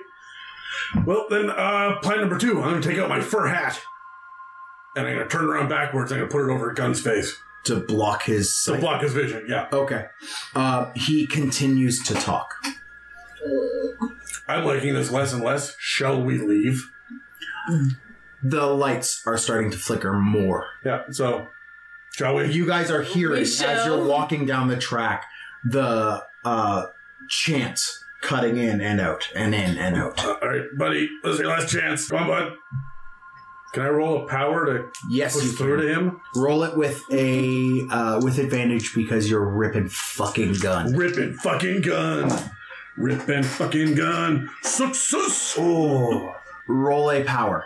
F: Well, then, uh, plan number two. I'm gonna take out my fur hat, and I'm gonna turn around backwards. I'm gonna put it over Gun's face
C: To block his
F: to
C: sight.
F: block his vision. Yeah,
C: okay. Uh, he continues to talk.
F: I'm liking this less and less. Shall we leave?
C: The lights are starting to flicker more.
F: Yeah. So, shall we?
C: you guys are hearing
I: We
C: as
I: shall.
C: you're walking down the track the uh chant cutting in and out and in and out
F: Uh, all right, buddy. This is your last chance. Come on, bud. Can I roll a power to
C: yes
F: push
C: you
F: through
C: can.
F: to him?
C: roll it with a uh with advantage because you're ripping fucking gun
F: Ripping fucking gun. Ripping fucking gun. Success. Oh.
C: roll a power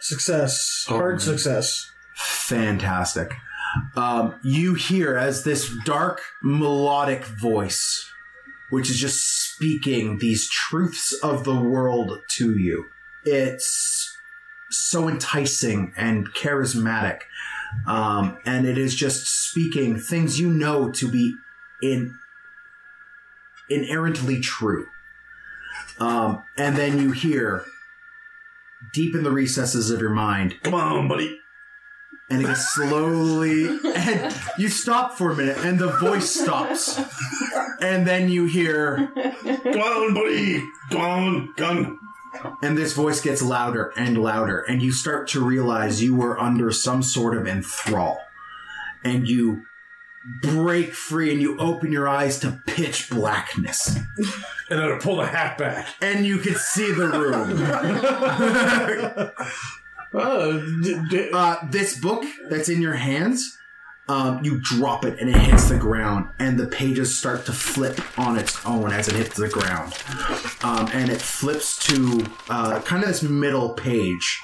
H: Success.
F: Oh,
H: Hard success.
C: fantastic um you hear as this dark melodic voice which is just speaking these truths of the world to you. It's so enticing and charismatic. Um, and it is just speaking things you know to be in inerrantly true. Um, and then you hear deep in the recesses of your mind
F: Come on, buddy.
C: and it gets slowly and you stop for a minute and the voice stops and then you hear
F: Come on, buddy. Come on, gun.
C: and this voice gets louder and louder and you start to realize you were under some sort of enthrall and you break free and you open your eyes to pitch blackness
F: And then I pull the hat back.
C: and you can see the room
H: Oh, d- d-
C: uh, this book that's in your hands Um, you drop it and it hits the ground, and the pages start to flip on its own as it hits the ground. Um, and it flips to uh, kind of this middle page,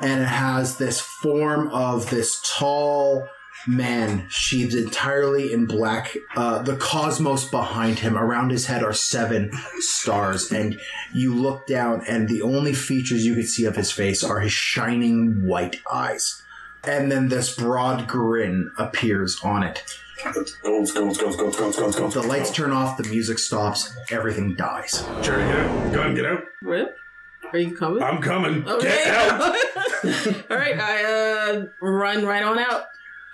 C: and it has this form of this tall man sheathed entirely in black. Uh, the cosmos behind him, around his head, are seven stars. And you look down, and the only features you can see of his face are his shining white eyes. And then this broad grin appears on it.
F: Goals, goals, goals, goals, goals, goals, goals.
C: The lights turn off, the music stops, everything dies.
F: Jerry, get out. Gun, get out.
I: Rip? Are you coming?
F: I'm coming.
I: Okay.
F: Get out.
I: All right, I uh, run right on out.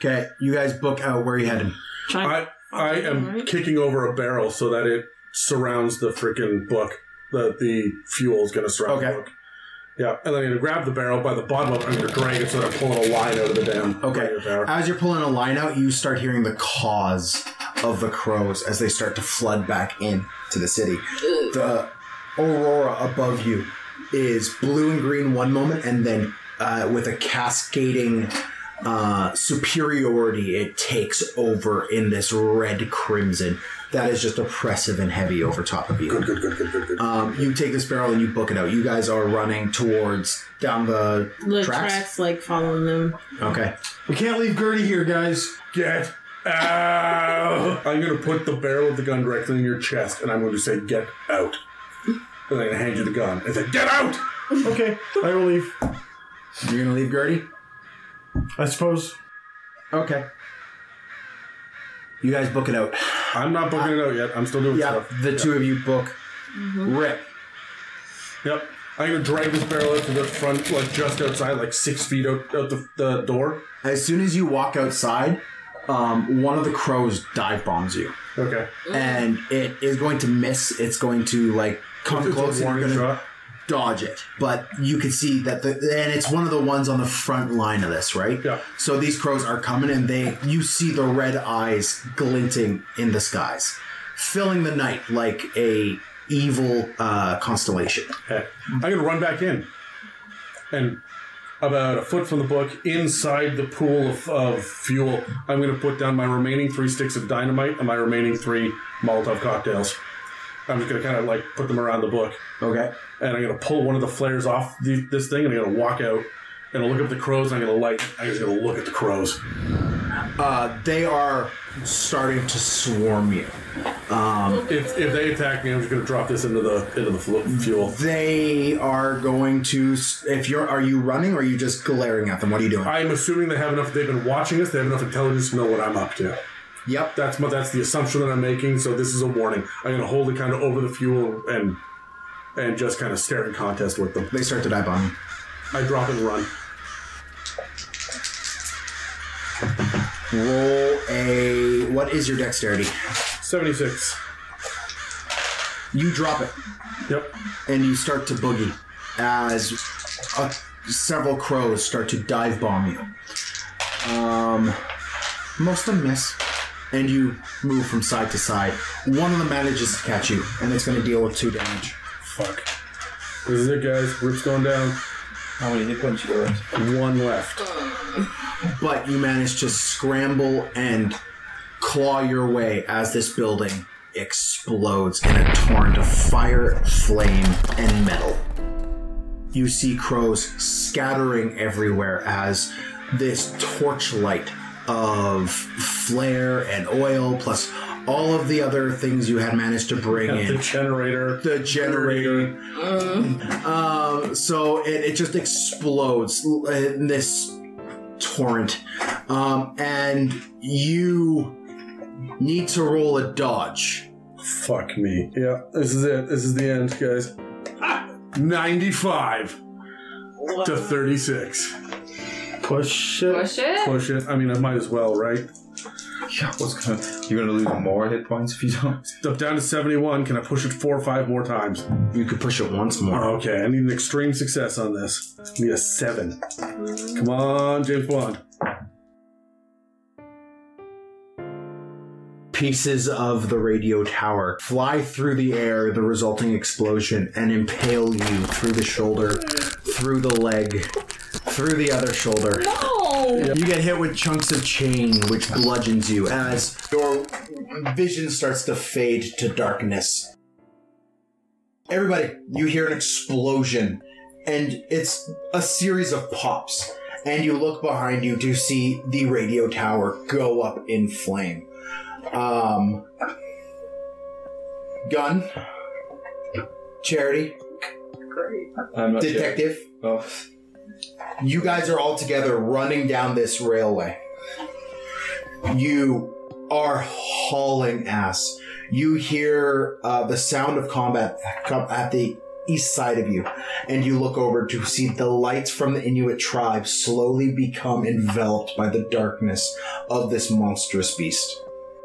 C: Okay, you guys book out where you headed.
I: Try.
F: I, I am
I: Alright.
F: kicking over a barrel so that it surrounds the freaking book. That the fuel is going to surround
C: Okay.
F: the book. Yeah, and then I'm going to grab the barrel by the bottom of it. I'm going to drag it so that I'm pulling a line out of the damn
C: Okay.
F: radio tower.
C: As you're pulling a line out, you start hearing the caws of the crows as they start to flood back in to the city. The aurora above you is blue and green one moment, and then uh, with a cascading uh, superiority, it takes over in this red crimson that is just oppressive and heavy over top of you.
F: Good, good, good, good, good, good.
C: Um, you take this barrel and you book it out. You guys are running towards down the
I: The
C: Tracks?
I: tracks, like following them.
C: okay.
H: We can't leave Gertie here, guys.
F: Get out! I'm going to put the barrel of the gun directly in your chest, and I'm going to say, "Get out!" And I'm going to hand you the gun and say, "Get out!"
H: Okay, I will leave.
C: You're gonna leave Gertie.
H: I suppose.
C: Okay. You guys book it out.
F: I'm not booking it out yet. I'm still doing
C: Yeah,
F: stuff.
C: the two of you book. Rip.
F: Yep. I'm gonna drag this barrel out to the front, like just outside, like six feet out, out the, the door.
C: As soon as you walk outside, um, one of the crows dive bombs you,
F: Okay.
C: and it is going to miss. It's going to like come
F: It's a
C: close. and
F: warning
C: you're gonna
F: shot.
C: dodge it, but you can see that the and it's one of the ones on the front line of this, right?
F: Yeah.
C: So these crows are coming, and they you see the red eyes glinting in the skies, filling the night like a evil uh, constellation.
F: Okay. I'm gonna run back in, and about a foot from the book, inside the pool of, of fuel, I'm gonna put down my remaining three sticks of dynamite and my remaining three Molotov cocktails. I'm just gonna kind of like put them around the book.
C: Okay.
F: and I'm gonna pull one of the flares off the, this thing, and I'm gonna walk out, and I'll look up the crows, and I'm gonna light. I'm just gonna look at the crows.
C: Uh, they are starting to swarm you.
F: If, if they attack me, I'm just gonna drop this into the into the flu- fuel.
C: They are going to. s- If you're, are you running or are you just glaring at them? What are you
H: Uh,
C: doing?
F: I'm assuming they have enough. They've been watching us. They have enough intelligence to know what I'm up to.
C: yep.
F: That's my, that's the assumption that I'm making. So this is a warning. I'm gonna hold it kind of over the fuel and and just kind of stare in contest with them.
C: They start to dive on you.
F: I drop and run.
C: Roll a. What is your dexterity?
F: Seventy six.
C: You drop it
F: Yep.
C: and you start to boogie as uh several crows start to dive bomb you. Um, most of them miss, and you move from side to side. One of them manages to catch you, and it's going to deal with two damage.
F: Fuck. This is it, guys. Rip's going down.
J: How many hit points you got left?
F: One left.
C: but you manage to scramble and claw your way as this building explodes in a torrent of fire, flame, and metal. You see crows scattering everywhere as this torchlight of flare and oil, plus all of the other things you had managed to bring
F: Got the
C: in.
F: generator.
C: The generator, um, so it, it just explodes in this torrent. Um, and you need to roll a dodge.
F: Fuck me. Yeah, this is it. This is the end, guys. Ah, 95 to 36.
H: Push it.
G: Push it.
F: Push it. I mean, I might as well, right?
J: Yeah, what's gonna. You're gonna lose more hit points if you don't.
F: Up down to 71. Can I push it four or five more times? Oh,
C: You could push it once more.
F: Okay, I need an extreme success on this. I need a seven. Come on, James Bond.
C: Pieces of the radio tower fly through the air, the resulting explosion, and impale you through the shoulder, through the leg, through the other shoulder.
I: Oh,
A: You get hit with chunks of chain, which bludgeons you as your vision starts to fade to darkness. Everybody, you hear an explosion, and it's a series of pops. And you look behind you to see the radio tower go up in flame. Um, gun, charity,
E: Great.
K: I'm not
A: detective.
K: sure. Oh,
A: You guys are all together running down this railway. You are hauling ass. You hear uh, the sound of combat come at the east side of you, and you look over to see the lights from the Inuit tribe slowly become enveloped by the darkness of this monstrous beast.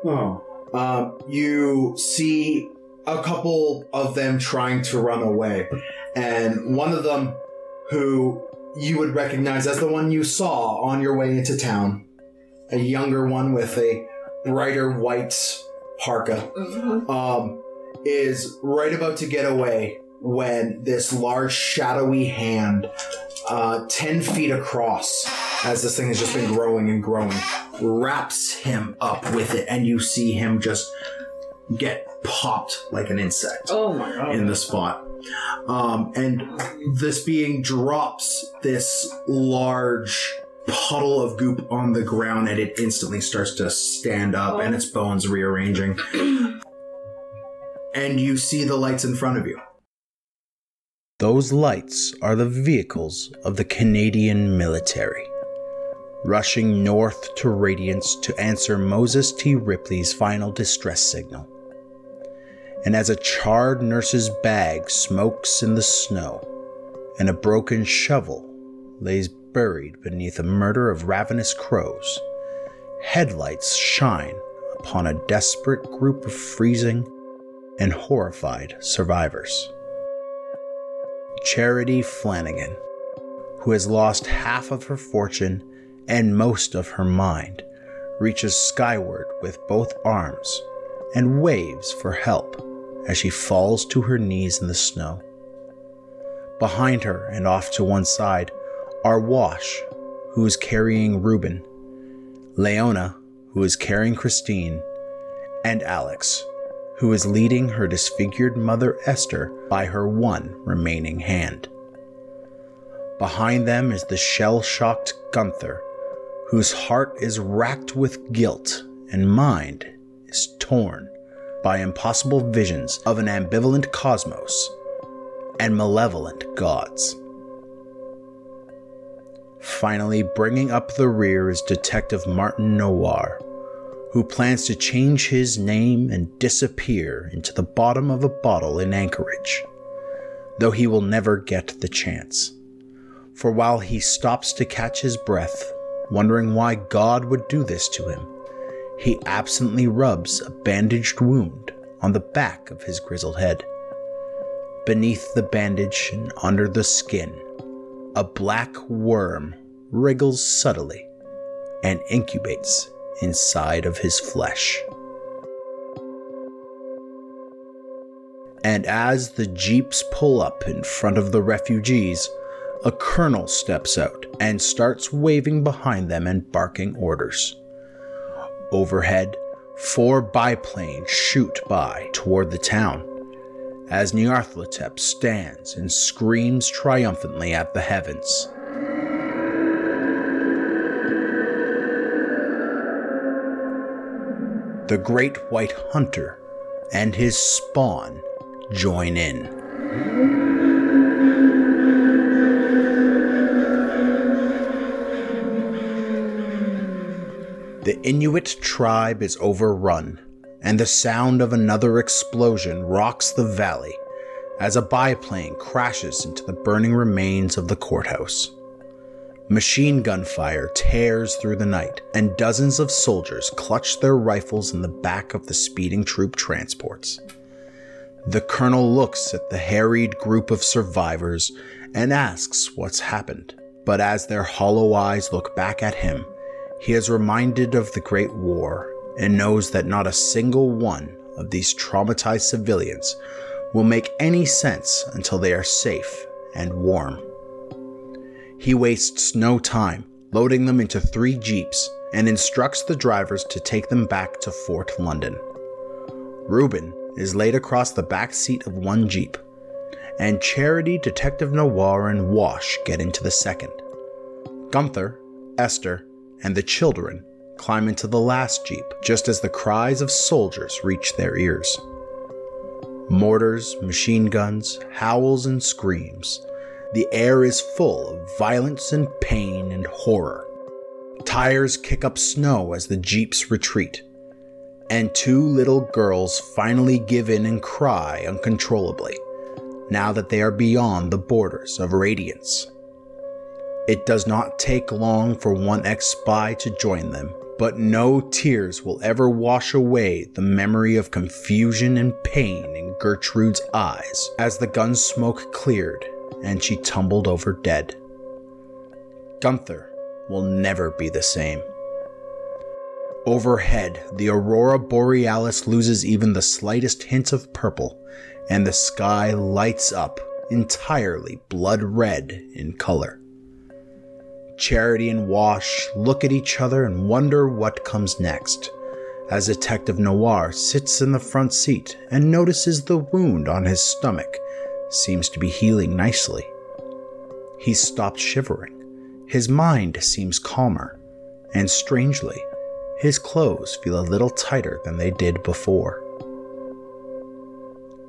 F: Oh.
A: Um, you see a couple of them trying to run away, and one of them, who you would recognize as the one you saw on your way into town, a younger one with a brighter white parka,
I: Uh,
A: um, is right about to get away when this large shadowy hand, uh, ten feet across, as this thing has just been growing and growing, wraps him up with it, and you see him just get popped like an insect
I: Oh my god.
A: in the spot. Um, and this being drops this large puddle of goop on the ground and it instantly starts to stand up
I: Oh.
A: and its bones rearranging. and you see the lights in front of you.
B: Those lights are the vehicles of the Canadian military.
A: rushing north to Radiance to answer Moses T. Ripley's final distress signal. And as a charred nurse's bag smokes in the snow, and a broken shovel lays buried beneath a murder of ravenous crows, headlights shine upon a desperate group of freezing and horrified survivors. Charity Flanagan, who has lost half of her fortune and most of her mind, reaches skyward with both arms and waves for help as she falls to her knees in the snow. Behind her and off to one side are Wash, who is carrying Reuben, Leona, who is carrying Christine, and Alex, who is leading her disfigured mother Esther by her one remaining hand. Behind them is the shell shocked Gunther, whose heart is racked with guilt and mind is torn by impossible visions of an ambivalent cosmos and malevolent gods. Finally, bringing up the rear is Detective Martin Noir, who plans to change his name and disappear into the bottom of a bottle in Anchorage, though he will never get the chance for while he stops to catch his breath, wondering why God would do this to him, he absently rubs a bandaged wound on the back of his grizzled head. Beneath the bandage and under the skin, a black worm wriggles subtly and incubates inside of his flesh. And as the jeeps pull up in front of the refugees, a colonel steps out and starts waving behind them and barking orders. Overhead, four biplanes shoot by toward the town as Nyarlathotep stands and screams triumphantly at the heavens. The great white hunter and his spawn join in. The Inuit tribe is overrun, and the sound of another explosion rocks the valley as a biplane crashes into the burning remains of the courthouse. Machine gun fire tears through the night, and dozens of soldiers clutch their rifles in the back of the speeding troop transports. The colonel looks at the harried group of survivors and asks what's happened, but as their hollow eyes look back at him, he is reminded of the Great War and knows that not a single one of these traumatized civilians will make any sense until they are safe and warm. He wastes no time loading them into three jeeps, and instructs the drivers to take them back to Fort London. Reuben is laid across the back seat of one jeep, and Charity, Detective Noir, and Wash get into the second. Gunther, Esther, and the children climb into the last jeep just as the cries of soldiers reach their ears. Mortars, machine guns, howls, and screams. The air is full of violence and pain and horror. Tires kick up snow as the jeeps retreat. And two little girls finally give in and cry uncontrollably, now that they are beyond the borders of radiance. It does not take long for one ex spy to join them, but no tears will ever wash away the memory of confusion and pain in Gertrude's eyes as the gun smoke cleared and she tumbled over dead. Gunther will never be the same. Overhead, the aurora borealis loses even the slightest hint of purple, and the sky lights up entirely blood red in color. Charity and Wash look at each other and wonder what comes next. As Detective Noir sits in the front seat and notices the wound on his stomach seems to be healing nicely. He stopped shivering. His mind seems calmer, and strangely, his clothes feel a little tighter than they did before.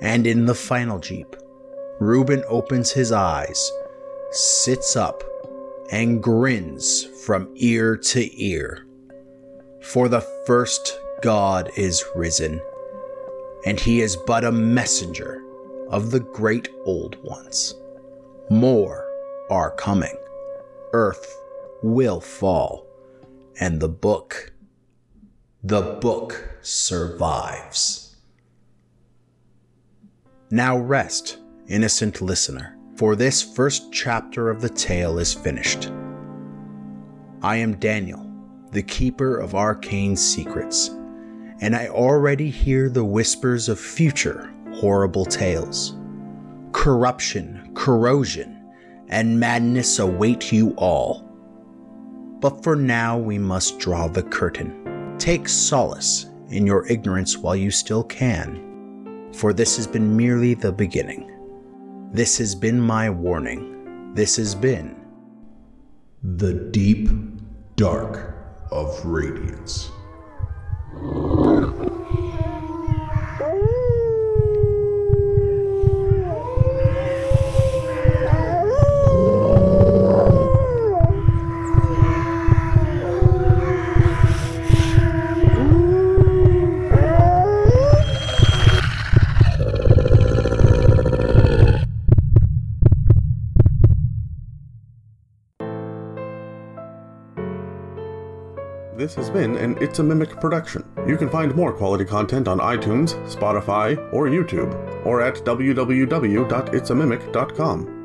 A: And in the final Jeep, Reuben opens his eyes, sits up, and grins from ear to ear. For the first God is risen, and he is but a messenger of the great old ones. More are coming. Earth will fall, and the book, the book survives. Now rest, innocent listener for this first chapter of the tale is finished. I am Daniel, the keeper of arcane secrets, and I already hear the whispers of future horrible tales. Corruption, corrosion, and madness await you all. But for now, we must draw the curtain. Take solace in your ignorance while you still can, for this has been merely the beginning. This has been my warning. This has been
B: The Deep Dark of Radiance.
K: This has been an It's a Mimic production. You can find more quality content on iTunes, Spotify, or YouTube, or at www.itsamimic.com.